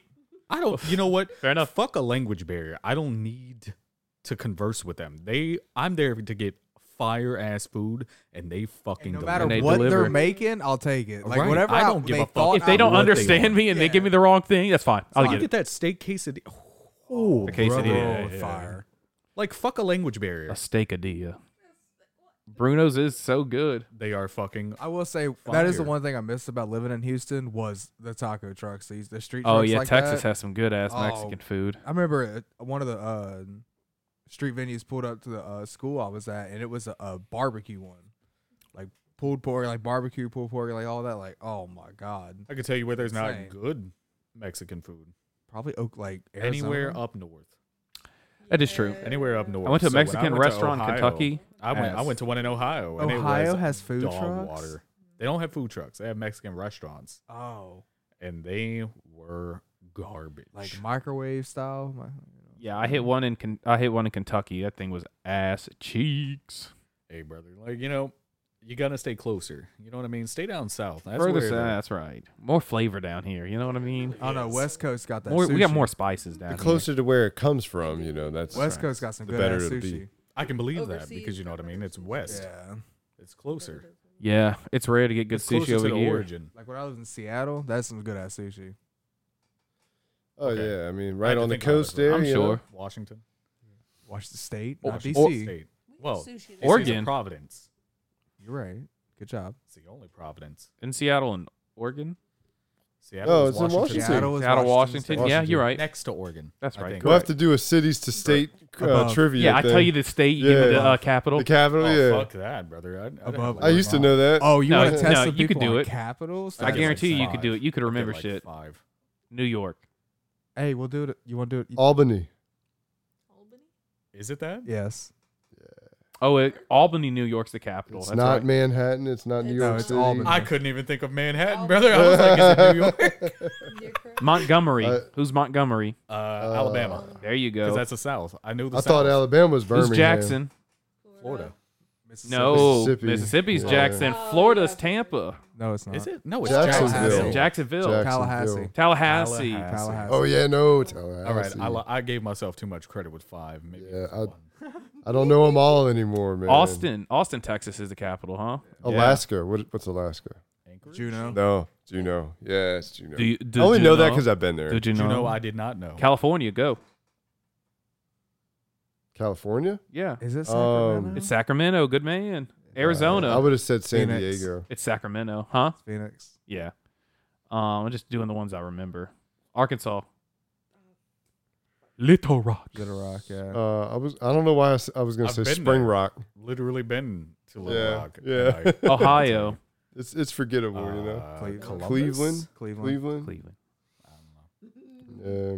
Speaker 1: I don't. You know what?
Speaker 4: Fair enough.
Speaker 1: Fuck a language barrier. I don't need to converse with them. They. I'm there to get fire ass food, and they fucking.
Speaker 3: And no
Speaker 1: deliver.
Speaker 3: matter
Speaker 4: And they
Speaker 3: what
Speaker 4: deliver.
Speaker 3: they're making, I'll take it. Like
Speaker 1: Right.
Speaker 3: whatever
Speaker 1: I don't give
Speaker 3: they
Speaker 1: a fuck.
Speaker 3: thought
Speaker 4: If they don't
Speaker 1: what they
Speaker 4: understand
Speaker 1: want.
Speaker 4: me and they
Speaker 3: Yeah.
Speaker 4: give me the wrong thing, that's fine. I'll
Speaker 1: I
Speaker 4: get
Speaker 1: get
Speaker 4: it.
Speaker 1: that steak quesadilla. Oh,
Speaker 4: The
Speaker 1: bro.
Speaker 4: quesadilla. Yeah,
Speaker 3: Oh,
Speaker 4: yeah,
Speaker 3: fire.
Speaker 1: Like fuck a language
Speaker 4: A
Speaker 1: barrier.
Speaker 4: steakadilla. Bruno's is so good.
Speaker 1: They are fucking.
Speaker 3: I will say that is the
Speaker 1: Fire.
Speaker 3: one thing I missed about living in Houston was the taco trucks. These the street.
Speaker 4: Oh
Speaker 3: trucks
Speaker 4: yeah,
Speaker 3: like
Speaker 4: Texas
Speaker 3: that.
Speaker 4: has some good ass
Speaker 3: Oh.
Speaker 4: Mexican food.
Speaker 3: I remember uh, one of the uh, street venues pulled up to the uh, school I was at, and it was a, a barbecue one, like pulled pork, like barbecue pulled pork, like all that. Like, oh my god,
Speaker 1: I could tell you where there's not
Speaker 3: Insane.
Speaker 1: good Mexican food
Speaker 3: probably Oak, like
Speaker 1: anywhere uh,
Speaker 3: Arizona.
Speaker 1: up north.
Speaker 4: That is true.
Speaker 1: Anywhere up north.
Speaker 4: I went to a
Speaker 1: So when I
Speaker 4: Mexican
Speaker 1: went to
Speaker 4: restaurant in
Speaker 1: Ohio-
Speaker 4: Kentucky.
Speaker 1: I went. I
Speaker 4: Yes.
Speaker 1: went to one in Ohio. And it
Speaker 3: Ohio
Speaker 1: was
Speaker 3: has food
Speaker 1: dog
Speaker 3: trucks?
Speaker 1: Water. They don't have food trucks. They have Mexican restaurants,
Speaker 3: Oh,
Speaker 1: and they were garbage.
Speaker 3: like microwave style. My,
Speaker 4: Yeah, I hit
Speaker 1: Mm-hmm.
Speaker 4: one in Ken- I hit one in Kentucky. That thing was ass cheeks.
Speaker 1: hey, brother, like you know, you gotta stay closer. You know what I mean? Stay down south. That's
Speaker 4: Further
Speaker 1: where
Speaker 4: south,
Speaker 1: the-
Speaker 4: that's right. More flavor down here. You know what I mean?
Speaker 3: I don't know. West Coast got that.
Speaker 4: More, we got
Speaker 3: sushi.
Speaker 4: more spices down
Speaker 11: The
Speaker 4: here.
Speaker 11: closer to where it comes from, you know, that's
Speaker 3: West Coast got some
Speaker 11: The
Speaker 3: good
Speaker 11: better
Speaker 3: ass
Speaker 11: it'll
Speaker 3: sushi.
Speaker 11: be.
Speaker 1: I can believe that
Speaker 7: Overseas
Speaker 1: because you know what I mean. It's west.
Speaker 3: Yeah,
Speaker 1: It's closer.
Speaker 4: Yeah, it's rare to get good
Speaker 1: It's
Speaker 4: sushi
Speaker 1: closer
Speaker 4: over
Speaker 1: to the
Speaker 4: here.
Speaker 1: origin.
Speaker 3: like when I was in Seattle, that's some good ass sushi.
Speaker 11: Oh
Speaker 1: Okay.
Speaker 11: yeah, I mean,
Speaker 1: I had
Speaker 11: right
Speaker 1: to
Speaker 11: on the
Speaker 1: think about it,
Speaker 11: coast
Speaker 1: but
Speaker 11: there.
Speaker 4: I'm
Speaker 11: you know?
Speaker 4: sure.
Speaker 1: Washington,
Speaker 3: Watch the state,
Speaker 1: or,
Speaker 3: not
Speaker 1: or
Speaker 3: DC.
Speaker 1: state. Well,
Speaker 7: sushi
Speaker 1: DC's
Speaker 7: there.
Speaker 1: in
Speaker 4: Oregon.
Speaker 1: Providence.
Speaker 3: You're right. Good job.
Speaker 1: It's the only Providence.
Speaker 4: In Seattle and Oregon.
Speaker 1: Seattle
Speaker 4: Oh,
Speaker 11: No,
Speaker 1: is
Speaker 11: it's in
Speaker 1: Washington.
Speaker 11: Washington.
Speaker 3: is
Speaker 4: Seattle, Washington.
Speaker 3: State.
Speaker 4: Yeah, you're right.
Speaker 1: next to Oregon.
Speaker 4: That's
Speaker 1: I
Speaker 4: right.
Speaker 1: think.
Speaker 11: We'll have to do a cities to state uh,
Speaker 3: Above.
Speaker 11: trivia.
Speaker 4: Yeah, I
Speaker 11: thing.
Speaker 4: tell you the state, you give me
Speaker 11: Yeah.
Speaker 4: the uh, capital.
Speaker 11: the capital.
Speaker 1: Oh,
Speaker 11: yeah,
Speaker 1: fuck that, brother. I, I,
Speaker 3: Above
Speaker 11: I used to know that.
Speaker 3: Oh, you
Speaker 4: No,
Speaker 3: want
Speaker 11: no,
Speaker 3: to test the
Speaker 4: you could
Speaker 3: people
Speaker 4: do
Speaker 3: on
Speaker 4: it.
Speaker 3: Capitals?
Speaker 4: I
Speaker 1: I'd get
Speaker 4: guarantee
Speaker 1: like
Speaker 4: you could do
Speaker 1: five.
Speaker 4: it. You could remember
Speaker 1: like
Speaker 4: shit.
Speaker 1: Five.
Speaker 4: New York.
Speaker 3: Hey, we'll do it. You want to do
Speaker 2: Oh.
Speaker 3: it?
Speaker 11: Albany.
Speaker 7: Albany?
Speaker 1: Is it that?
Speaker 3: Yes.
Speaker 4: Oh, it, Albany, New York's the capital.
Speaker 11: It's
Speaker 4: That's
Speaker 11: not
Speaker 4: right.
Speaker 11: Manhattan. It's not New
Speaker 7: It's
Speaker 11: York
Speaker 7: not.
Speaker 11: City.
Speaker 3: No, it's Albany.
Speaker 1: I couldn't even think of Manhattan,
Speaker 7: Albany.
Speaker 1: brother. I was like, is it New York?
Speaker 7: You're correct.
Speaker 4: Montgomery.
Speaker 11: Uh,
Speaker 4: Who's Montgomery?
Speaker 1: Uh, Alabama.
Speaker 7: Oh,
Speaker 4: There you go.
Speaker 1: Because that's the South. I knew the
Speaker 11: I
Speaker 1: South.
Speaker 11: thought Alabama was
Speaker 4: Who's
Speaker 11: Birmingham.
Speaker 4: Jackson?
Speaker 1: Florida.
Speaker 4: No,
Speaker 11: Mississippi.
Speaker 4: Mississippi's
Speaker 11: Yeah.
Speaker 4: Jackson.
Speaker 7: Oh,
Speaker 4: Florida's
Speaker 7: yeah.
Speaker 4: Tampa.
Speaker 3: No, it's not.
Speaker 1: Is it? No, it's
Speaker 11: Jacksonville.
Speaker 1: Jacksonville.
Speaker 4: Jacksonville.
Speaker 11: Jacksonville.
Speaker 3: Tallahassee.
Speaker 4: Tallahassee.
Speaker 3: Tallahassee.
Speaker 11: Oh yeah, no.
Speaker 1: All right,
Speaker 11: Tallahassee.
Speaker 1: I, li- I gave myself too much credit with five. Maybe
Speaker 11: Yeah,
Speaker 1: it was
Speaker 11: I-
Speaker 1: one.
Speaker 11: I don't know them all anymore, man.
Speaker 4: Austin. Austin, Texas is the capital, huh?
Speaker 11: Alaska. What, what's Alaska?
Speaker 1: Anchorage?
Speaker 3: Juno.
Speaker 11: No, Juneau. Yeah, it's Juneau.
Speaker 4: Do you do,
Speaker 11: I only
Speaker 4: do
Speaker 11: know
Speaker 4: you
Speaker 11: that because I've been there.
Speaker 4: Did you know?
Speaker 1: Juno, I did not know.
Speaker 4: California, go.
Speaker 11: California.
Speaker 4: Yeah.
Speaker 3: Is it
Speaker 11: Um,
Speaker 3: Sacramento?
Speaker 4: It's Sacramento. Good man. Arizona.
Speaker 11: I would have said San
Speaker 3: Phoenix.
Speaker 11: Diego.
Speaker 4: it's Sacramento, huh?
Speaker 3: Phoenix.
Speaker 4: Yeah. Um, I'm just doing the ones I remember. Arkansas. Little Rock.
Speaker 3: Little Rock. Yeah.
Speaker 11: Uh, I was. I don't know why I, s- I was gonna
Speaker 1: I've
Speaker 11: say
Speaker 1: been
Speaker 11: Spring
Speaker 1: there.
Speaker 11: Rock.
Speaker 1: Literally been to Little
Speaker 11: Yeah,
Speaker 1: Rock.
Speaker 11: yeah.
Speaker 1: and I-
Speaker 4: Ohio.
Speaker 11: It's it's forgettable, you know.
Speaker 1: Uh,
Speaker 3: Cleveland.
Speaker 1: Columbus?
Speaker 11: Cleveland.
Speaker 3: Cleveland.
Speaker 11: Cleveland.
Speaker 4: Cleveland.
Speaker 1: I don't know.
Speaker 7: Mm-hmm.
Speaker 11: Yeah.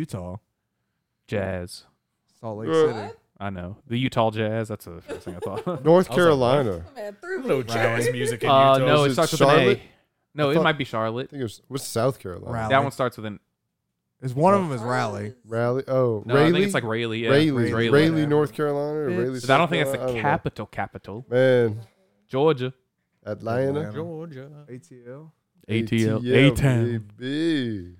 Speaker 3: Utah.
Speaker 4: Jazz.
Speaker 3: Salt Lake
Speaker 11: Uh,
Speaker 3: City.
Speaker 4: I know. The Utah Jazz. That's the first thing I thought.
Speaker 11: North
Speaker 1: I was like,
Speaker 11: Carolina. I
Speaker 7: Come on, through
Speaker 1: No
Speaker 7: me.
Speaker 1: jazz music in
Speaker 4: Uh,
Speaker 1: Utah.
Speaker 4: no,
Speaker 11: Is
Speaker 4: it
Speaker 11: it
Speaker 4: starts with
Speaker 11: Charlotte?
Speaker 4: an A. No,
Speaker 11: I
Speaker 4: it
Speaker 11: thought-
Speaker 4: might be Charlotte.
Speaker 11: think it was what's South Carolina.
Speaker 3: Raleigh.
Speaker 4: That one starts with an.
Speaker 3: Is one of them is Raleigh.
Speaker 11: Raleigh. Oh,
Speaker 4: No, I
Speaker 11: Raleigh.
Speaker 4: think it's like Rayleigh. Yeah.
Speaker 11: Raleigh,
Speaker 4: Raleigh.
Speaker 11: Raleigh,
Speaker 3: Raleigh.
Speaker 11: North Carolina. Or
Speaker 3: Bitch.
Speaker 11: Raleigh,
Speaker 4: But I don't think that's
Speaker 11: South
Speaker 4: the
Speaker 11: Carolina?
Speaker 4: capital. Capital.
Speaker 11: I don't know. Man,
Speaker 4: Georgia.
Speaker 11: Atlanta.
Speaker 1: Georgia.
Speaker 3: ATL.
Speaker 4: ATL.
Speaker 11: baby.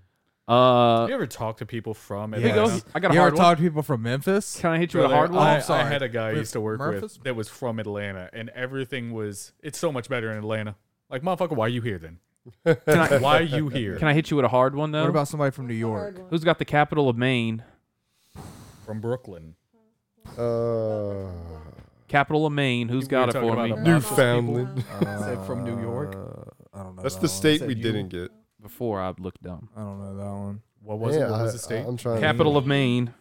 Speaker 4: Uh,
Speaker 1: Have you ever talked to people from
Speaker 3: Yeah.
Speaker 4: here
Speaker 1: Atlanta?
Speaker 4: goes. I got a
Speaker 3: You ever
Speaker 4: hard one.
Speaker 3: talk to people from Memphis?
Speaker 4: Can I hit you with a
Speaker 1: Brother,
Speaker 4: hard one?
Speaker 1: I,
Speaker 3: I'm sorry.
Speaker 1: I had a guy I
Speaker 3: With
Speaker 1: used to work
Speaker 3: Murphys?
Speaker 1: with that was from Atlanta, and everything was it's so much better in Atlanta. Like motherfucker, why are you here then?
Speaker 4: Can I,
Speaker 1: Why you here?
Speaker 4: can I hit you with a hard one though?
Speaker 3: What about somebody from New York?
Speaker 4: Who's got the capital of Maine?
Speaker 1: From Brooklyn.
Speaker 14: Uh,
Speaker 4: Capital of Maine. Who's
Speaker 1: We
Speaker 4: got
Speaker 1: were
Speaker 4: it
Speaker 1: talking
Speaker 4: for
Speaker 1: about
Speaker 4: me?
Speaker 1: a-
Speaker 14: Newfoundland.
Speaker 3: Said
Speaker 1: from New York?
Speaker 3: Uh, I don't know.
Speaker 2: That's
Speaker 3: that
Speaker 2: the
Speaker 3: one.
Speaker 2: state
Speaker 1: said
Speaker 2: we
Speaker 1: you-
Speaker 2: didn't get.
Speaker 4: Before I looked dumb.
Speaker 3: I don't know that one.
Speaker 1: What was
Speaker 14: yeah,
Speaker 1: it? What was
Speaker 14: I-
Speaker 1: the state?
Speaker 14: I'm trying.
Speaker 4: Capital of Maine.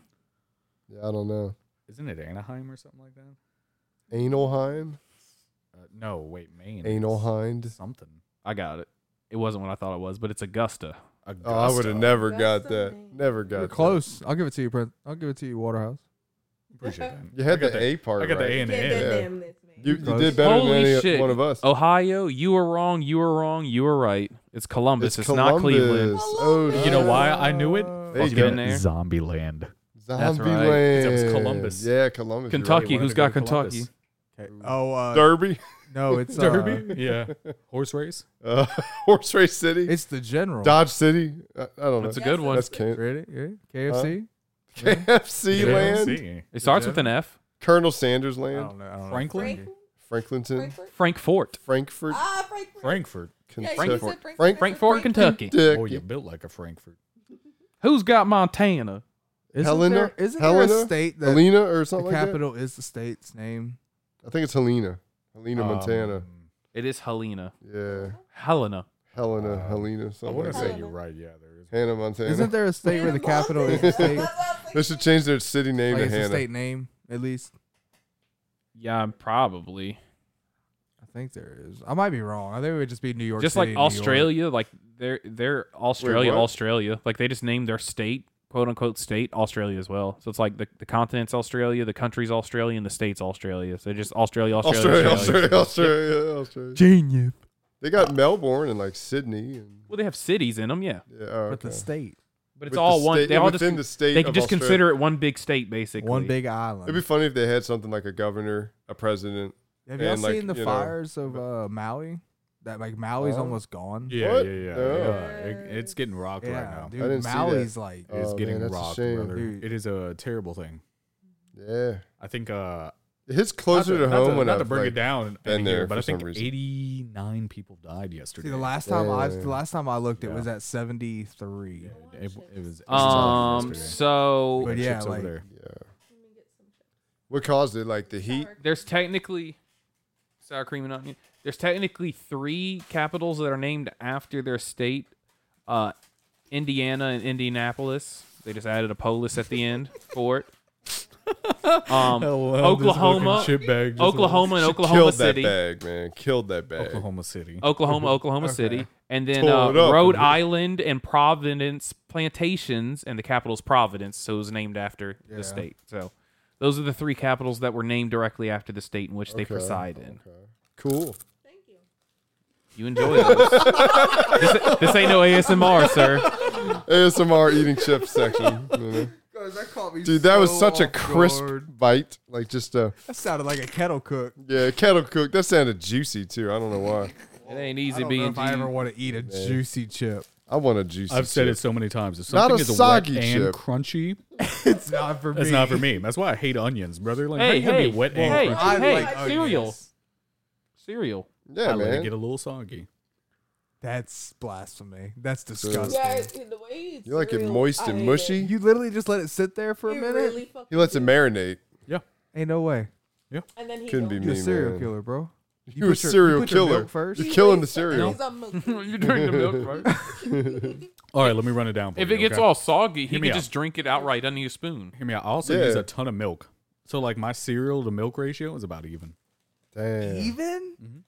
Speaker 14: Yeah, I don't know.
Speaker 1: Isn't it Anaheim or something like that?
Speaker 14: Analheim.
Speaker 1: Uh, no, wait, Maine. is
Speaker 14: Analhind.
Speaker 1: Something.
Speaker 4: I got it. It wasn't what I thought it was, but it's Augusta.
Speaker 1: Augusta.
Speaker 2: Oh, I would have never got
Speaker 7: Augusta,
Speaker 2: that.
Speaker 7: Maine.
Speaker 2: Never got.
Speaker 3: You're
Speaker 2: that.
Speaker 3: close. I'll give it to you, Prince. I'll give it to you, Waterhouse.
Speaker 1: Appreciate that.
Speaker 2: You had
Speaker 1: I got
Speaker 2: the, A part.
Speaker 1: I got
Speaker 2: right.
Speaker 1: the A
Speaker 7: Yeah,
Speaker 1: and the N.
Speaker 2: Yeah.
Speaker 7: that damn this man.
Speaker 2: You, you
Speaker 3: Close.
Speaker 2: did better
Speaker 4: Holy
Speaker 2: than any,
Speaker 4: shit. Oh,
Speaker 2: one of us.
Speaker 4: Ohio, you were wrong. You were wrong. You were right. It's Columbus. It's, not Cleveland.
Speaker 2: Columbus.
Speaker 7: Columbus.
Speaker 2: Oh,
Speaker 1: You know why I knew it?
Speaker 2: There you
Speaker 4: Fucking
Speaker 2: go.
Speaker 4: in there.
Speaker 1: Zombie Land.
Speaker 4: That's
Speaker 2: Zombie
Speaker 4: right.
Speaker 1: It was
Speaker 2: Land.
Speaker 1: Columbus.
Speaker 2: Yeah, Columbus. you're
Speaker 4: Kentucky.
Speaker 1: wanted
Speaker 4: Who's
Speaker 1: to go
Speaker 4: got
Speaker 1: to Columbus.
Speaker 4: Kentucky?
Speaker 3: Oh uh,
Speaker 2: right. Derby.
Speaker 3: no, it's uh,
Speaker 1: Derby? yeah. Horse race?
Speaker 2: Uh, Horse Race City.
Speaker 3: It's the general.
Speaker 2: Dodge City. I, I don't know.
Speaker 4: That's a good one.
Speaker 2: That's Kent.
Speaker 3: Ready? Yeah. KFC.
Speaker 2: KFC land.
Speaker 1: KFC.
Speaker 4: It starts with an F.
Speaker 2: Colonel Sanders
Speaker 3: I
Speaker 2: land.
Speaker 1: Oh.
Speaker 3: don't know. I don't know.
Speaker 1: Franklin?
Speaker 7: Franklin?
Speaker 2: Franklinton.
Speaker 7: Frankfurt?
Speaker 4: Frankfort.
Speaker 2: Frankfurt.
Speaker 7: Ah, Frankfurt.
Speaker 1: Frankfurt.
Speaker 7: Yeah, you
Speaker 2: Kentucky.
Speaker 7: said
Speaker 4: Frankfurt.
Speaker 7: Frankfurt.
Speaker 2: Frank-
Speaker 4: Frankfort, Kentucky.
Speaker 1: Oh, you built like a Frankfurt.
Speaker 4: Who's got Montana?
Speaker 3: Isn't
Speaker 2: Helena?
Speaker 3: There, isn't there
Speaker 2: Helena?
Speaker 3: a state that
Speaker 2: Helena or
Speaker 3: the
Speaker 2: something like that.
Speaker 3: capital is the state's name?
Speaker 2: I think it's Helena. Helena,
Speaker 1: Um,
Speaker 2: Montana.
Speaker 4: It is Helena.
Speaker 2: Yeah.
Speaker 4: Helena.
Speaker 2: Helena,
Speaker 1: Uh,
Speaker 2: Helena,
Speaker 1: I
Speaker 2: something
Speaker 1: want
Speaker 2: like
Speaker 1: to say
Speaker 2: that.
Speaker 7: Montana.
Speaker 1: you're right. Yeah, there is.
Speaker 2: Hannah, Montana.
Speaker 3: Isn't there a state where the
Speaker 7: Montana.
Speaker 3: capital is the state?
Speaker 7: That's what I was
Speaker 2: they should
Speaker 7: thinking.
Speaker 2: change their city name
Speaker 3: Like
Speaker 2: to
Speaker 3: it's the
Speaker 2: Hannah.
Speaker 3: state name, at least.
Speaker 4: Yeah, probably.
Speaker 3: I think there is. I might be wrong. I think it would just be New York.
Speaker 4: just
Speaker 3: City,
Speaker 4: like
Speaker 3: New York.
Speaker 4: Australia, like they're they're Australia,
Speaker 2: what?
Speaker 4: Australia. Like they just named their state, quote unquote state, Australia as well. So it's like the, the continent's Australia, the country's Australia, and the state's Australia. So just Australia, Australia,
Speaker 2: Australia, Australia,
Speaker 4: Australia.
Speaker 2: Australia, Australia.
Speaker 3: Genius.
Speaker 2: They got Melbourne and like Sydney and
Speaker 4: Well, they have cities in them, yeah.
Speaker 2: yeah, oh,
Speaker 3: But the
Speaker 2: okay.
Speaker 3: state,
Speaker 4: But
Speaker 2: With
Speaker 4: it's
Speaker 2: the
Speaker 4: all one.
Speaker 2: state-
Speaker 4: They all just
Speaker 2: within the state.
Speaker 4: they can
Speaker 2: of
Speaker 4: just
Speaker 2: Australia.
Speaker 4: consider it one big state, basically.
Speaker 3: one big island.
Speaker 2: It'd be funny if they had something like a governor, a president.
Speaker 3: Have y'all
Speaker 2: and, like,
Speaker 3: seen the
Speaker 2: you know,
Speaker 3: fires of uh, Maui? That like Maui's
Speaker 2: Huh?
Speaker 3: almost gone.
Speaker 1: Yeah,
Speaker 2: What?
Speaker 1: yeah, yeah.
Speaker 2: No.
Speaker 1: yeah. It- it's getting rocked
Speaker 3: Yeah,
Speaker 1: right now.
Speaker 3: dude,
Speaker 2: I didn't see that.
Speaker 3: Maui's like
Speaker 1: It's
Speaker 2: Oh,
Speaker 1: getting
Speaker 2: man, that's a
Speaker 1: rocked,
Speaker 2: shame.
Speaker 1: brother.
Speaker 3: Dude.
Speaker 1: It is a terrible thing.
Speaker 2: Yeah,
Speaker 1: I think uh,
Speaker 2: it hits closer
Speaker 1: not
Speaker 2: to, home
Speaker 1: not to,
Speaker 2: when
Speaker 1: not
Speaker 2: I've,
Speaker 1: to bring
Speaker 2: like,
Speaker 1: it down
Speaker 2: been
Speaker 1: in
Speaker 2: there
Speaker 1: here, but
Speaker 2: for
Speaker 1: I think
Speaker 2: some reason.
Speaker 1: 89 people died yesterday.
Speaker 3: See, the last time I
Speaker 2: Yeah.
Speaker 3: the last time I looked, it
Speaker 1: Yeah.
Speaker 3: was at seventy three.
Speaker 1: it, it was- it was
Speaker 4: Um.
Speaker 1: yesterday.
Speaker 4: So
Speaker 3: But
Speaker 1: We got
Speaker 3: yeah,
Speaker 1: chips
Speaker 3: like-
Speaker 1: over there.
Speaker 2: Yeah. What caused it? Like the heat?
Speaker 4: there's technically sour cream and onion. There's technically three capitals that are named after their state: uh, Indiana and Indianapolis. They just added a polis at the end for it. Um, Oklahoma, Oklahoma, and
Speaker 2: She
Speaker 4: Oklahoma
Speaker 2: killed
Speaker 4: City,
Speaker 2: that bag, man. Killed that bag.
Speaker 1: Oklahoma City.
Speaker 4: Oklahoma, Oklahoma City, and then
Speaker 2: Tore
Speaker 4: uh,
Speaker 2: it up.
Speaker 4: Rhode Island and Providence plantations, and the capital's Providence, so it was named after
Speaker 3: Yeah.
Speaker 4: the state. So. Those are the three capitals that were named directly after the state in which they
Speaker 2: Okay.
Speaker 4: preside in.
Speaker 2: Okay. Cool.
Speaker 7: Thank you.
Speaker 4: You enjoy those. this, this ain't no ASMR, sir.
Speaker 2: ASMR eating chips section. you know.
Speaker 3: that caught me
Speaker 2: Dude, that was such
Speaker 3: Oh,
Speaker 2: a crisp bite. Like just a
Speaker 3: That sounded like a kettle cook.
Speaker 2: yeah, kettle cooked. That sounded juicy too. I don't know why.
Speaker 4: It ain't
Speaker 3: I
Speaker 4: easy
Speaker 3: don't know
Speaker 4: being
Speaker 3: if I ever
Speaker 4: G.
Speaker 3: want to eat a juicy chip.
Speaker 2: I want a juicy.
Speaker 1: I've said
Speaker 2: chip.
Speaker 1: it so many times. If
Speaker 2: Not
Speaker 1: something
Speaker 2: a
Speaker 1: is wet
Speaker 2: soggy
Speaker 1: and
Speaker 2: chip.
Speaker 1: crunchy,
Speaker 3: It's not for me.
Speaker 1: that's not for me. That's why I hate onions, brother. Like, how
Speaker 4: Hey,
Speaker 1: you gonna
Speaker 4: hey,
Speaker 1: be wet and
Speaker 4: hey,
Speaker 1: crunchy?
Speaker 3: I
Speaker 4: hey,
Speaker 3: like oh,
Speaker 4: cereal,
Speaker 3: onions.
Speaker 4: cereal.
Speaker 2: Yeah,
Speaker 1: I let
Speaker 2: man.
Speaker 1: it get a little soggy.
Speaker 3: That's blasphemy. That's disgusting.
Speaker 7: Yeah, it's- the way it's
Speaker 2: You like it
Speaker 7: real,
Speaker 2: moist
Speaker 7: I
Speaker 2: and
Speaker 7: hate
Speaker 2: mushy?
Speaker 7: It.
Speaker 3: You literally just let it sit there for a
Speaker 7: You
Speaker 3: minute.
Speaker 7: really fucking
Speaker 2: he lets it
Speaker 7: do.
Speaker 2: marinate.
Speaker 3: Ain't no way.
Speaker 7: And then he
Speaker 2: Couldn't
Speaker 7: don't.
Speaker 2: be
Speaker 3: You're a
Speaker 2: Me,
Speaker 3: serial
Speaker 2: man.
Speaker 3: killer, bro.
Speaker 2: You are a
Speaker 3: put your-
Speaker 2: serial
Speaker 3: put your
Speaker 2: killer.
Speaker 3: milk first.
Speaker 2: You're
Speaker 7: He
Speaker 2: killing the
Speaker 7: wastes-
Speaker 2: cereal.
Speaker 7: he's unmilky.
Speaker 4: You're drinking the milk, right?
Speaker 1: All right, let me run it down. For
Speaker 4: If
Speaker 1: you,
Speaker 4: it gets
Speaker 1: okay?
Speaker 4: all soggy, he
Speaker 1: Hear me
Speaker 4: can
Speaker 1: out.
Speaker 4: just drink it outright. Doesn't need a spoon.
Speaker 1: hear me out. I also
Speaker 2: Yeah.
Speaker 1: use a ton of milk, so like my cereal to milk ratio is about even.
Speaker 2: Damn.
Speaker 3: Even?
Speaker 1: Mm-hmm.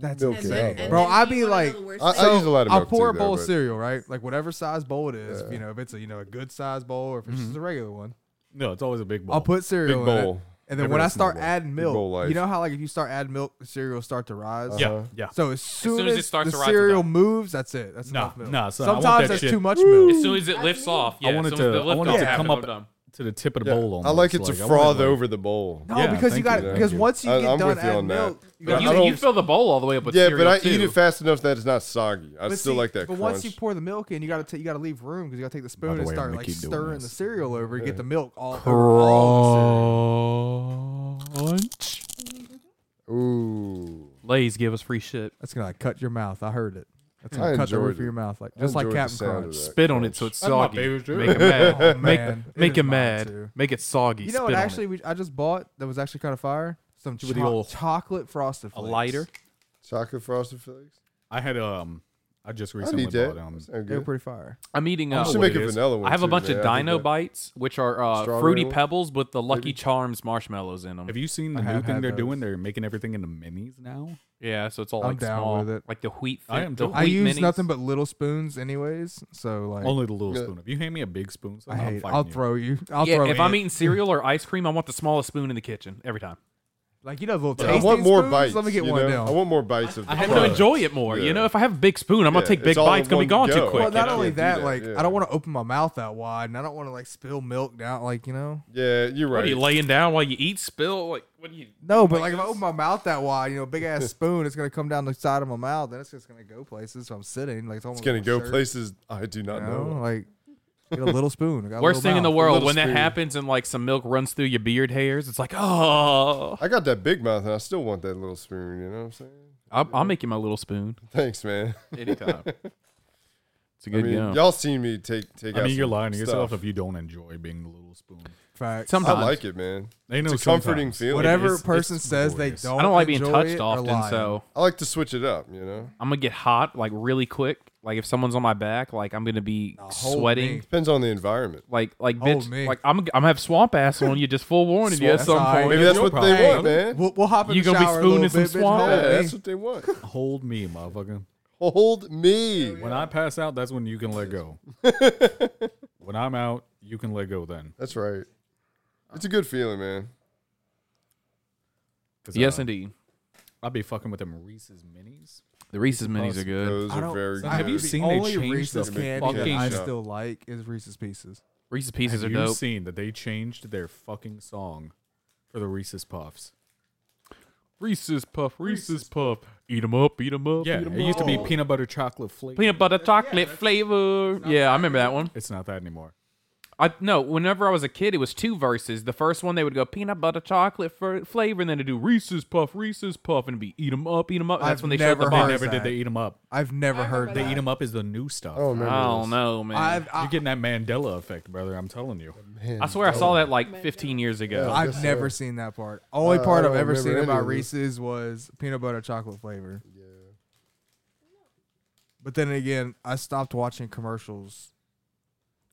Speaker 3: That's
Speaker 2: Milk it
Speaker 7: And
Speaker 2: Okay.
Speaker 7: then-
Speaker 2: Yeah.
Speaker 7: and
Speaker 3: Bro,
Speaker 7: then
Speaker 3: I
Speaker 7: you
Speaker 3: be
Speaker 7: wanna
Speaker 3: like-
Speaker 7: know the worst
Speaker 2: I-
Speaker 7: thing?
Speaker 2: I use a lot of
Speaker 3: I'll
Speaker 2: milk
Speaker 3: pour
Speaker 2: too,
Speaker 3: a bowl
Speaker 2: though,
Speaker 3: of
Speaker 2: but-
Speaker 3: cereal, right? Like whatever size bowl it is. You know, if it's a you know a good size bowl or if it's just
Speaker 1: Mm-hmm.
Speaker 3: a regular one,
Speaker 1: No, it's always a big bowl.
Speaker 3: I'll put
Speaker 2: Big
Speaker 3: cereal in it.
Speaker 2: bowl.
Speaker 3: And then
Speaker 1: Never
Speaker 3: when
Speaker 1: a
Speaker 3: I
Speaker 1: small
Speaker 3: start
Speaker 1: bowl.
Speaker 3: adding
Speaker 2: bowl
Speaker 3: milk,
Speaker 2: life.
Speaker 3: you know how like if you start adding milk, the cereal will start to rise.
Speaker 1: yeah,
Speaker 2: Uh-huh.
Speaker 1: yeah.
Speaker 3: So as soon,
Speaker 4: soon
Speaker 3: as,
Speaker 4: as it starts
Speaker 3: the
Speaker 4: to rise,
Speaker 3: cereal
Speaker 4: it's done.
Speaker 3: moves, that's it. That's
Speaker 1: Nah,
Speaker 3: enough milk.
Speaker 1: nah, son, I want
Speaker 3: Sometimes
Speaker 1: that
Speaker 3: that's
Speaker 1: shit.
Speaker 3: too much milk.
Speaker 4: As soon as it lifts off, yeah.
Speaker 1: I want
Speaker 4: as
Speaker 1: it
Speaker 4: soon as
Speaker 1: to.
Speaker 4: the
Speaker 1: I
Speaker 4: lift
Speaker 1: want
Speaker 4: off
Speaker 1: it to come
Speaker 4: happens, I'm
Speaker 1: up
Speaker 4: done.
Speaker 1: to the tip of the
Speaker 2: Yeah.
Speaker 1: bowl. Almost.
Speaker 2: I like it to
Speaker 1: I want
Speaker 2: froth
Speaker 1: like-
Speaker 2: over the bowl.
Speaker 3: No,
Speaker 1: Yeah,
Speaker 3: because
Speaker 1: thank
Speaker 3: you got
Speaker 1: you.
Speaker 3: because
Speaker 2: Yeah.
Speaker 3: once you
Speaker 2: I-
Speaker 3: get
Speaker 2: I'm
Speaker 3: done
Speaker 2: with you
Speaker 3: adding
Speaker 2: on that.
Speaker 3: milk, you
Speaker 2: But
Speaker 3: gotta
Speaker 2: I
Speaker 4: You,
Speaker 2: don't-
Speaker 4: you fill the bowl all the way up with
Speaker 2: Yeah,
Speaker 4: cereal
Speaker 2: but I
Speaker 4: too.
Speaker 2: eat it fast enough that it's not soggy. I
Speaker 3: But
Speaker 2: still
Speaker 3: see-
Speaker 2: like that
Speaker 3: But
Speaker 2: crunch.
Speaker 3: once you pour the milk in, you gotta take you gotta leave room because you gotta take the
Speaker 1: the
Speaker 3: spoon and
Speaker 1: way, I'm
Speaker 3: start
Speaker 1: gonna
Speaker 3: like
Speaker 1: keep doing
Speaker 3: stirring
Speaker 1: this.
Speaker 3: the cereal over to get the milk all
Speaker 4: Crunch.
Speaker 2: Ooh.
Speaker 4: Lay's give us free shit.
Speaker 3: That's gonna cut your mouth. I heard it. That's
Speaker 2: I
Speaker 3: gonna cut the
Speaker 2: enjoyed
Speaker 3: roof
Speaker 2: it.
Speaker 3: of your mouth, like
Speaker 2: I
Speaker 3: just like
Speaker 2: enjoyed the
Speaker 3: Captain
Speaker 2: sound
Speaker 3: Crunch.
Speaker 2: of that.
Speaker 4: Spit on it so it's
Speaker 1: That's my
Speaker 4: soggy.
Speaker 1: favorite too.
Speaker 4: Make it mad.
Speaker 3: Oh,
Speaker 4: make
Speaker 3: man. It
Speaker 4: make
Speaker 3: is
Speaker 4: it
Speaker 3: mine,
Speaker 4: mad.
Speaker 3: too.
Speaker 4: Make it soggy.
Speaker 3: You know
Speaker 4: Spit
Speaker 3: what?
Speaker 4: on it.
Speaker 3: Actually, we, I just bought that was actually kind of fire. Some
Speaker 4: With the
Speaker 3: cho-
Speaker 4: old-
Speaker 3: chocolate frosted
Speaker 4: a
Speaker 3: flakes.
Speaker 4: lighter.
Speaker 2: Chocolate frosted flakes.
Speaker 1: I had um, I just
Speaker 2: I
Speaker 1: recently
Speaker 2: need
Speaker 1: bought
Speaker 2: that.
Speaker 1: um,
Speaker 2: That sound
Speaker 3: They were
Speaker 2: good.
Speaker 3: pretty fire.
Speaker 4: I'm eating.
Speaker 1: I
Speaker 4: Uh,
Speaker 2: I
Speaker 1: know
Speaker 2: should
Speaker 1: what
Speaker 2: make
Speaker 1: it
Speaker 2: a
Speaker 1: is.
Speaker 2: vanilla one.
Speaker 4: I have a
Speaker 2: too,
Speaker 4: bunch of
Speaker 2: man. I think
Speaker 4: Dino
Speaker 2: that-
Speaker 4: Bites, which are uh,
Speaker 2: Strawberry
Speaker 4: fruity
Speaker 2: one?
Speaker 4: pebbles with the Lucky Charms marshmallows in them.
Speaker 1: Have you seen
Speaker 3: I
Speaker 1: the new
Speaker 3: have
Speaker 1: thing
Speaker 3: had
Speaker 1: they're doing?
Speaker 3: those.
Speaker 1: They're making everything into minis now.
Speaker 4: Yeah, so it's all
Speaker 3: I'm
Speaker 4: like
Speaker 3: down
Speaker 4: small,
Speaker 3: with it.
Speaker 4: like the wheat.
Speaker 1: I
Speaker 4: thi-
Speaker 1: am
Speaker 4: the
Speaker 1: too.
Speaker 4: wheat
Speaker 3: I use
Speaker 4: minis.
Speaker 3: nothing but little spoons, anyways. So like,
Speaker 1: Only the little
Speaker 2: Yeah.
Speaker 1: spoon. If you hand me a big spoon,
Speaker 3: I
Speaker 1: something,
Speaker 3: hate. it.
Speaker 1: I'm
Speaker 3: I'll
Speaker 1: fighting you.
Speaker 3: throw you. I'll
Speaker 4: yeah,
Speaker 3: throw
Speaker 4: if
Speaker 3: it.
Speaker 4: I'm eating cereal or ice cream, I want the smallest spoon in the kitchen every time.
Speaker 3: like you know, the little
Speaker 2: Yeah, I
Speaker 3: tasting
Speaker 2: want more
Speaker 3: spoons?
Speaker 2: bites.
Speaker 3: Let me get
Speaker 2: you
Speaker 3: one
Speaker 2: know?
Speaker 3: down.
Speaker 2: I want more bites of.
Speaker 4: I
Speaker 2: the
Speaker 4: have to
Speaker 2: product.
Speaker 4: enjoy it more. You
Speaker 2: Yeah.
Speaker 4: know, if I have a big spoon, I'm gonna
Speaker 2: Yeah,
Speaker 4: take big
Speaker 2: it's all
Speaker 4: bites. It's
Speaker 2: in
Speaker 4: gonna be
Speaker 2: one
Speaker 4: gone
Speaker 2: go.
Speaker 4: too quick.
Speaker 2: Well,
Speaker 3: Well, not
Speaker 4: you know?
Speaker 2: can't
Speaker 3: only
Speaker 2: do
Speaker 3: that,
Speaker 2: that,
Speaker 3: like
Speaker 2: yeah.
Speaker 3: I don't want to open my mouth out wide, and I don't want to like spill milk down, like you know.
Speaker 2: Yeah, you're
Speaker 4: What are
Speaker 2: right.
Speaker 4: you laying down while you eat? Spill like what do you?
Speaker 3: No, but like if I open my mouth that wide, you know, big ass spoon, it's gonna come down the side of my mouth, and it's just gonna go places. So I'm sitting, like it's almost
Speaker 2: It's gonna
Speaker 3: like
Speaker 2: go
Speaker 3: my shirt,
Speaker 2: places I do not
Speaker 3: You know,
Speaker 2: know.
Speaker 3: like get a little spoon. I got a
Speaker 4: Worst
Speaker 3: little
Speaker 4: thing in the
Speaker 3: mouth.
Speaker 4: world
Speaker 2: little
Speaker 4: when that
Speaker 2: spoon.
Speaker 4: happens and like some milk runs through your beard hairs. It's like oh,
Speaker 2: I got that big mouth, and I still want that little spoon. You know what I'm saying?
Speaker 4: I'll, I'll make you my little spoon
Speaker 2: Thanks, man.
Speaker 4: anytime. it's
Speaker 2: I
Speaker 4: a good
Speaker 2: mean,
Speaker 4: go.
Speaker 2: y'all seen me take take.
Speaker 1: I
Speaker 2: out
Speaker 1: mean, you're
Speaker 2: some
Speaker 1: lying to
Speaker 2: stuff.
Speaker 1: yourself if you don't enjoy being the little spoon.
Speaker 3: Facts.
Speaker 4: Some-
Speaker 2: I
Speaker 4: Sometimes.
Speaker 2: like it, man.
Speaker 1: They know
Speaker 2: It's a comforting
Speaker 1: sometimes.
Speaker 2: feeling.
Speaker 3: Whatever
Speaker 1: It is-
Speaker 3: person
Speaker 1: it's
Speaker 3: says they
Speaker 1: glorious.
Speaker 3: don't.
Speaker 4: I don't like being
Speaker 3: enjoy it
Speaker 4: touched
Speaker 3: are
Speaker 4: often,
Speaker 3: lying.
Speaker 4: so
Speaker 2: I like to switch it up. You know,
Speaker 4: I'm gonna get hot like really quick. Like if someone's on my back, like I'm gonna be
Speaker 3: Nah, hold
Speaker 4: sweating.
Speaker 3: me.
Speaker 2: depends on the environment.
Speaker 4: Like like
Speaker 3: Hold
Speaker 4: bitch,
Speaker 3: me.
Speaker 4: like I'm I'm gonna have swamp ass on you. Just full warning you at
Speaker 3: Swamp-
Speaker 4: some
Speaker 3: that's
Speaker 4: point.
Speaker 3: alright.
Speaker 2: Maybe that's
Speaker 3: your
Speaker 2: what
Speaker 3: problem.
Speaker 2: they want, man.
Speaker 3: We'll, we'll hop in
Speaker 4: You
Speaker 3: the
Speaker 4: gonna be
Speaker 3: shower a little
Speaker 4: spooning some
Speaker 3: bit, bitch,
Speaker 4: swamp?
Speaker 3: hold
Speaker 2: Yeah,
Speaker 3: me.
Speaker 2: that's what they want.
Speaker 1: Hold me, motherfucker.
Speaker 2: Hold me.
Speaker 1: When I pass out, that's when you can let go. when I'm out, you can let go then.
Speaker 2: That's right. It's a good feeling, man.
Speaker 1: 'Cause,
Speaker 4: Yes,
Speaker 1: uh,
Speaker 4: indeed.
Speaker 1: I'd be fucking with them Reese's minis.
Speaker 4: The Reese's minis are good.
Speaker 2: Those
Speaker 3: I
Speaker 2: are
Speaker 3: don't-
Speaker 2: very good.
Speaker 3: I-
Speaker 1: Have you
Speaker 3: the
Speaker 1: seen they
Speaker 3: only
Speaker 1: changed
Speaker 3: Reese's
Speaker 1: the
Speaker 3: candy that
Speaker 4: fucking-
Speaker 3: I
Speaker 2: Yeah.
Speaker 3: still like is Reese's Pieces.
Speaker 4: Reese's pieces
Speaker 1: Have
Speaker 4: are
Speaker 1: you
Speaker 4: dope.
Speaker 1: seen that they changed their fucking song for the Reese's Puffs?
Speaker 4: Reese's puff, Reese's puff. Eat 'em up, eat 'em up.
Speaker 1: Yeah,
Speaker 4: eat 'em
Speaker 1: it used to be
Speaker 4: up.
Speaker 1: peanut butter chocolate flake.
Speaker 4: peanut butter chocolate flavor. Yeah, I remember that one.
Speaker 1: It's not that anymore.
Speaker 4: I no, whenever I was a kid, it was two verses. The first one they would go peanut butter chocolate f- flavor, and then they do Reese's puff, Reese's puff, and it'd be eat 'em up, eat 'em up. That's
Speaker 3: I've
Speaker 4: when they showed the
Speaker 3: never
Speaker 1: They
Speaker 3: Hard
Speaker 4: box.
Speaker 1: never
Speaker 3: as
Speaker 1: did. They
Speaker 3: that.
Speaker 1: eat them up.
Speaker 3: I've never heard
Speaker 1: They
Speaker 3: that. Oh, ah.
Speaker 1: eat them up is the new stuff.
Speaker 2: I don't
Speaker 4: I
Speaker 2: remember.
Speaker 4: don't
Speaker 2: this.
Speaker 4: know, man. i
Speaker 3: I've I,
Speaker 1: You're getting that Mandela effect, brother. I'm telling you.
Speaker 2: Man,
Speaker 4: I swear I saw that like 15 years ago.
Speaker 2: Yeah.
Speaker 3: I've
Speaker 2: guess
Speaker 3: never
Speaker 2: so.
Speaker 3: seen that part. Only
Speaker 2: Uh, I
Speaker 3: part I've
Speaker 2: don't
Speaker 3: ever
Speaker 2: remember
Speaker 3: seen
Speaker 2: any
Speaker 3: about
Speaker 2: of this.
Speaker 3: Reese's was peanut butter chocolate flavor.
Speaker 2: Yeah.
Speaker 3: But then again, I stopped watching commercials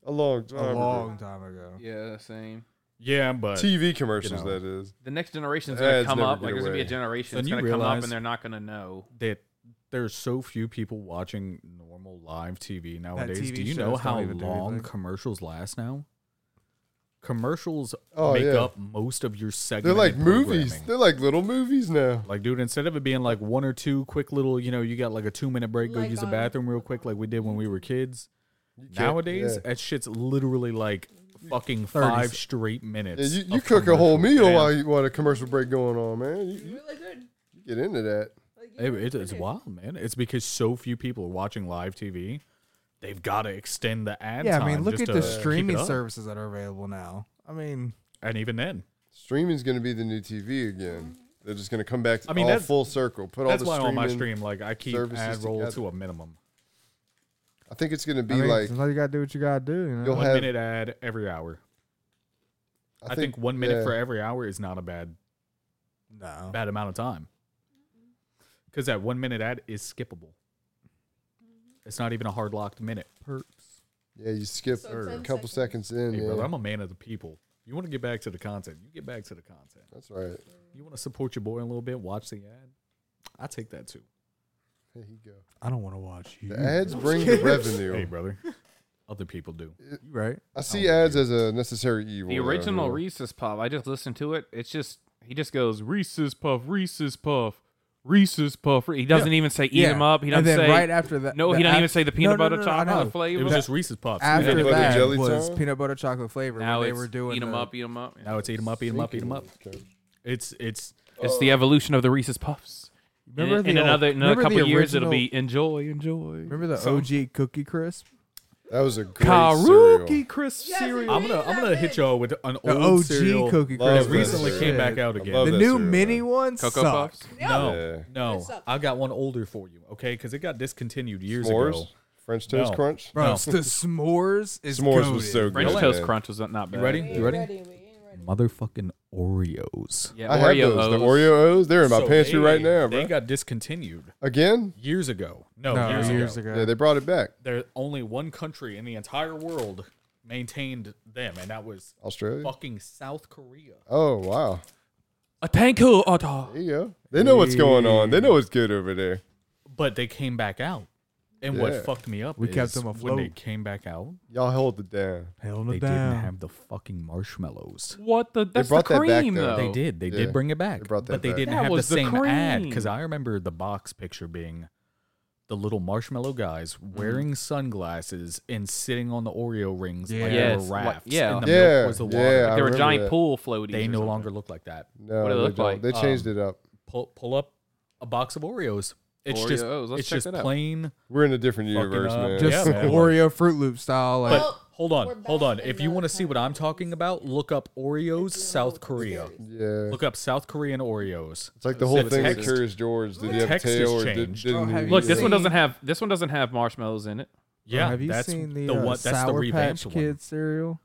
Speaker 2: A long time.
Speaker 3: a
Speaker 2: ago.
Speaker 3: long time ago.
Speaker 4: Yeah, same.
Speaker 1: Yeah, but
Speaker 2: TV commercials.
Speaker 1: You know.
Speaker 2: That is.
Speaker 4: The next generation is
Speaker 2: Yeah,
Speaker 4: gonna
Speaker 2: it's
Speaker 4: come
Speaker 2: never
Speaker 4: up.
Speaker 2: gonna
Speaker 4: Like there's gonna be a
Speaker 2: wait.
Speaker 4: generation
Speaker 1: Then
Speaker 4: that's
Speaker 1: you
Speaker 4: gonna come up,
Speaker 1: realize-
Speaker 4: and they're not gonna know.
Speaker 1: that there's so few people watching normal live TV nowadays.
Speaker 3: TV
Speaker 1: do you
Speaker 3: shows
Speaker 1: know
Speaker 3: don't
Speaker 1: how
Speaker 3: even do
Speaker 1: long
Speaker 3: anything.
Speaker 1: commercials last now? Commercials
Speaker 2: Oh,
Speaker 1: make
Speaker 2: yeah.
Speaker 1: up most of your
Speaker 2: They're
Speaker 1: segment.
Speaker 2: like movies. They're like little movies now.
Speaker 1: Like, dude, instead of it being like one or two quick little, you know, you got like a two minute break, go
Speaker 7: Like
Speaker 1: use the
Speaker 7: on-
Speaker 1: bathroom real quick, like we did when we were kids.
Speaker 2: can't-
Speaker 1: Nowadays,
Speaker 2: yeah.
Speaker 1: that shit's literally like fucking
Speaker 3: 30
Speaker 1: five
Speaker 3: sec-
Speaker 1: straight minutes.
Speaker 2: Yeah, you,
Speaker 1: of
Speaker 2: you cook a whole
Speaker 1: commercial.
Speaker 2: meal while you want a commercial break going on, man. You, you
Speaker 7: Really good.
Speaker 2: get into that.
Speaker 7: Like, you
Speaker 1: It,
Speaker 7: know,
Speaker 1: it- it's
Speaker 7: okay.
Speaker 1: wild, man. It's because so few people are watching live TV. They've got to extend the ad
Speaker 3: yeah,
Speaker 1: time.
Speaker 3: I mean, look
Speaker 1: just
Speaker 3: at
Speaker 1: to
Speaker 3: the
Speaker 1: keep it
Speaker 3: streaming
Speaker 1: up.
Speaker 3: services that are available now. I mean,
Speaker 1: And even then,
Speaker 2: Streaming's going to be the new TV again. They're just going to come back. To
Speaker 1: I mean,
Speaker 2: all
Speaker 1: that's-
Speaker 2: full circle. Put all
Speaker 1: that's
Speaker 2: the
Speaker 1: why
Speaker 2: streaming.
Speaker 1: on my stream, like I keep
Speaker 2: services
Speaker 1: ad roll to
Speaker 2: together.
Speaker 1: a minimum.
Speaker 2: I think it's going to be
Speaker 3: I mean,
Speaker 2: like
Speaker 3: sometimes you gotta do what you gotta do. You know,
Speaker 2: You'll
Speaker 1: One
Speaker 2: have-
Speaker 1: minute ad every hour. I, think, one minute
Speaker 2: yeah.
Speaker 1: for every hour is not a bad
Speaker 3: no,
Speaker 1: bad amount of time. Because that one minute ad is skippable. It's not even a hard locked minute.
Speaker 3: perps.
Speaker 2: Yeah, you skip
Speaker 7: So
Speaker 2: a
Speaker 7: 10
Speaker 2: couple seconds, in.
Speaker 1: Hey,
Speaker 2: yeah.
Speaker 1: brother, I'm a man of the people. You want to get back to the content, you get back to the content.
Speaker 2: That's right.
Speaker 1: You want to support your boy a little bit, watch the ad. I take that too.
Speaker 2: There you go.
Speaker 3: I don't want to watch you.
Speaker 2: The ads bring the revenue.
Speaker 1: Hey, brother. Other people do.
Speaker 3: You right?
Speaker 2: I see ads as a necessary evil.
Speaker 4: The
Speaker 2: though,
Speaker 4: original
Speaker 2: you know.
Speaker 4: Reese's Puff, I just listened to it. It's just he just goes Reese's Puff, Reese's Puff, Reese's Puff. He doesn't even say eat
Speaker 3: Yeah.
Speaker 4: 'em up. He
Speaker 3: and
Speaker 4: doesn't
Speaker 3: then
Speaker 4: say
Speaker 3: right after that.
Speaker 4: no.
Speaker 3: the
Speaker 4: He doesn't
Speaker 3: af-
Speaker 4: even say the peanut
Speaker 3: No, no,
Speaker 4: butter
Speaker 3: no, no, I
Speaker 4: chocolate
Speaker 3: know.
Speaker 1: It
Speaker 4: flavor.
Speaker 1: was just Reese's Puffs. We
Speaker 3: After
Speaker 1: didn't do
Speaker 2: butter
Speaker 3: that
Speaker 1: anything.
Speaker 2: jelly
Speaker 3: was
Speaker 2: time?
Speaker 3: peanut butter chocolate flavor.
Speaker 4: now
Speaker 3: when they
Speaker 4: it's
Speaker 3: were doing
Speaker 4: eat 'em
Speaker 3: the-
Speaker 4: up, eat 'em up.
Speaker 1: now it's eat 'em up, eat 'em up, eat 'em up.
Speaker 2: Okay.
Speaker 1: It's it's
Speaker 4: It's the evolution of the Reese's Puffs. In,
Speaker 3: Remember
Speaker 4: in
Speaker 3: the old-
Speaker 4: another, another
Speaker 3: remember the
Speaker 4: couple years, it'll
Speaker 3: original-
Speaker 4: be enjoy, enjoy.
Speaker 3: Remember the OG Cookie Crisp?
Speaker 2: That was a great cereal.
Speaker 4: Karuki crisp
Speaker 7: Yes, it
Speaker 4: cereal.
Speaker 1: I'm gonna I'm gonna hit y'all with an
Speaker 3: The
Speaker 1: old
Speaker 3: OG
Speaker 1: cereal
Speaker 3: Cookie
Speaker 1: that
Speaker 3: Crisp.
Speaker 1: recently
Speaker 2: Love that
Speaker 1: came back
Speaker 2: shit.
Speaker 1: out
Speaker 2: I
Speaker 1: again.
Speaker 2: love
Speaker 3: The
Speaker 2: that
Speaker 3: new
Speaker 2: cereal,
Speaker 3: mini
Speaker 2: man.
Speaker 3: one
Speaker 4: Cocoa
Speaker 3: sucks.
Speaker 4: Puffs.
Speaker 7: No.
Speaker 1: No,
Speaker 11: Yeah.
Speaker 1: no,
Speaker 7: sucks.
Speaker 1: I got one older for you. Okay, because it got discontinued years
Speaker 11: S'mores?
Speaker 1: ago.
Speaker 11: French toast
Speaker 1: No.
Speaker 11: crunch.
Speaker 3: Bro,
Speaker 1: No.
Speaker 3: the s'mores is
Speaker 11: S'mores
Speaker 3: goated.
Speaker 11: was so good.
Speaker 4: French
Speaker 11: man.
Speaker 4: toast crunch was not- not bad.
Speaker 1: You ready?
Speaker 7: We ain't
Speaker 1: You ready?
Speaker 7: We ain't ready.
Speaker 1: Motherfucking Oreos.
Speaker 4: Yeah,
Speaker 11: I had
Speaker 4: Oreo
Speaker 11: those. The
Speaker 4: O's.
Speaker 11: Oreo O's. They're in my
Speaker 1: So
Speaker 11: pantry
Speaker 1: they-
Speaker 11: right now,
Speaker 1: They
Speaker 11: bro.
Speaker 1: got discontinued
Speaker 11: Again?
Speaker 1: years ago. No,
Speaker 3: No,
Speaker 1: years, ago.
Speaker 11: Yeah, they brought it back.
Speaker 1: There only one country in the entire world maintained them, and that was
Speaker 2: Australia.
Speaker 1: fucking South Korea.
Speaker 2: Oh wow.
Speaker 4: A tanko auto.
Speaker 2: There you go. They know what's going on. They know what's good over there.
Speaker 1: But they came back out. And what
Speaker 2: Yeah.
Speaker 1: fucked me up
Speaker 3: We kept
Speaker 1: is
Speaker 3: them
Speaker 1: when they
Speaker 3: afloat.
Speaker 1: came back out,
Speaker 2: Y'all held it down.
Speaker 3: Hell
Speaker 1: they
Speaker 3: no down.
Speaker 1: didn't have the fucking marshmallows.
Speaker 4: What the? That's
Speaker 2: brought
Speaker 4: the
Speaker 2: that back,
Speaker 4: cream
Speaker 2: though.
Speaker 4: though.
Speaker 1: They did. They
Speaker 2: Oh, yeah.
Speaker 1: did bring it back.
Speaker 2: They brought that
Speaker 1: but they
Speaker 2: back.
Speaker 1: didn't
Speaker 4: That
Speaker 1: have the
Speaker 4: was the
Speaker 1: same ad because
Speaker 4: cream.
Speaker 1: I remember the box picture being the little marshmallow guys
Speaker 4: Mm-hmm.
Speaker 1: wearing sunglasses and sitting on the Oreo rings like they
Speaker 4: Yes,
Speaker 1: were
Speaker 4: like-
Speaker 1: rafts.
Speaker 4: yeah.
Speaker 1: And the
Speaker 2: Yeah,
Speaker 1: milk was the
Speaker 2: yeah,
Speaker 1: water.
Speaker 2: I
Speaker 4: They were
Speaker 2: remember
Speaker 4: giant
Speaker 2: that.
Speaker 4: pool floaties.
Speaker 1: they
Speaker 4: or
Speaker 1: no
Speaker 4: something.
Speaker 1: longer look like that.
Speaker 2: No,
Speaker 4: What it
Speaker 2: they
Speaker 4: look
Speaker 2: don't.
Speaker 4: like?
Speaker 2: They changed it up.
Speaker 1: Pull pull up a box of Oreos. It's just
Speaker 4: Oreos. Let's
Speaker 1: it's
Speaker 4: check
Speaker 1: just
Speaker 4: that out.
Speaker 1: plain.
Speaker 11: We're in a different
Speaker 1: Fucking
Speaker 11: universe,
Speaker 1: up.
Speaker 11: man.
Speaker 1: Yeah,
Speaker 3: Just
Speaker 1: man.
Speaker 3: Oreo Fruit Loop style. Like,
Speaker 1: But hold
Speaker 7: we're
Speaker 1: on, hold
Speaker 7: back
Speaker 1: on.
Speaker 7: in
Speaker 1: If you
Speaker 7: those
Speaker 1: want to see what I'm talking about, look up Oreos South Korea.
Speaker 2: Yeah.
Speaker 1: Look up South Korean Oreos.
Speaker 2: It's like the whole
Speaker 1: the
Speaker 2: thing with
Speaker 1: text-
Speaker 11: Curious George. Did he have a
Speaker 1: text is
Speaker 11: tail or did,
Speaker 1: changed.
Speaker 11: didn't
Speaker 3: Oh, have
Speaker 11: he?
Speaker 3: you
Speaker 4: Look, this one
Speaker 3: See?
Speaker 4: doesn't have this one doesn't have marshmallows in it.
Speaker 1: Yeah,
Speaker 3: have you
Speaker 1: that's
Speaker 3: seen the,
Speaker 1: the
Speaker 3: uh,
Speaker 1: one. That's
Speaker 3: Sour
Speaker 1: the revamped
Speaker 3: Patch
Speaker 1: one.
Speaker 3: Kid cereal?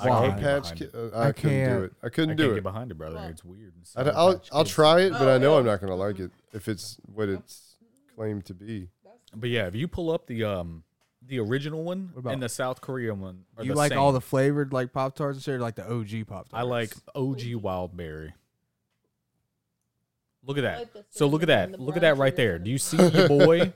Speaker 1: I can't
Speaker 2: Sour
Speaker 3: Wow.
Speaker 1: get
Speaker 2: Patch
Speaker 1: behind
Speaker 2: Kid-
Speaker 1: it.
Speaker 2: uh, I,
Speaker 3: I
Speaker 2: couldn't do
Speaker 3: can't.
Speaker 2: it. I
Speaker 1: I
Speaker 2: couldn't
Speaker 1: can't
Speaker 2: do
Speaker 1: get
Speaker 2: it.
Speaker 1: behind it, brother.
Speaker 7: Well,
Speaker 1: It's weird.
Speaker 2: I, will I'll try it, but I know I'm not gonna like it if it's what it's claimed to be.
Speaker 1: But yeah, if you pull up the um the original one
Speaker 3: What about-
Speaker 1: and the South Korean one, are
Speaker 3: You
Speaker 1: the
Speaker 3: like all
Speaker 1: same.
Speaker 3: the flavored like Pop Tarts and shit, or like the OG Pop Tarts?
Speaker 1: I like OG Wildberry. Look at
Speaker 7: I
Speaker 1: that.
Speaker 7: like the
Speaker 1: So look at
Speaker 7: cinnamon,
Speaker 1: that.
Speaker 7: the
Speaker 1: Look at that
Speaker 7: brown
Speaker 1: right
Speaker 7: sugar
Speaker 1: there.
Speaker 7: and
Speaker 1: Do
Speaker 7: the
Speaker 1: you see your boy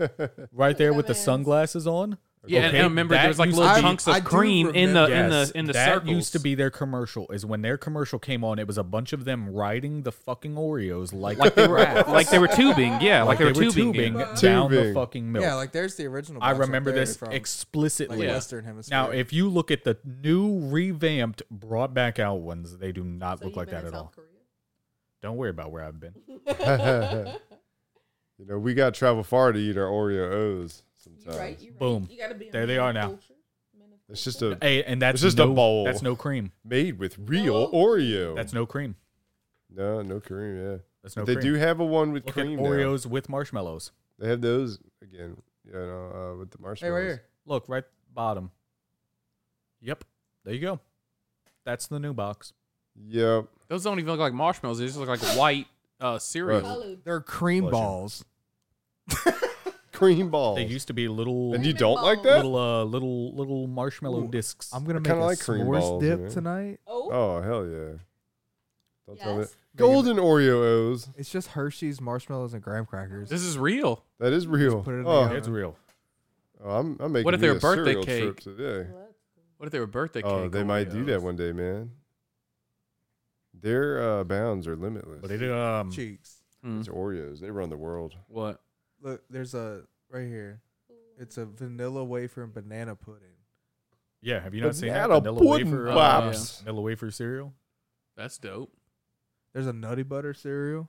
Speaker 1: right there with the
Speaker 7: Cinnamon.
Speaker 1: sunglasses on?
Speaker 4: Yeah, and-
Speaker 1: Okay,
Speaker 4: and remember there
Speaker 1: that
Speaker 4: was like
Speaker 1: used
Speaker 4: little
Speaker 1: to be-
Speaker 4: chunks of
Speaker 3: I do
Speaker 4: cream in the in
Speaker 1: Yes,
Speaker 4: the in the
Speaker 1: that
Speaker 4: circles.
Speaker 1: used to be their commercial. Is when their commercial came on, it was a bunch of them riding the fucking Oreos like
Speaker 4: like they were
Speaker 1: rats.
Speaker 4: like they were tubing. Yeah, like,
Speaker 1: they were tubing
Speaker 4: it.
Speaker 1: down the
Speaker 2: Tubing.
Speaker 1: fucking milk.
Speaker 3: Yeah, like there's the original.
Speaker 1: I
Speaker 3: box right
Speaker 1: remember
Speaker 3: there
Speaker 1: this
Speaker 3: from,
Speaker 1: explicitly.
Speaker 3: like
Speaker 4: Yeah.
Speaker 3: Western Hemisphere.
Speaker 1: Now, if you look at the new revamped, brought back out ones, they do not
Speaker 7: So
Speaker 1: look
Speaker 7: you've
Speaker 1: like
Speaker 7: been
Speaker 1: that
Speaker 7: in
Speaker 1: at
Speaker 7: South
Speaker 1: all. Don't worry about where I've been.
Speaker 7: Korea?
Speaker 2: You know, we gotta travel far to eat our Oreo O's
Speaker 7: You
Speaker 2: sometimes.
Speaker 7: right, you right.
Speaker 1: Boom.
Speaker 7: You gotta be a
Speaker 1: There they
Speaker 7: man
Speaker 1: are
Speaker 7: of
Speaker 1: now.
Speaker 7: culture, man of
Speaker 2: It's just
Speaker 7: culture.
Speaker 2: a
Speaker 1: Hey, and that's
Speaker 2: It's just a
Speaker 1: no,
Speaker 2: bowl.
Speaker 1: That's no cream.
Speaker 2: made with real
Speaker 7: No.
Speaker 2: Oreo.
Speaker 1: That's no cream.
Speaker 2: no, no cream. Yeah,
Speaker 1: That's no
Speaker 2: they
Speaker 1: cream.
Speaker 2: do have a one with
Speaker 1: look
Speaker 2: cream.
Speaker 1: at
Speaker 2: now.
Speaker 1: Oreos with marshmallows.
Speaker 2: They have those again. You know, uh, with the
Speaker 3: hey, right
Speaker 2: marshmallows.
Speaker 3: here.
Speaker 1: Look right bottom. Yep, there you go. That's the new box.
Speaker 2: Yep.
Speaker 4: Those don't even look like marshmallows. They just look like white uh, cereal.
Speaker 2: Right.
Speaker 7: Colored.
Speaker 3: They're cream
Speaker 1: Pleasure.
Speaker 3: balls.
Speaker 2: Cream balls.
Speaker 1: They used to be little,
Speaker 2: and you
Speaker 7: Cinnamon
Speaker 2: don't like
Speaker 7: balls.
Speaker 2: that?
Speaker 1: little, uh, little, little marshmallow
Speaker 3: Ooh,
Speaker 1: discs.
Speaker 3: I'm gonna
Speaker 2: I
Speaker 3: make a
Speaker 2: kinda like cream
Speaker 3: s'mores
Speaker 2: balls,
Speaker 3: dip
Speaker 2: man.
Speaker 3: tonight.
Speaker 7: Oh,
Speaker 2: Oh hell yeah! Don't tell me
Speaker 7: Yes.
Speaker 2: golden Oreo O's.
Speaker 3: It's just Hershey's marshmallows and graham crackers.
Speaker 4: This is real.
Speaker 2: That is real.
Speaker 3: put it in the
Speaker 2: Oh,
Speaker 3: oven.
Speaker 1: it's real.
Speaker 2: oh, I'm, I'm making.
Speaker 4: What if
Speaker 2: you
Speaker 4: they're
Speaker 2: a
Speaker 4: birthday
Speaker 2: cereal
Speaker 4: cake?
Speaker 2: trip today.
Speaker 4: What if they were birthday cake?
Speaker 2: Oh, they might do that
Speaker 4: Oreos?
Speaker 2: one day, man. Their uh, bounds are limitless.
Speaker 1: But it um,
Speaker 3: cheeks.
Speaker 2: It's
Speaker 4: Mm-hmm.
Speaker 2: Oreos. They run the world.
Speaker 4: Hmm. What?
Speaker 3: Look, there's a right here. It's a vanilla wafer and banana pudding.
Speaker 1: yeah. Have you not seen that
Speaker 2: Banana
Speaker 1: vanilla
Speaker 2: pudding
Speaker 1: wafer, uh,
Speaker 2: pops.
Speaker 1: vanilla wafer cereal?
Speaker 4: That's dope.
Speaker 3: There's a nutty butter cereal,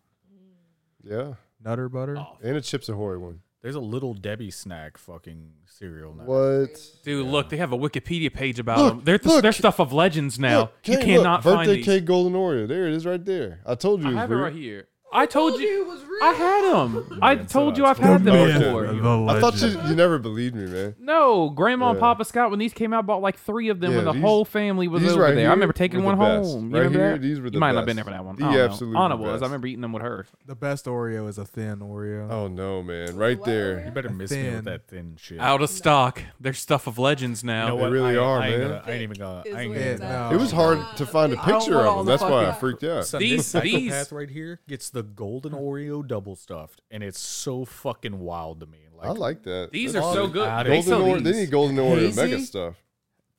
Speaker 2: Yeah,
Speaker 3: nutter butter.
Speaker 4: Oh,
Speaker 2: and a Chips Ahoy one.
Speaker 1: There's a little Debbie snack fucking cereal now.
Speaker 2: What?
Speaker 4: dude, look, they have a Wikipedia page about
Speaker 2: Look,
Speaker 4: them. They're, th-
Speaker 2: look.
Speaker 4: they're stuff of legends now.
Speaker 2: Look, Kate,
Speaker 4: you
Speaker 2: look,
Speaker 4: cannot
Speaker 2: birthday
Speaker 4: find these.
Speaker 2: cake golden Oreo. There it is, right there. I told you.
Speaker 4: I
Speaker 2: it was
Speaker 4: have it
Speaker 2: real.
Speaker 4: right here. I told you.
Speaker 7: it was real.
Speaker 4: I had them. I
Speaker 1: That's
Speaker 4: told
Speaker 1: us.
Speaker 4: you I've
Speaker 1: The
Speaker 4: had them
Speaker 2: man.
Speaker 4: before.
Speaker 2: I thought you you never believed me, man.
Speaker 4: No, Grandma and
Speaker 2: Yeah.
Speaker 4: Papa Scott, when these came out, bought like three of them
Speaker 2: Yeah,
Speaker 4: when the
Speaker 2: these-
Speaker 4: whole family was
Speaker 2: these
Speaker 4: over
Speaker 2: right
Speaker 4: there. I remember
Speaker 2: here
Speaker 4: taking
Speaker 2: were
Speaker 4: one
Speaker 2: the best.
Speaker 4: home. You
Speaker 2: Right
Speaker 4: remember
Speaker 2: here,
Speaker 4: that?
Speaker 2: these were the
Speaker 4: you might not have been there
Speaker 2: best.
Speaker 4: for that one.
Speaker 2: The
Speaker 4: I don't know.
Speaker 2: absolute
Speaker 4: Anna was. I
Speaker 2: best.
Speaker 4: remember eating them with her.
Speaker 3: The best Oreo is a thin Oreo.
Speaker 2: Oh no, man! Right
Speaker 7: What
Speaker 1: You
Speaker 2: there.
Speaker 1: better miss me
Speaker 3: Thin.
Speaker 1: with that thin shit.
Speaker 4: Out of stock. They're stuff of legends now.
Speaker 1: You know
Speaker 2: They
Speaker 1: what?
Speaker 2: really
Speaker 1: I,
Speaker 2: are,
Speaker 1: I ain't
Speaker 2: man.
Speaker 1: gonna- I ain't even gonna. I ain't
Speaker 7: Is
Speaker 1: gonna
Speaker 3: Yeah,
Speaker 7: what
Speaker 3: no.
Speaker 2: It was hard to find a
Speaker 4: Oh,
Speaker 7: I don't
Speaker 2: picture of
Speaker 7: want all
Speaker 2: them.
Speaker 7: the
Speaker 2: That's why I
Speaker 7: fucking-
Speaker 2: freaked out.
Speaker 1: Son,
Speaker 4: These-
Speaker 1: this psychopath
Speaker 4: these-
Speaker 1: right here gets the golden Oreo double stuffed, and it's so fucking wild to me. Like,
Speaker 2: I like that.
Speaker 4: These are
Speaker 2: That's
Speaker 4: so
Speaker 2: awesome.
Speaker 4: good.
Speaker 1: Golden
Speaker 4: They
Speaker 2: Golden
Speaker 4: sell
Speaker 2: Oreo.
Speaker 4: these.
Speaker 2: They need Golden Oreo
Speaker 3: Hazy?
Speaker 2: Mega stuff.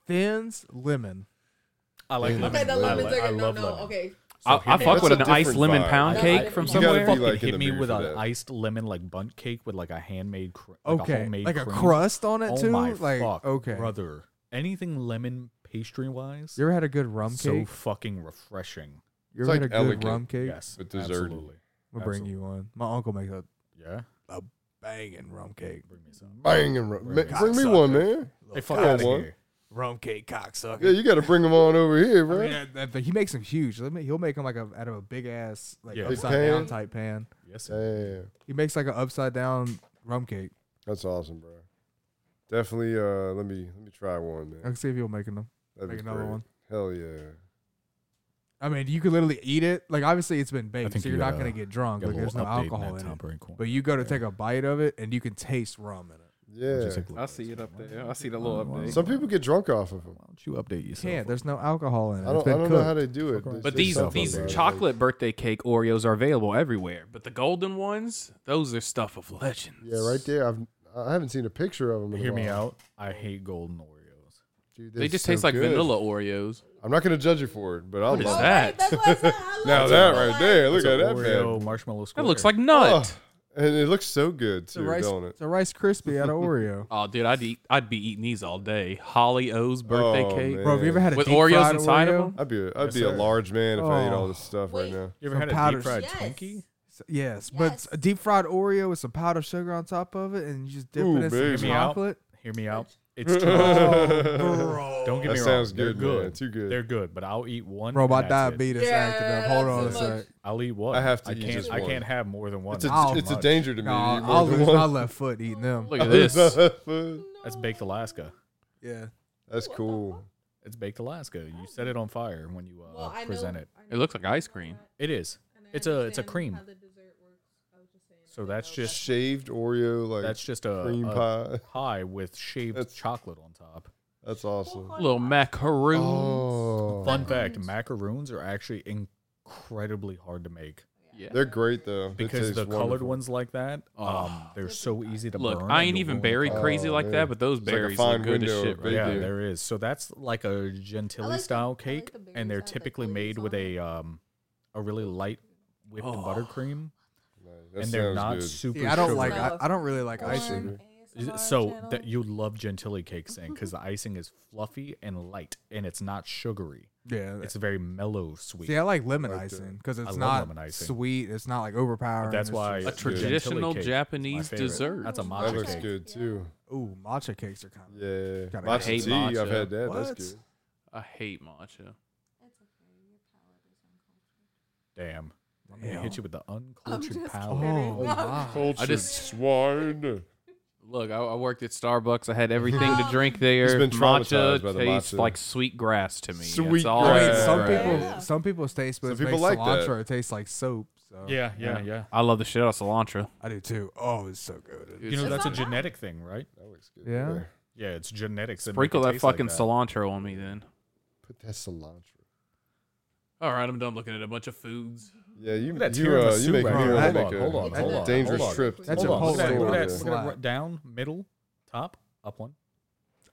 Speaker 3: Thins, lemon.
Speaker 1: I like lemon.
Speaker 7: Okay, the
Speaker 1: I,
Speaker 7: lemons
Speaker 1: li-
Speaker 7: are
Speaker 1: I
Speaker 7: no,
Speaker 1: love
Speaker 7: no.
Speaker 1: lemon.
Speaker 7: Okay,
Speaker 4: I, I
Speaker 1: That's
Speaker 4: fuck with
Speaker 2: a
Speaker 4: an iced
Speaker 2: different
Speaker 4: lemon
Speaker 2: vibe.
Speaker 4: pound
Speaker 7: No,
Speaker 4: cake
Speaker 7: I-
Speaker 4: from
Speaker 7: you
Speaker 2: gotta
Speaker 4: somewhere.
Speaker 2: be
Speaker 1: Fucking
Speaker 2: like in
Speaker 1: hit
Speaker 2: the
Speaker 1: me
Speaker 2: mood
Speaker 1: with
Speaker 2: for
Speaker 1: an
Speaker 2: that.
Speaker 1: iced lemon like bunt cake with like a handmade, cr- like a
Speaker 3: Okay,
Speaker 1: homemade
Speaker 3: like a
Speaker 1: cream.
Speaker 3: crust on it
Speaker 1: oh
Speaker 3: too.
Speaker 1: my
Speaker 3: like
Speaker 1: fuck,
Speaker 3: okay,
Speaker 1: brother. Anything lemon pastry wise,
Speaker 3: you ever had a good rum
Speaker 1: so
Speaker 3: cake?
Speaker 1: fucking refreshing.
Speaker 3: You
Speaker 2: It's
Speaker 3: ever had a
Speaker 2: like
Speaker 3: good
Speaker 2: elegant.
Speaker 3: rum cake?
Speaker 1: Yes,
Speaker 2: But dessert-y.
Speaker 1: absolutely.
Speaker 3: We'll bring
Speaker 1: absolutely.
Speaker 3: you one. My uncle makes a
Speaker 1: Yeah.
Speaker 3: banging rum cake.
Speaker 1: Bring me some.
Speaker 2: Bang and rum.
Speaker 1: Bring me
Speaker 2: Bring me one, man.
Speaker 1: Hey, fuck
Speaker 2: Come on,
Speaker 1: out
Speaker 2: one.
Speaker 1: here.
Speaker 3: Rum cake cocksucker.
Speaker 2: Yeah, you got to bring them on over here,
Speaker 3: I
Speaker 2: bro.
Speaker 3: mean, that- that thing- he makes them huge. Let me- He'll make them like a, out of a big ass, like
Speaker 1: Yeah. Big
Speaker 3: upside down
Speaker 2: pan?
Speaker 3: type pan.
Speaker 1: Yes. sir.
Speaker 2: Damn,
Speaker 3: He makes like an upside down rum cake.
Speaker 2: that's awesome, bro.
Speaker 11: Definitely. Uh, let me let me try one,
Speaker 3: I
Speaker 11: man.
Speaker 3: can see if he'll make them.
Speaker 11: That'd
Speaker 3: Make
Speaker 11: be
Speaker 3: another
Speaker 11: great.
Speaker 3: one.
Speaker 11: Hell yeah.
Speaker 3: I mean, you could literally eat it. Like obviously, it's been baked,
Speaker 1: think
Speaker 3: so you're
Speaker 1: you,
Speaker 3: not
Speaker 1: uh,
Speaker 3: gonna get drunk.
Speaker 1: Got a
Speaker 3: Like
Speaker 1: little
Speaker 3: there's no
Speaker 1: update in that
Speaker 3: alcohol in it.
Speaker 1: top right corner.
Speaker 3: But you go to take a bite of it, and you can taste rum in it.
Speaker 1: I'll
Speaker 2: Yeah.
Speaker 1: just take a look
Speaker 12: I
Speaker 1: at
Speaker 12: see
Speaker 1: this.
Speaker 12: it up there. I see the little
Speaker 1: Why-
Speaker 12: update.
Speaker 2: Some people get drunk off of them.
Speaker 1: Why don't you update
Speaker 3: You
Speaker 1: yourself?
Speaker 3: can't. There's no alcohol in it.
Speaker 2: I don't,
Speaker 3: it's been
Speaker 2: I don't know
Speaker 3: cooked.
Speaker 2: how they do it.
Speaker 1: Fuck around.
Speaker 2: They
Speaker 1: But
Speaker 2: say
Speaker 1: these-
Speaker 2: something
Speaker 1: these
Speaker 2: about it.
Speaker 4: Chocolate birthday cake Oreos are available everywhere, but the golden ones, those are stuff of legends.
Speaker 2: Yeah, right there. I've I haven't seen a picture of them. In a
Speaker 1: Hear me
Speaker 2: while.
Speaker 1: out. I hate golden Oreos.
Speaker 2: Dude,
Speaker 4: They
Speaker 2: they're
Speaker 4: just
Speaker 2: so
Speaker 4: taste like
Speaker 2: good.
Speaker 4: vanilla Oreos.
Speaker 11: I'm not gonna judge you for it, but I
Speaker 4: What is
Speaker 11: love
Speaker 4: that?
Speaker 11: it.
Speaker 7: that's what I said. I love
Speaker 11: Now
Speaker 7: it.
Speaker 11: that
Speaker 7: But,
Speaker 11: right
Speaker 7: like,
Speaker 11: there, look
Speaker 1: It's a
Speaker 11: at that
Speaker 1: Oreo
Speaker 11: man.
Speaker 1: marshmallow
Speaker 4: That
Speaker 1: square.
Speaker 4: looks like nut.
Speaker 11: and it looks so good
Speaker 3: It's a
Speaker 11: too,
Speaker 3: rice.
Speaker 11: don't it?
Speaker 3: It's a rice crispy out of Oreo.
Speaker 4: Oh, dude, I'd eat, I'd be eating these all day. Holly O's birthday
Speaker 11: Oh,
Speaker 4: cake
Speaker 11: man.
Speaker 3: Bro, have you ever had a
Speaker 4: with
Speaker 3: deep
Speaker 4: Oreos
Speaker 3: fried
Speaker 4: inside
Speaker 3: Oreo?
Speaker 4: of them.
Speaker 11: I'd be a, I'd
Speaker 1: Yes,
Speaker 11: be
Speaker 1: sir. Oh.
Speaker 11: a large man if I ate all this stuff
Speaker 7: Wait.
Speaker 11: right now.
Speaker 1: You ever
Speaker 3: Some
Speaker 1: had a deep
Speaker 3: powders.
Speaker 1: fried
Speaker 7: Yes.
Speaker 1: Twinkie?
Speaker 3: Yes, but it's a deep fried Oreo with some powdered sugar on top of it, and you just dip
Speaker 11: Ooh,
Speaker 3: it in some
Speaker 11: baby.
Speaker 1: Give me out.
Speaker 3: chocolate.
Speaker 1: Hear me out. It's too much. Don't get
Speaker 11: That
Speaker 1: me wrong.
Speaker 11: sounds
Speaker 1: They're
Speaker 11: good,
Speaker 1: good.
Speaker 11: man. Too good.
Speaker 1: They're good, but I'll eat one.
Speaker 3: Bro,
Speaker 1: and
Speaker 3: my
Speaker 1: that's it.
Speaker 3: diabetes
Speaker 7: Yeah,
Speaker 3: acted up. Hold on a
Speaker 7: that's too
Speaker 3: sec.
Speaker 7: much.
Speaker 1: I'll eat one.
Speaker 11: I have to
Speaker 1: I
Speaker 11: eat
Speaker 1: can't,
Speaker 11: just
Speaker 1: I
Speaker 11: one.
Speaker 1: can't have more than one.
Speaker 11: It's a
Speaker 3: Oh,
Speaker 11: it's a
Speaker 1: much.
Speaker 11: danger to me.
Speaker 3: No,
Speaker 11: to eat more
Speaker 3: I'll
Speaker 11: than
Speaker 3: lose
Speaker 11: one.
Speaker 3: my left foot eating them.
Speaker 4: Look at this.
Speaker 1: That's baked Alaska.
Speaker 3: Yeah.
Speaker 11: That's cool.
Speaker 1: It's baked Alaska. You set it on fire when you uh,
Speaker 7: Well, I know-
Speaker 1: present it.
Speaker 7: I know
Speaker 4: It looks like
Speaker 7: about
Speaker 4: ice cream.
Speaker 7: that,
Speaker 1: It is.
Speaker 7: and I
Speaker 1: It's a- it's a
Speaker 7: understand
Speaker 1: cream.
Speaker 7: how the dessert works. I was just saying, I
Speaker 1: So
Speaker 7: didn't
Speaker 1: that's
Speaker 7: know
Speaker 1: just
Speaker 7: about
Speaker 11: Shaved Oreo, like
Speaker 1: That's just a,
Speaker 11: cream
Speaker 1: a
Speaker 11: pie.
Speaker 1: pie with shaved
Speaker 11: That's-
Speaker 1: chocolate on top.
Speaker 11: That's
Speaker 1: uh,
Speaker 11: awesome.
Speaker 4: Little macaroon.
Speaker 11: Oh,
Speaker 1: Fun fact: macaroons are actually incredibly hard to make
Speaker 4: Yeah.
Speaker 11: They're great though. They
Speaker 1: because
Speaker 11: taste
Speaker 1: the colored
Speaker 11: wonderful.
Speaker 1: ones like that, um,
Speaker 4: Oh.
Speaker 1: they're so easy to
Speaker 4: Look,
Speaker 1: burn.
Speaker 4: I
Speaker 1: and
Speaker 4: ain't
Speaker 1: you'll
Speaker 4: even
Speaker 1: ruin
Speaker 4: berry
Speaker 1: your-
Speaker 4: crazy
Speaker 11: Oh,
Speaker 4: like
Speaker 11: man.
Speaker 4: that, but those
Speaker 11: It's like a
Speaker 4: berries
Speaker 11: fine
Speaker 4: look good as
Speaker 11: window
Speaker 4: shit right
Speaker 11: of bacon.
Speaker 1: Yeah,
Speaker 11: do.
Speaker 4: there.
Speaker 1: there is. So that's like a Gentilly
Speaker 7: I like the- I
Speaker 1: style
Speaker 7: like
Speaker 1: cake,
Speaker 7: the berries.
Speaker 1: and
Speaker 7: I
Speaker 1: they're
Speaker 7: like the
Speaker 1: typically
Speaker 7: berries
Speaker 1: made
Speaker 7: on
Speaker 1: with a
Speaker 7: it.
Speaker 1: um, a really light whipped
Speaker 3: Oh,
Speaker 1: buttercream,
Speaker 11: Like, that
Speaker 1: and they're
Speaker 11: sounds
Speaker 1: not
Speaker 11: good.
Speaker 1: super.
Speaker 3: See, I don't
Speaker 1: sugary.
Speaker 3: like. I, I don't really like ice
Speaker 7: Corn,
Speaker 3: cream.
Speaker 1: Is it-
Speaker 7: ASMR
Speaker 1: So
Speaker 7: channel.
Speaker 1: that you love Gentilly cakes then, because the icing is fluffy and light, and it's not sugary.
Speaker 3: Yeah.
Speaker 1: It's very mellow sweet.
Speaker 3: See, I like lemon
Speaker 11: Like the-
Speaker 3: icing because it's
Speaker 1: love
Speaker 3: not
Speaker 1: lemon icing.
Speaker 3: sweet. It's not like overpowering.
Speaker 1: That's
Speaker 3: it's
Speaker 1: why
Speaker 4: A
Speaker 1: Gentilly
Speaker 4: traditional
Speaker 1: cake is my
Speaker 4: Japanese
Speaker 1: favorite.
Speaker 4: dessert.
Speaker 1: That's a
Speaker 11: That
Speaker 1: matcha
Speaker 11: looks
Speaker 1: cake.
Speaker 11: good too.
Speaker 3: Just, ooh, matcha cakes are kind of.
Speaker 11: Yeah,
Speaker 3: Gotta
Speaker 11: matcha
Speaker 4: hate
Speaker 11: tea.
Speaker 4: matcha.
Speaker 11: I've had that.
Speaker 3: What?
Speaker 11: That's good.
Speaker 4: I hate matcha.
Speaker 1: Damn. I'm gonna
Speaker 3: Damn.
Speaker 1: hit you with the uncultured
Speaker 7: just
Speaker 1: palate.
Speaker 3: Oh, wow.
Speaker 4: I
Speaker 11: Cultured
Speaker 4: just-
Speaker 11: swine.
Speaker 4: Look, I, I worked at Starbucks. I had everything to drink there.
Speaker 11: He's been
Speaker 4: matcha
Speaker 11: traumatized by the
Speaker 4: tastes
Speaker 11: matcha.
Speaker 4: like sweet grass to me.
Speaker 11: Sweet
Speaker 4: That's all
Speaker 11: grass.
Speaker 3: I
Speaker 4: it
Speaker 3: mean,
Speaker 4: is,
Speaker 3: some
Speaker 4: right?
Speaker 3: people,
Speaker 7: Yeah.
Speaker 3: some people's taste buds
Speaker 11: Some
Speaker 3: make
Speaker 11: people like that.
Speaker 3: cilantro taste like soap. So
Speaker 1: Yeah, yeah, yeah.
Speaker 4: I love the shit out of cilantro.
Speaker 3: I do too. Oh, it's so good.
Speaker 1: You know
Speaker 4: It's-
Speaker 1: that's a
Speaker 7: not bad.
Speaker 1: genetic thing, right?
Speaker 11: That looks good.
Speaker 3: Yeah.
Speaker 11: there.
Speaker 1: Yeah, it's genetics. make
Speaker 4: sprinkle
Speaker 1: it
Speaker 4: that
Speaker 1: taste like
Speaker 4: fucking cilantro on me then.
Speaker 2: Put that cilantro.
Speaker 4: All right, I'm done looking at a bunch of foods.
Speaker 11: Yeah, you
Speaker 1: Look at that
Speaker 11: you
Speaker 1: tear in the
Speaker 11: uh, you
Speaker 1: suit
Speaker 11: make me
Speaker 1: right
Speaker 11: want
Speaker 1: now. Hold
Speaker 11: to make
Speaker 1: on,
Speaker 11: a
Speaker 1: hold on,
Speaker 3: hold on,
Speaker 11: dangerous
Speaker 1: hold on.
Speaker 11: trip. to
Speaker 3: That's
Speaker 1: Hold
Speaker 3: a
Speaker 1: on,
Speaker 3: whole
Speaker 1: look at that, look at that, look at
Speaker 3: story.
Speaker 1: that
Speaker 3: Slide.
Speaker 1: right down, middle, top, up one.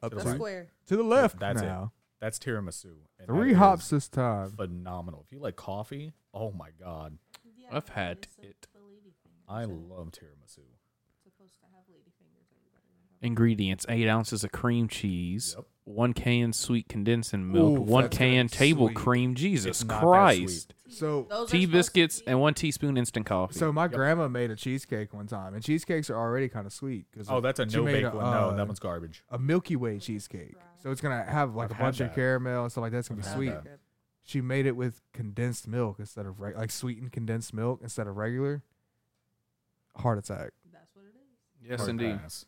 Speaker 3: Up
Speaker 1: That's
Speaker 7: The
Speaker 1: right.
Speaker 3: to,
Speaker 7: square.
Speaker 3: to the left
Speaker 1: That's it.
Speaker 3: now.
Speaker 1: That's tiramisu. and that
Speaker 3: Three
Speaker 1: is
Speaker 3: hops this time.
Speaker 1: Phenomenal. If you like coffee, oh my god,
Speaker 7: Yeah,
Speaker 4: I've had
Speaker 7: it's a-
Speaker 4: it.
Speaker 7: the lady fingers.
Speaker 1: I love tiramisu.
Speaker 7: It's supposed to have lady fingers. Everybody remember.
Speaker 4: Ingredients: eight ounces of cream cheese,
Speaker 1: Yep.
Speaker 4: one can sweet condensing milk,
Speaker 3: Ooh,
Speaker 4: one
Speaker 3: that's
Speaker 4: can
Speaker 3: good.
Speaker 4: table
Speaker 3: Sweet.
Speaker 4: cream. Jesus
Speaker 1: It's not that
Speaker 4: Christ!
Speaker 3: So
Speaker 7: Those are
Speaker 4: Tea
Speaker 7: supposed
Speaker 4: biscuits
Speaker 7: to be-
Speaker 4: and one teaspoon instant coffee.
Speaker 3: So my grandma made a cheesecake one time, and cheesecakes are already kind of sweet. Cause
Speaker 1: Oh, that's a
Speaker 3: she
Speaker 1: no
Speaker 3: made
Speaker 1: bake one. No,
Speaker 3: uh,
Speaker 1: that one's garbage.
Speaker 3: a Milky Way cheesecake. So it's gonna have like
Speaker 1: I've
Speaker 3: a
Speaker 1: had
Speaker 3: bunch of
Speaker 1: that.
Speaker 3: caramel and stuff like that. It's gonna be
Speaker 1: I've had
Speaker 3: sweet.
Speaker 1: that.
Speaker 3: She made it with condensed milk instead of reg- like sweetened condensed milk instead of regular. Heart attack.
Speaker 7: That's what it is.
Speaker 4: yes,
Speaker 1: Hard
Speaker 4: indeed.
Speaker 1: pass.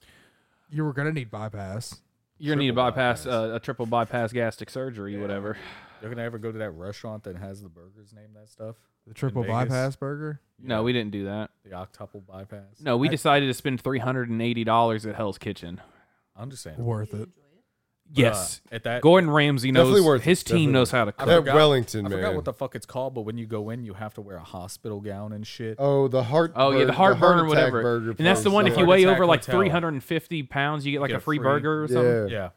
Speaker 3: You were gonna need bypass.
Speaker 4: You're gonna need to
Speaker 1: Triple
Speaker 4: bypass
Speaker 1: bypass.
Speaker 4: uh, a triple bypass gastric surgery, whatever.
Speaker 1: You're gonna ever go to that restaurant that has the burgers named that stuff?
Speaker 3: The triple
Speaker 1: Vegas?
Speaker 3: bypass burger.
Speaker 4: No, we didn't do that.
Speaker 1: The octuple bypass.
Speaker 4: No, we
Speaker 3: I-
Speaker 4: decided to spend three hundred and eighty dollars at Hell's Kitchen.
Speaker 1: I'm just saying.
Speaker 3: Worth it.
Speaker 4: Yes,
Speaker 1: Uh, at that
Speaker 4: Gordon Ramsay knows.
Speaker 11: Definitely worth it.
Speaker 4: his team
Speaker 11: Definitely
Speaker 4: knows how to cook.
Speaker 11: That
Speaker 1: forgot-
Speaker 11: Wellington
Speaker 1: I
Speaker 11: man.
Speaker 1: forgot what the fuck it's called, but when you go in, you have to wear a hospital gown and shit.
Speaker 2: Oh, the heart.
Speaker 4: Oh yeah,
Speaker 2: bur-
Speaker 4: the heartburn or
Speaker 2: attack
Speaker 4: whatever.
Speaker 2: burger
Speaker 4: and that's the
Speaker 2: place.
Speaker 4: one. If
Speaker 1: The
Speaker 4: you
Speaker 1: heart
Speaker 4: weigh
Speaker 1: attack
Speaker 4: over like
Speaker 1: hotel.
Speaker 4: three hundred and fifty pounds, you get like
Speaker 1: Get
Speaker 4: a
Speaker 1: a
Speaker 4: free,
Speaker 1: free-
Speaker 4: burger or something.
Speaker 11: Yeah.
Speaker 1: Yeah,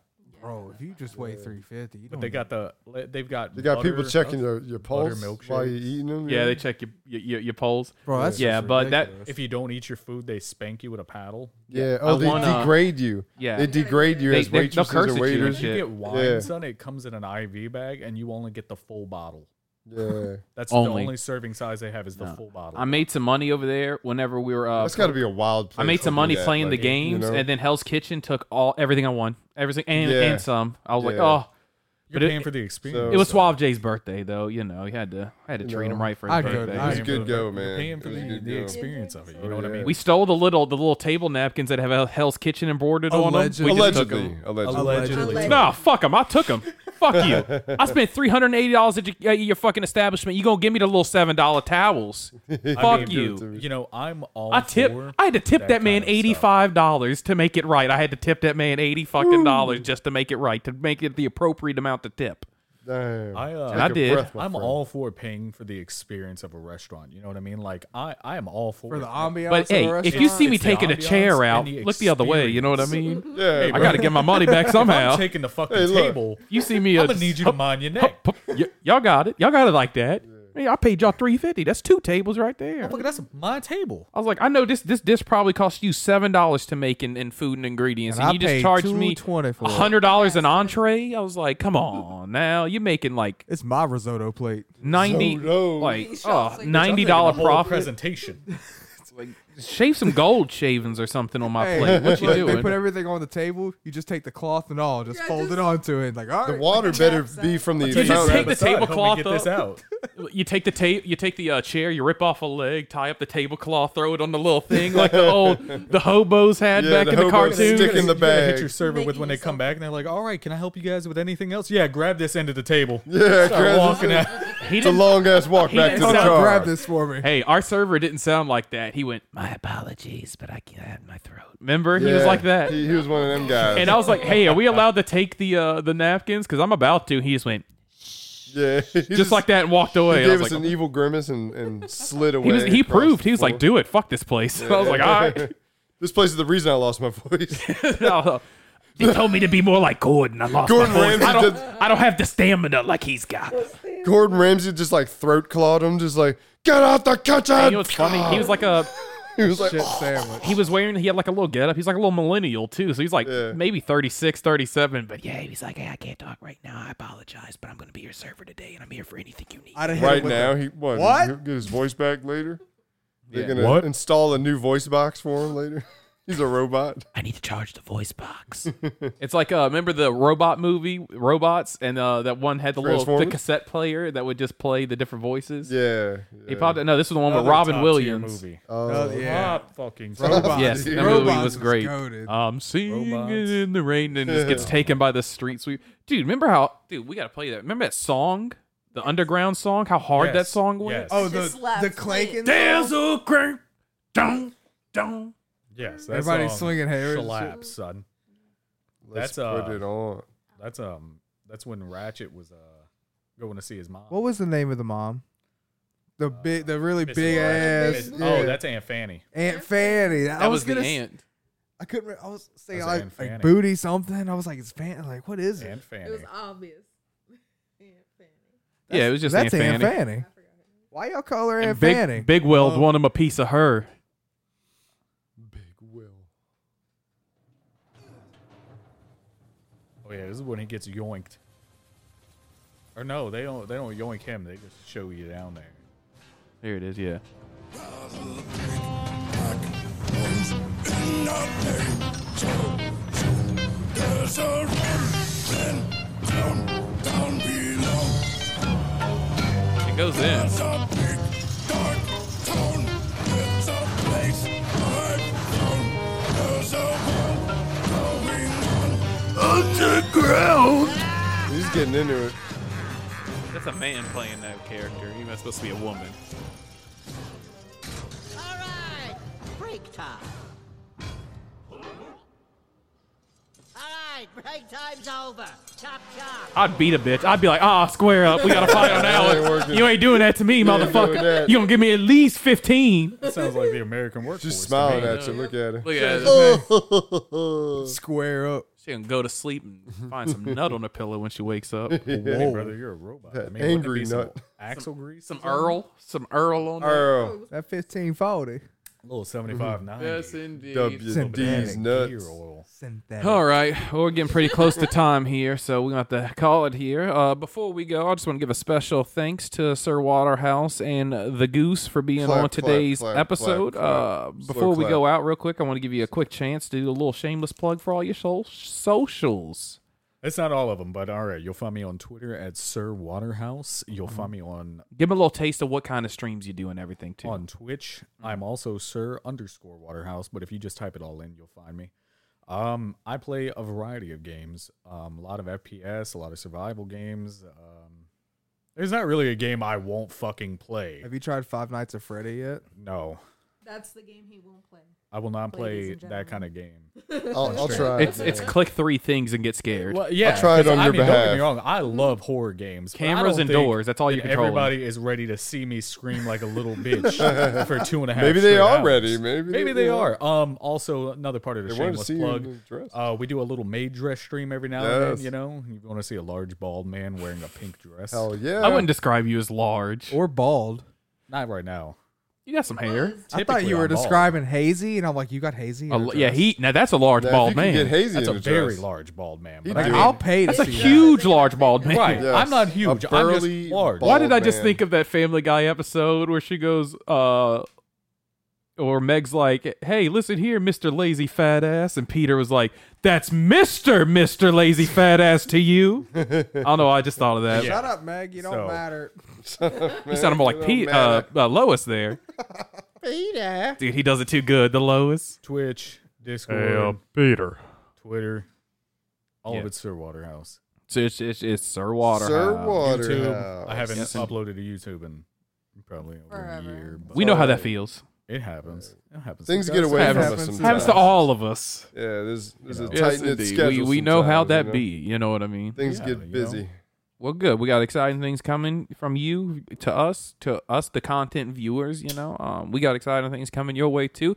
Speaker 3: Bro, if you just weigh three fifty, you
Speaker 1: but
Speaker 3: don't
Speaker 1: they
Speaker 3: need-
Speaker 1: got the they've got
Speaker 2: You got people
Speaker 1: butter-
Speaker 2: checking your, your
Speaker 1: butter
Speaker 2: pulse while you're
Speaker 1: milkshakes.
Speaker 2: eating them.
Speaker 4: Yeah, they check your your, your polls.
Speaker 3: Bro, that's
Speaker 4: Yeah,
Speaker 3: just
Speaker 4: but that-
Speaker 3: ridiculous.
Speaker 1: If you don't eat your food, they spank you with a paddle.
Speaker 2: yeah.
Speaker 4: I
Speaker 2: Oh, they
Speaker 4: wanna-
Speaker 2: degrade you.
Speaker 4: Yeah.
Speaker 2: They degrade you
Speaker 4: They-
Speaker 2: as
Speaker 4: they- they'll
Speaker 2: waitresses
Speaker 4: curse at
Speaker 2: and
Speaker 4: you and
Speaker 2: waiters.
Speaker 1: If you
Speaker 4: Shit.
Speaker 1: get wine,
Speaker 2: Yeah.
Speaker 1: son, it comes in an IV bag, and you only get the full bottle.
Speaker 2: Yeah.
Speaker 1: That's
Speaker 4: Only.
Speaker 1: the only serving size they have is the
Speaker 4: No.
Speaker 1: full bottle.
Speaker 4: I made some money over there whenever we were. Uh,
Speaker 11: That's got to be a wild.
Speaker 4: I
Speaker 11: place
Speaker 4: made some
Speaker 11: to do
Speaker 4: money
Speaker 11: that,
Speaker 4: playing the
Speaker 11: like,
Speaker 4: games,
Speaker 11: you know?
Speaker 4: and then Hell's Kitchen took all everything I won, everything and,
Speaker 11: Yeah.
Speaker 4: and some. I was like,
Speaker 11: Yeah.
Speaker 4: oh,
Speaker 1: You're
Speaker 4: but it-
Speaker 1: paying for the experience.
Speaker 4: it was Suave J's birthday though. You know, you had to I had to treat him right for his
Speaker 3: I could-
Speaker 4: birthday.
Speaker 3: I
Speaker 11: It's a good go, man.
Speaker 1: You're paying for
Speaker 11: It was a
Speaker 1: the,
Speaker 11: good
Speaker 1: the
Speaker 11: go.
Speaker 1: experience of it. You know
Speaker 11: Oh,
Speaker 1: what I
Speaker 11: yeah.
Speaker 1: mean?
Speaker 4: We stole the little the little table napkins that have Hell's Kitchen embroidered
Speaker 3: Allegedly.
Speaker 4: on them. We just took
Speaker 11: Allegedly,
Speaker 4: them.
Speaker 11: allegedly.
Speaker 1: allegedly.
Speaker 7: Allegedly.
Speaker 4: No, fuck them. I took them. Fuck you. I spent three hundred and eighty dollars at your, at your fucking establishment. You gonna give me the little seven dollar towels?
Speaker 1: I
Speaker 4: fuck
Speaker 1: mean,
Speaker 4: you.
Speaker 1: dude, You know, I'm all
Speaker 4: I tip.
Speaker 1: for
Speaker 4: I had to tip that,
Speaker 1: that
Speaker 4: man
Speaker 1: kind of stuff.
Speaker 4: eighty five dollars to make it right. I had to tip that man eighty fucking dollars just to make it right to make it the appropriate amount to tip.
Speaker 11: Damn.
Speaker 1: I, uh,
Speaker 4: And I
Speaker 11: Take a
Speaker 4: did.
Speaker 11: breath, my
Speaker 1: I'm
Speaker 11: friend.
Speaker 1: all for paying for the experience of a restaurant. You know what I mean? Like I, I am all for,
Speaker 3: for the
Speaker 1: it.
Speaker 3: ambiance.
Speaker 4: But
Speaker 3: of
Speaker 4: hey,
Speaker 3: the
Speaker 4: if
Speaker 3: restaurant,
Speaker 4: you see me
Speaker 1: It's the
Speaker 4: taking a
Speaker 1: ambiance
Speaker 4: chair out,
Speaker 1: and the
Speaker 4: look the other way. You know what I mean?
Speaker 11: Yeah,
Speaker 1: Hey,
Speaker 11: bro.
Speaker 4: I got to get my money back somehow.
Speaker 1: I'm taking the fucking
Speaker 11: Hey, look.
Speaker 1: table.
Speaker 4: You see me?
Speaker 1: I'm
Speaker 4: uh,
Speaker 1: gonna need you to
Speaker 4: hup,
Speaker 1: mind your neck.
Speaker 4: hup, hup. Y- y'all got it. Y'all got it like that. Hey, I paid y'all three fifty. That's two tables right there.
Speaker 1: Look, that's my table.
Speaker 4: I was like, I know this this dish probably cost you seven dollars to make in, in food and ingredients, and,
Speaker 3: And I
Speaker 4: you just
Speaker 3: paid
Speaker 4: charged me
Speaker 3: $2.20 for it.
Speaker 4: hundred dollars an entree. I was like, come on, now you're making like
Speaker 3: it's my risotto plate.
Speaker 4: ninety,
Speaker 11: no.
Speaker 4: like
Speaker 7: Shots
Speaker 4: oh,
Speaker 7: like this.
Speaker 4: ninety
Speaker 1: Taking the
Speaker 4: dollar
Speaker 1: whole
Speaker 4: profit.
Speaker 1: presentation.
Speaker 4: Shave some gold shavings or something on my
Speaker 3: Hey,
Speaker 4: plate. What you
Speaker 3: look,
Speaker 4: doing?
Speaker 3: They put everything on the table. You just take the cloth and all, just
Speaker 7: Yeah,
Speaker 3: fold it
Speaker 7: just-
Speaker 3: onto it. Like, all
Speaker 11: The
Speaker 3: right.
Speaker 11: water better
Speaker 7: Jack's
Speaker 11: be
Speaker 7: up.
Speaker 11: from the
Speaker 1: You just
Speaker 4: just
Speaker 11: fountain.
Speaker 1: take
Speaker 4: take
Speaker 1: the
Speaker 4: the tablecloth
Speaker 1: tablecloth. Get this out.
Speaker 4: you take the tape, you take the uh, chair, you rip off a leg, tie up the tablecloth, throw it on the little thing like the old the hobos had
Speaker 11: Yeah,
Speaker 4: back
Speaker 11: the
Speaker 4: in the
Speaker 11: hobos
Speaker 4: cartoon.
Speaker 11: stick in the
Speaker 1: You gotta hit
Speaker 11: bag.
Speaker 1: your server with when they come back, and they're like, "All right, can I help you guys with anything else? Yeah, grab this end of the table.
Speaker 11: Yeah,
Speaker 1: Start
Speaker 11: grab
Speaker 1: walking
Speaker 11: this.
Speaker 1: out.
Speaker 4: He
Speaker 11: It's a
Speaker 4: didn't-
Speaker 11: long ass walk
Speaker 4: He
Speaker 11: back to
Speaker 4: didn't
Speaker 11: the
Speaker 4: sound-
Speaker 11: car.
Speaker 3: grab this for me.
Speaker 4: Hey, our server didn't sound like that. He went, "My apologies, but I can't have my throat." Remember, he was
Speaker 11: Yeah,
Speaker 4: like that,
Speaker 11: He, he was one of them guys.
Speaker 4: and I was like, "Hey, are we allowed to take the uh, the napkins? Because I'm about to." He just went,
Speaker 11: yeah, he
Speaker 4: just, like that, and walked away.
Speaker 11: He
Speaker 4: And I
Speaker 11: gave
Speaker 4: was
Speaker 11: us
Speaker 4: like,
Speaker 11: an evil grimace and, and slid away.
Speaker 4: "He was he
Speaker 11: across
Speaker 4: proved."
Speaker 11: the
Speaker 4: He was like,
Speaker 11: floor.
Speaker 4: "Do it, fuck this place." I was like, "All right."
Speaker 11: This place is the reason I lost my voice.
Speaker 4: They told me to be more like Gordon. I lost
Speaker 11: Gordon
Speaker 4: my voice. I
Speaker 11: Ramsay
Speaker 4: don't, I don't have the stamina like he's got.
Speaker 11: Gordon Ramsay just like throat clawed him, just like get out the kitchen.
Speaker 4: You know what's funny? He was like a
Speaker 11: He was like,
Speaker 3: Shit
Speaker 11: "Oh."
Speaker 3: sandwich.
Speaker 4: he was wearing he had like a little getup. He's like a little millennial too. So he's like
Speaker 11: Yeah.
Speaker 4: maybe 36, 37, but yeah,
Speaker 5: Hey, he's like, hey, I can't talk right now. I apologize, but I'm gonna be your server today, and I'm here for anything you need.
Speaker 3: I'd have hit him
Speaker 11: right
Speaker 3: with
Speaker 11: now
Speaker 3: a-
Speaker 11: he what?
Speaker 3: What?
Speaker 11: He'll get his voice back later. They're
Speaker 4: Yeah.
Speaker 11: gonna
Speaker 1: What?
Speaker 11: install a new voice box for him later. He's a robot.
Speaker 5: I need to charge the voice box.
Speaker 4: It's like uh, remember the robot movie robots and uh, that one had the little the
Speaker 11: Transformers?
Speaker 4: cassette player that would just play the different voices.
Speaker 11: Yeah.
Speaker 4: He
Speaker 11: yeah.
Speaker 4: probably no, this was the one with
Speaker 1: Another
Speaker 4: Robin
Speaker 1: top-tier
Speaker 4: Williams.
Speaker 1: movie. Uh,
Speaker 3: Oh, yeah.
Speaker 1: Top fucking
Speaker 3: Robots.
Speaker 4: Yes,
Speaker 3: dude.
Speaker 4: that movie
Speaker 3: Robots
Speaker 4: was
Speaker 3: is
Speaker 4: great. Uh,
Speaker 3: goated.
Speaker 4: I'm singing
Speaker 1: Robots.
Speaker 4: in the rain and just gets taken by the street sweep. Dude, remember how? Dude, we gotta play that. Remember that song, the underground song? How hard that
Speaker 1: Yes,
Speaker 4: song was.
Speaker 1: yes.
Speaker 3: oh,
Speaker 7: Just
Speaker 3: the,
Speaker 7: slaps
Speaker 3: the
Speaker 7: me.
Speaker 3: clanking.
Speaker 4: There's a crank, don't, don't.
Speaker 1: Yes, that
Speaker 3: Everybody's
Speaker 1: song
Speaker 3: swinging hair and shit.
Speaker 1: Slaps, um, son.
Speaker 11: Let's
Speaker 1: That's, uh,
Speaker 11: put it on.
Speaker 1: That's um. That's when Ratchet was uh going to see his mom.
Speaker 3: What was the name of the mom? The big, the really
Speaker 1: Miss
Speaker 3: big
Speaker 1: Ratchet.
Speaker 3: ass.
Speaker 1: Miss-
Speaker 3: yeah.
Speaker 1: Oh, that's Aunt Fanny.
Speaker 3: Aunt Fanny. I
Speaker 4: That
Speaker 3: was,
Speaker 4: was, the
Speaker 3: gonna. s-
Speaker 4: ant.
Speaker 3: I couldn't. re- I was saying
Speaker 1: That's
Speaker 3: like,
Speaker 1: Aunt
Speaker 3: like
Speaker 1: Fanny.
Speaker 3: booty something. I was like, it's Fanny. Like, what is it?
Speaker 1: Aunt Fanny.
Speaker 7: It was obvious. Yeah, Fanny.
Speaker 4: Yeah, it was just
Speaker 3: that's
Speaker 4: Aunt
Speaker 3: Aunt
Speaker 4: Fanny.
Speaker 3: Fanny. Why y'all call her
Speaker 4: And
Speaker 3: Aunt
Speaker 4: Big,
Speaker 3: Fanny?
Speaker 4: Big Weld
Speaker 3: Oh.
Speaker 4: wanted a piece of her.
Speaker 11: Big Will.
Speaker 1: Oh yeah, this is when he gets yoinked. Or no, they don't. They don't yoink him. They just show you down there.
Speaker 4: Here it is. Yeah. It goes in.
Speaker 11: He's getting into it.
Speaker 4: That's a man playing that character. He was supposed to be a woman.
Speaker 15: All right, break time. All right, break time's over. Chop chop.
Speaker 4: I'd beat a bitch. I'd be like, ah, square up. We gotta fight on
Speaker 11: That
Speaker 4: that
Speaker 11: ain't
Speaker 4: one.
Speaker 11: working.
Speaker 4: You ain't doing that to me,
Speaker 11: ain't doing
Speaker 4: motherfucker.
Speaker 11: that.
Speaker 4: You gonna give me at least fifteen.
Speaker 1: That sounds like the American workforce.
Speaker 11: Just
Speaker 1: to
Speaker 11: smiling
Speaker 1: me.
Speaker 11: at you. Look at
Speaker 4: Look at her.
Speaker 11: it.
Speaker 3: Square up.
Speaker 4: She gonna go to sleep and find some nut on her pillow when she wakes up.
Speaker 1: Hey, brother, you're a robot. I
Speaker 11: That
Speaker 1: mean, wouldn't it
Speaker 11: angry
Speaker 1: be some
Speaker 11: nut.
Speaker 1: Axle grease.
Speaker 4: Some Earl, some Earl on there.
Speaker 11: Earl.
Speaker 3: That fifteen forty.
Speaker 1: little 75 90.
Speaker 16: Yes, indeed.
Speaker 2: WD's nuts.
Speaker 3: Synthetic.
Speaker 4: All right, well, we're getting pretty close to time here, so we're gonna have to call it here. Uh, before we go, I just want to give a special thanks to Sir Waterhouse and uh, the Goose for being
Speaker 17: Clap,
Speaker 4: on
Speaker 17: clap,
Speaker 4: today's
Speaker 17: clap,
Speaker 4: episode.
Speaker 17: clap, clap.
Speaker 4: Uh,
Speaker 17: Slow
Speaker 4: before we
Speaker 17: clap.
Speaker 4: go out, real quick, I want to give you a quick chance to do a little shameless plug for all your so- socials.
Speaker 1: It's not all of them, but all right. You'll find me on Twitter at Sir Waterhouse. You'll find me on
Speaker 4: Give them a little taste of what kind of streams you do and everything too.
Speaker 1: on Twitch. I'm also Sir underscore Waterhouse, but if you just type it all in, you'll find me. Um, I play a variety of games. Um, a lot of FPS, a lot of survival games. Um, there's not really a game I won't fucking play.
Speaker 3: Have you tried Five Nights at Freddy yet?
Speaker 1: No,
Speaker 7: That's the game he won't play.
Speaker 1: I will not play
Speaker 7: Ladies and
Speaker 1: that kind of game.
Speaker 2: I'll- I'll try
Speaker 4: It's it's click three things and get scared.
Speaker 1: Well, yeah,
Speaker 2: I'll try it
Speaker 1: 'cause
Speaker 2: on
Speaker 1: I
Speaker 2: your
Speaker 1: mean, Don't get
Speaker 2: behalf.
Speaker 1: me wrong. I love horror games. but I
Speaker 4: Cameras
Speaker 1: don't
Speaker 4: and
Speaker 1: think
Speaker 4: doors, that's all you're
Speaker 1: that
Speaker 4: controlling.
Speaker 1: Everybody is ready to see me scream like a little bitch for two and a half.
Speaker 2: Maybe they
Speaker 1: straight
Speaker 2: are
Speaker 1: hours.
Speaker 2: ready, maybe
Speaker 1: maybe
Speaker 2: they-
Speaker 1: they are. Um. Also, another part of the
Speaker 2: They wanted to
Speaker 1: shameless
Speaker 2: see you
Speaker 1: plug.
Speaker 2: in the dress.
Speaker 1: Uh, we do a little maid dress stream every now and
Speaker 2: Yes.
Speaker 1: then. You know, you want to see a large bald man wearing a pink dress.
Speaker 2: Hell yeah.
Speaker 17: uh,
Speaker 4: I wouldn't describe you as large.
Speaker 3: Or bald.
Speaker 1: Not right now.
Speaker 4: You got some hair.
Speaker 3: I thought
Speaker 1: Typically,
Speaker 3: you were
Speaker 1: I'm bald.
Speaker 3: describing hazy, and I'm like, you got hazy. in
Speaker 4: A
Speaker 3: your
Speaker 4: l- yeah,
Speaker 3: dress.
Speaker 4: he now that's a large
Speaker 2: Now, if
Speaker 4: bald
Speaker 2: you can
Speaker 4: man.
Speaker 2: get hazy
Speaker 1: That's a
Speaker 2: in a
Speaker 1: very
Speaker 2: dress.
Speaker 1: large bald man.
Speaker 2: He'd
Speaker 1: but I
Speaker 2: do
Speaker 1: mean-
Speaker 2: it.
Speaker 3: I'll pay to
Speaker 4: That's a
Speaker 3: see
Speaker 4: huge large bald man.
Speaker 1: Right.
Speaker 2: Yes.
Speaker 1: I'm not
Speaker 2: A
Speaker 1: huge. I'm
Speaker 2: burly
Speaker 1: just large.
Speaker 2: bald-
Speaker 4: Why did I just
Speaker 2: man.
Speaker 4: think of that Family Guy episode where she goes, uh, or Meg's like, hey, listen here, Mr. Lazy Fat Ass. And Peter was like, that's Mr. Mr. Lazy Fat Ass to you. I don't know. I just thought of that.
Speaker 1: Yeah.
Speaker 3: Shut up, Meg. You don't
Speaker 1: So-
Speaker 3: matter.
Speaker 4: You sounded more like Pete, uh, uh, Lois there. Peter. Dude, he does it too good. The Lois.
Speaker 1: Twitch, Discord,
Speaker 4: Peter.
Speaker 1: Twitter, all of
Speaker 4: Yeah.
Speaker 1: it's Sir Waterhouse.
Speaker 4: So it's, it's, it's Sir Waterhouse.
Speaker 2: Sir
Speaker 1: YouTube.
Speaker 2: Waterhouse.
Speaker 1: I haven't
Speaker 4: Yes, and-
Speaker 1: uploaded to YouTube in probably over
Speaker 7: Forever.
Speaker 1: a year. But
Speaker 4: We know how that
Speaker 2: Alright.
Speaker 4: feels.
Speaker 1: it happens. It happens.
Speaker 2: Things get
Speaker 1: sometimes.
Speaker 2: away from
Speaker 4: Happens.
Speaker 2: us
Speaker 3: Happens.
Speaker 2: sometimes.
Speaker 4: Happens to all of us.
Speaker 2: Yeah, there's, there's
Speaker 1: You
Speaker 2: a
Speaker 1: know.
Speaker 2: tight knit schedule.
Speaker 4: we, we know how
Speaker 2: sometimes,
Speaker 4: that
Speaker 2: you know?
Speaker 4: be. You know what I mean?
Speaker 2: Things
Speaker 1: Yeah, you
Speaker 2: get
Speaker 1: know.
Speaker 2: busy.
Speaker 4: Well, good. We got exciting things coming from you to us, to us, the content viewers. You know, um, we got exciting things coming your way too.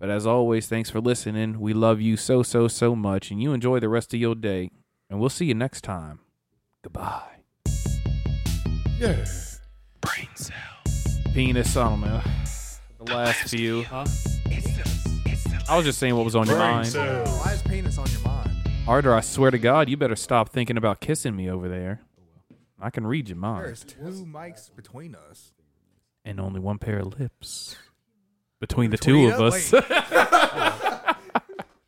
Speaker 4: But as always, thanks for listening. We love you so, so, so much, and you enjoy the rest of your day. And we'll see you next time. Goodbye.
Speaker 2: Yeah.
Speaker 18: Brain cell.
Speaker 4: Penis. I don't know. The last few.
Speaker 18: It's the, it's the
Speaker 4: I was just saying what was on your mind.
Speaker 3: Why is penis on your mind?
Speaker 4: Arder, I swear to God, you better stop thinking about kissing me over there. I can read your mind.
Speaker 3: There's two mics between us.
Speaker 4: And only one pair of lips between the two
Speaker 3: Between
Speaker 4: of us.
Speaker 3: us?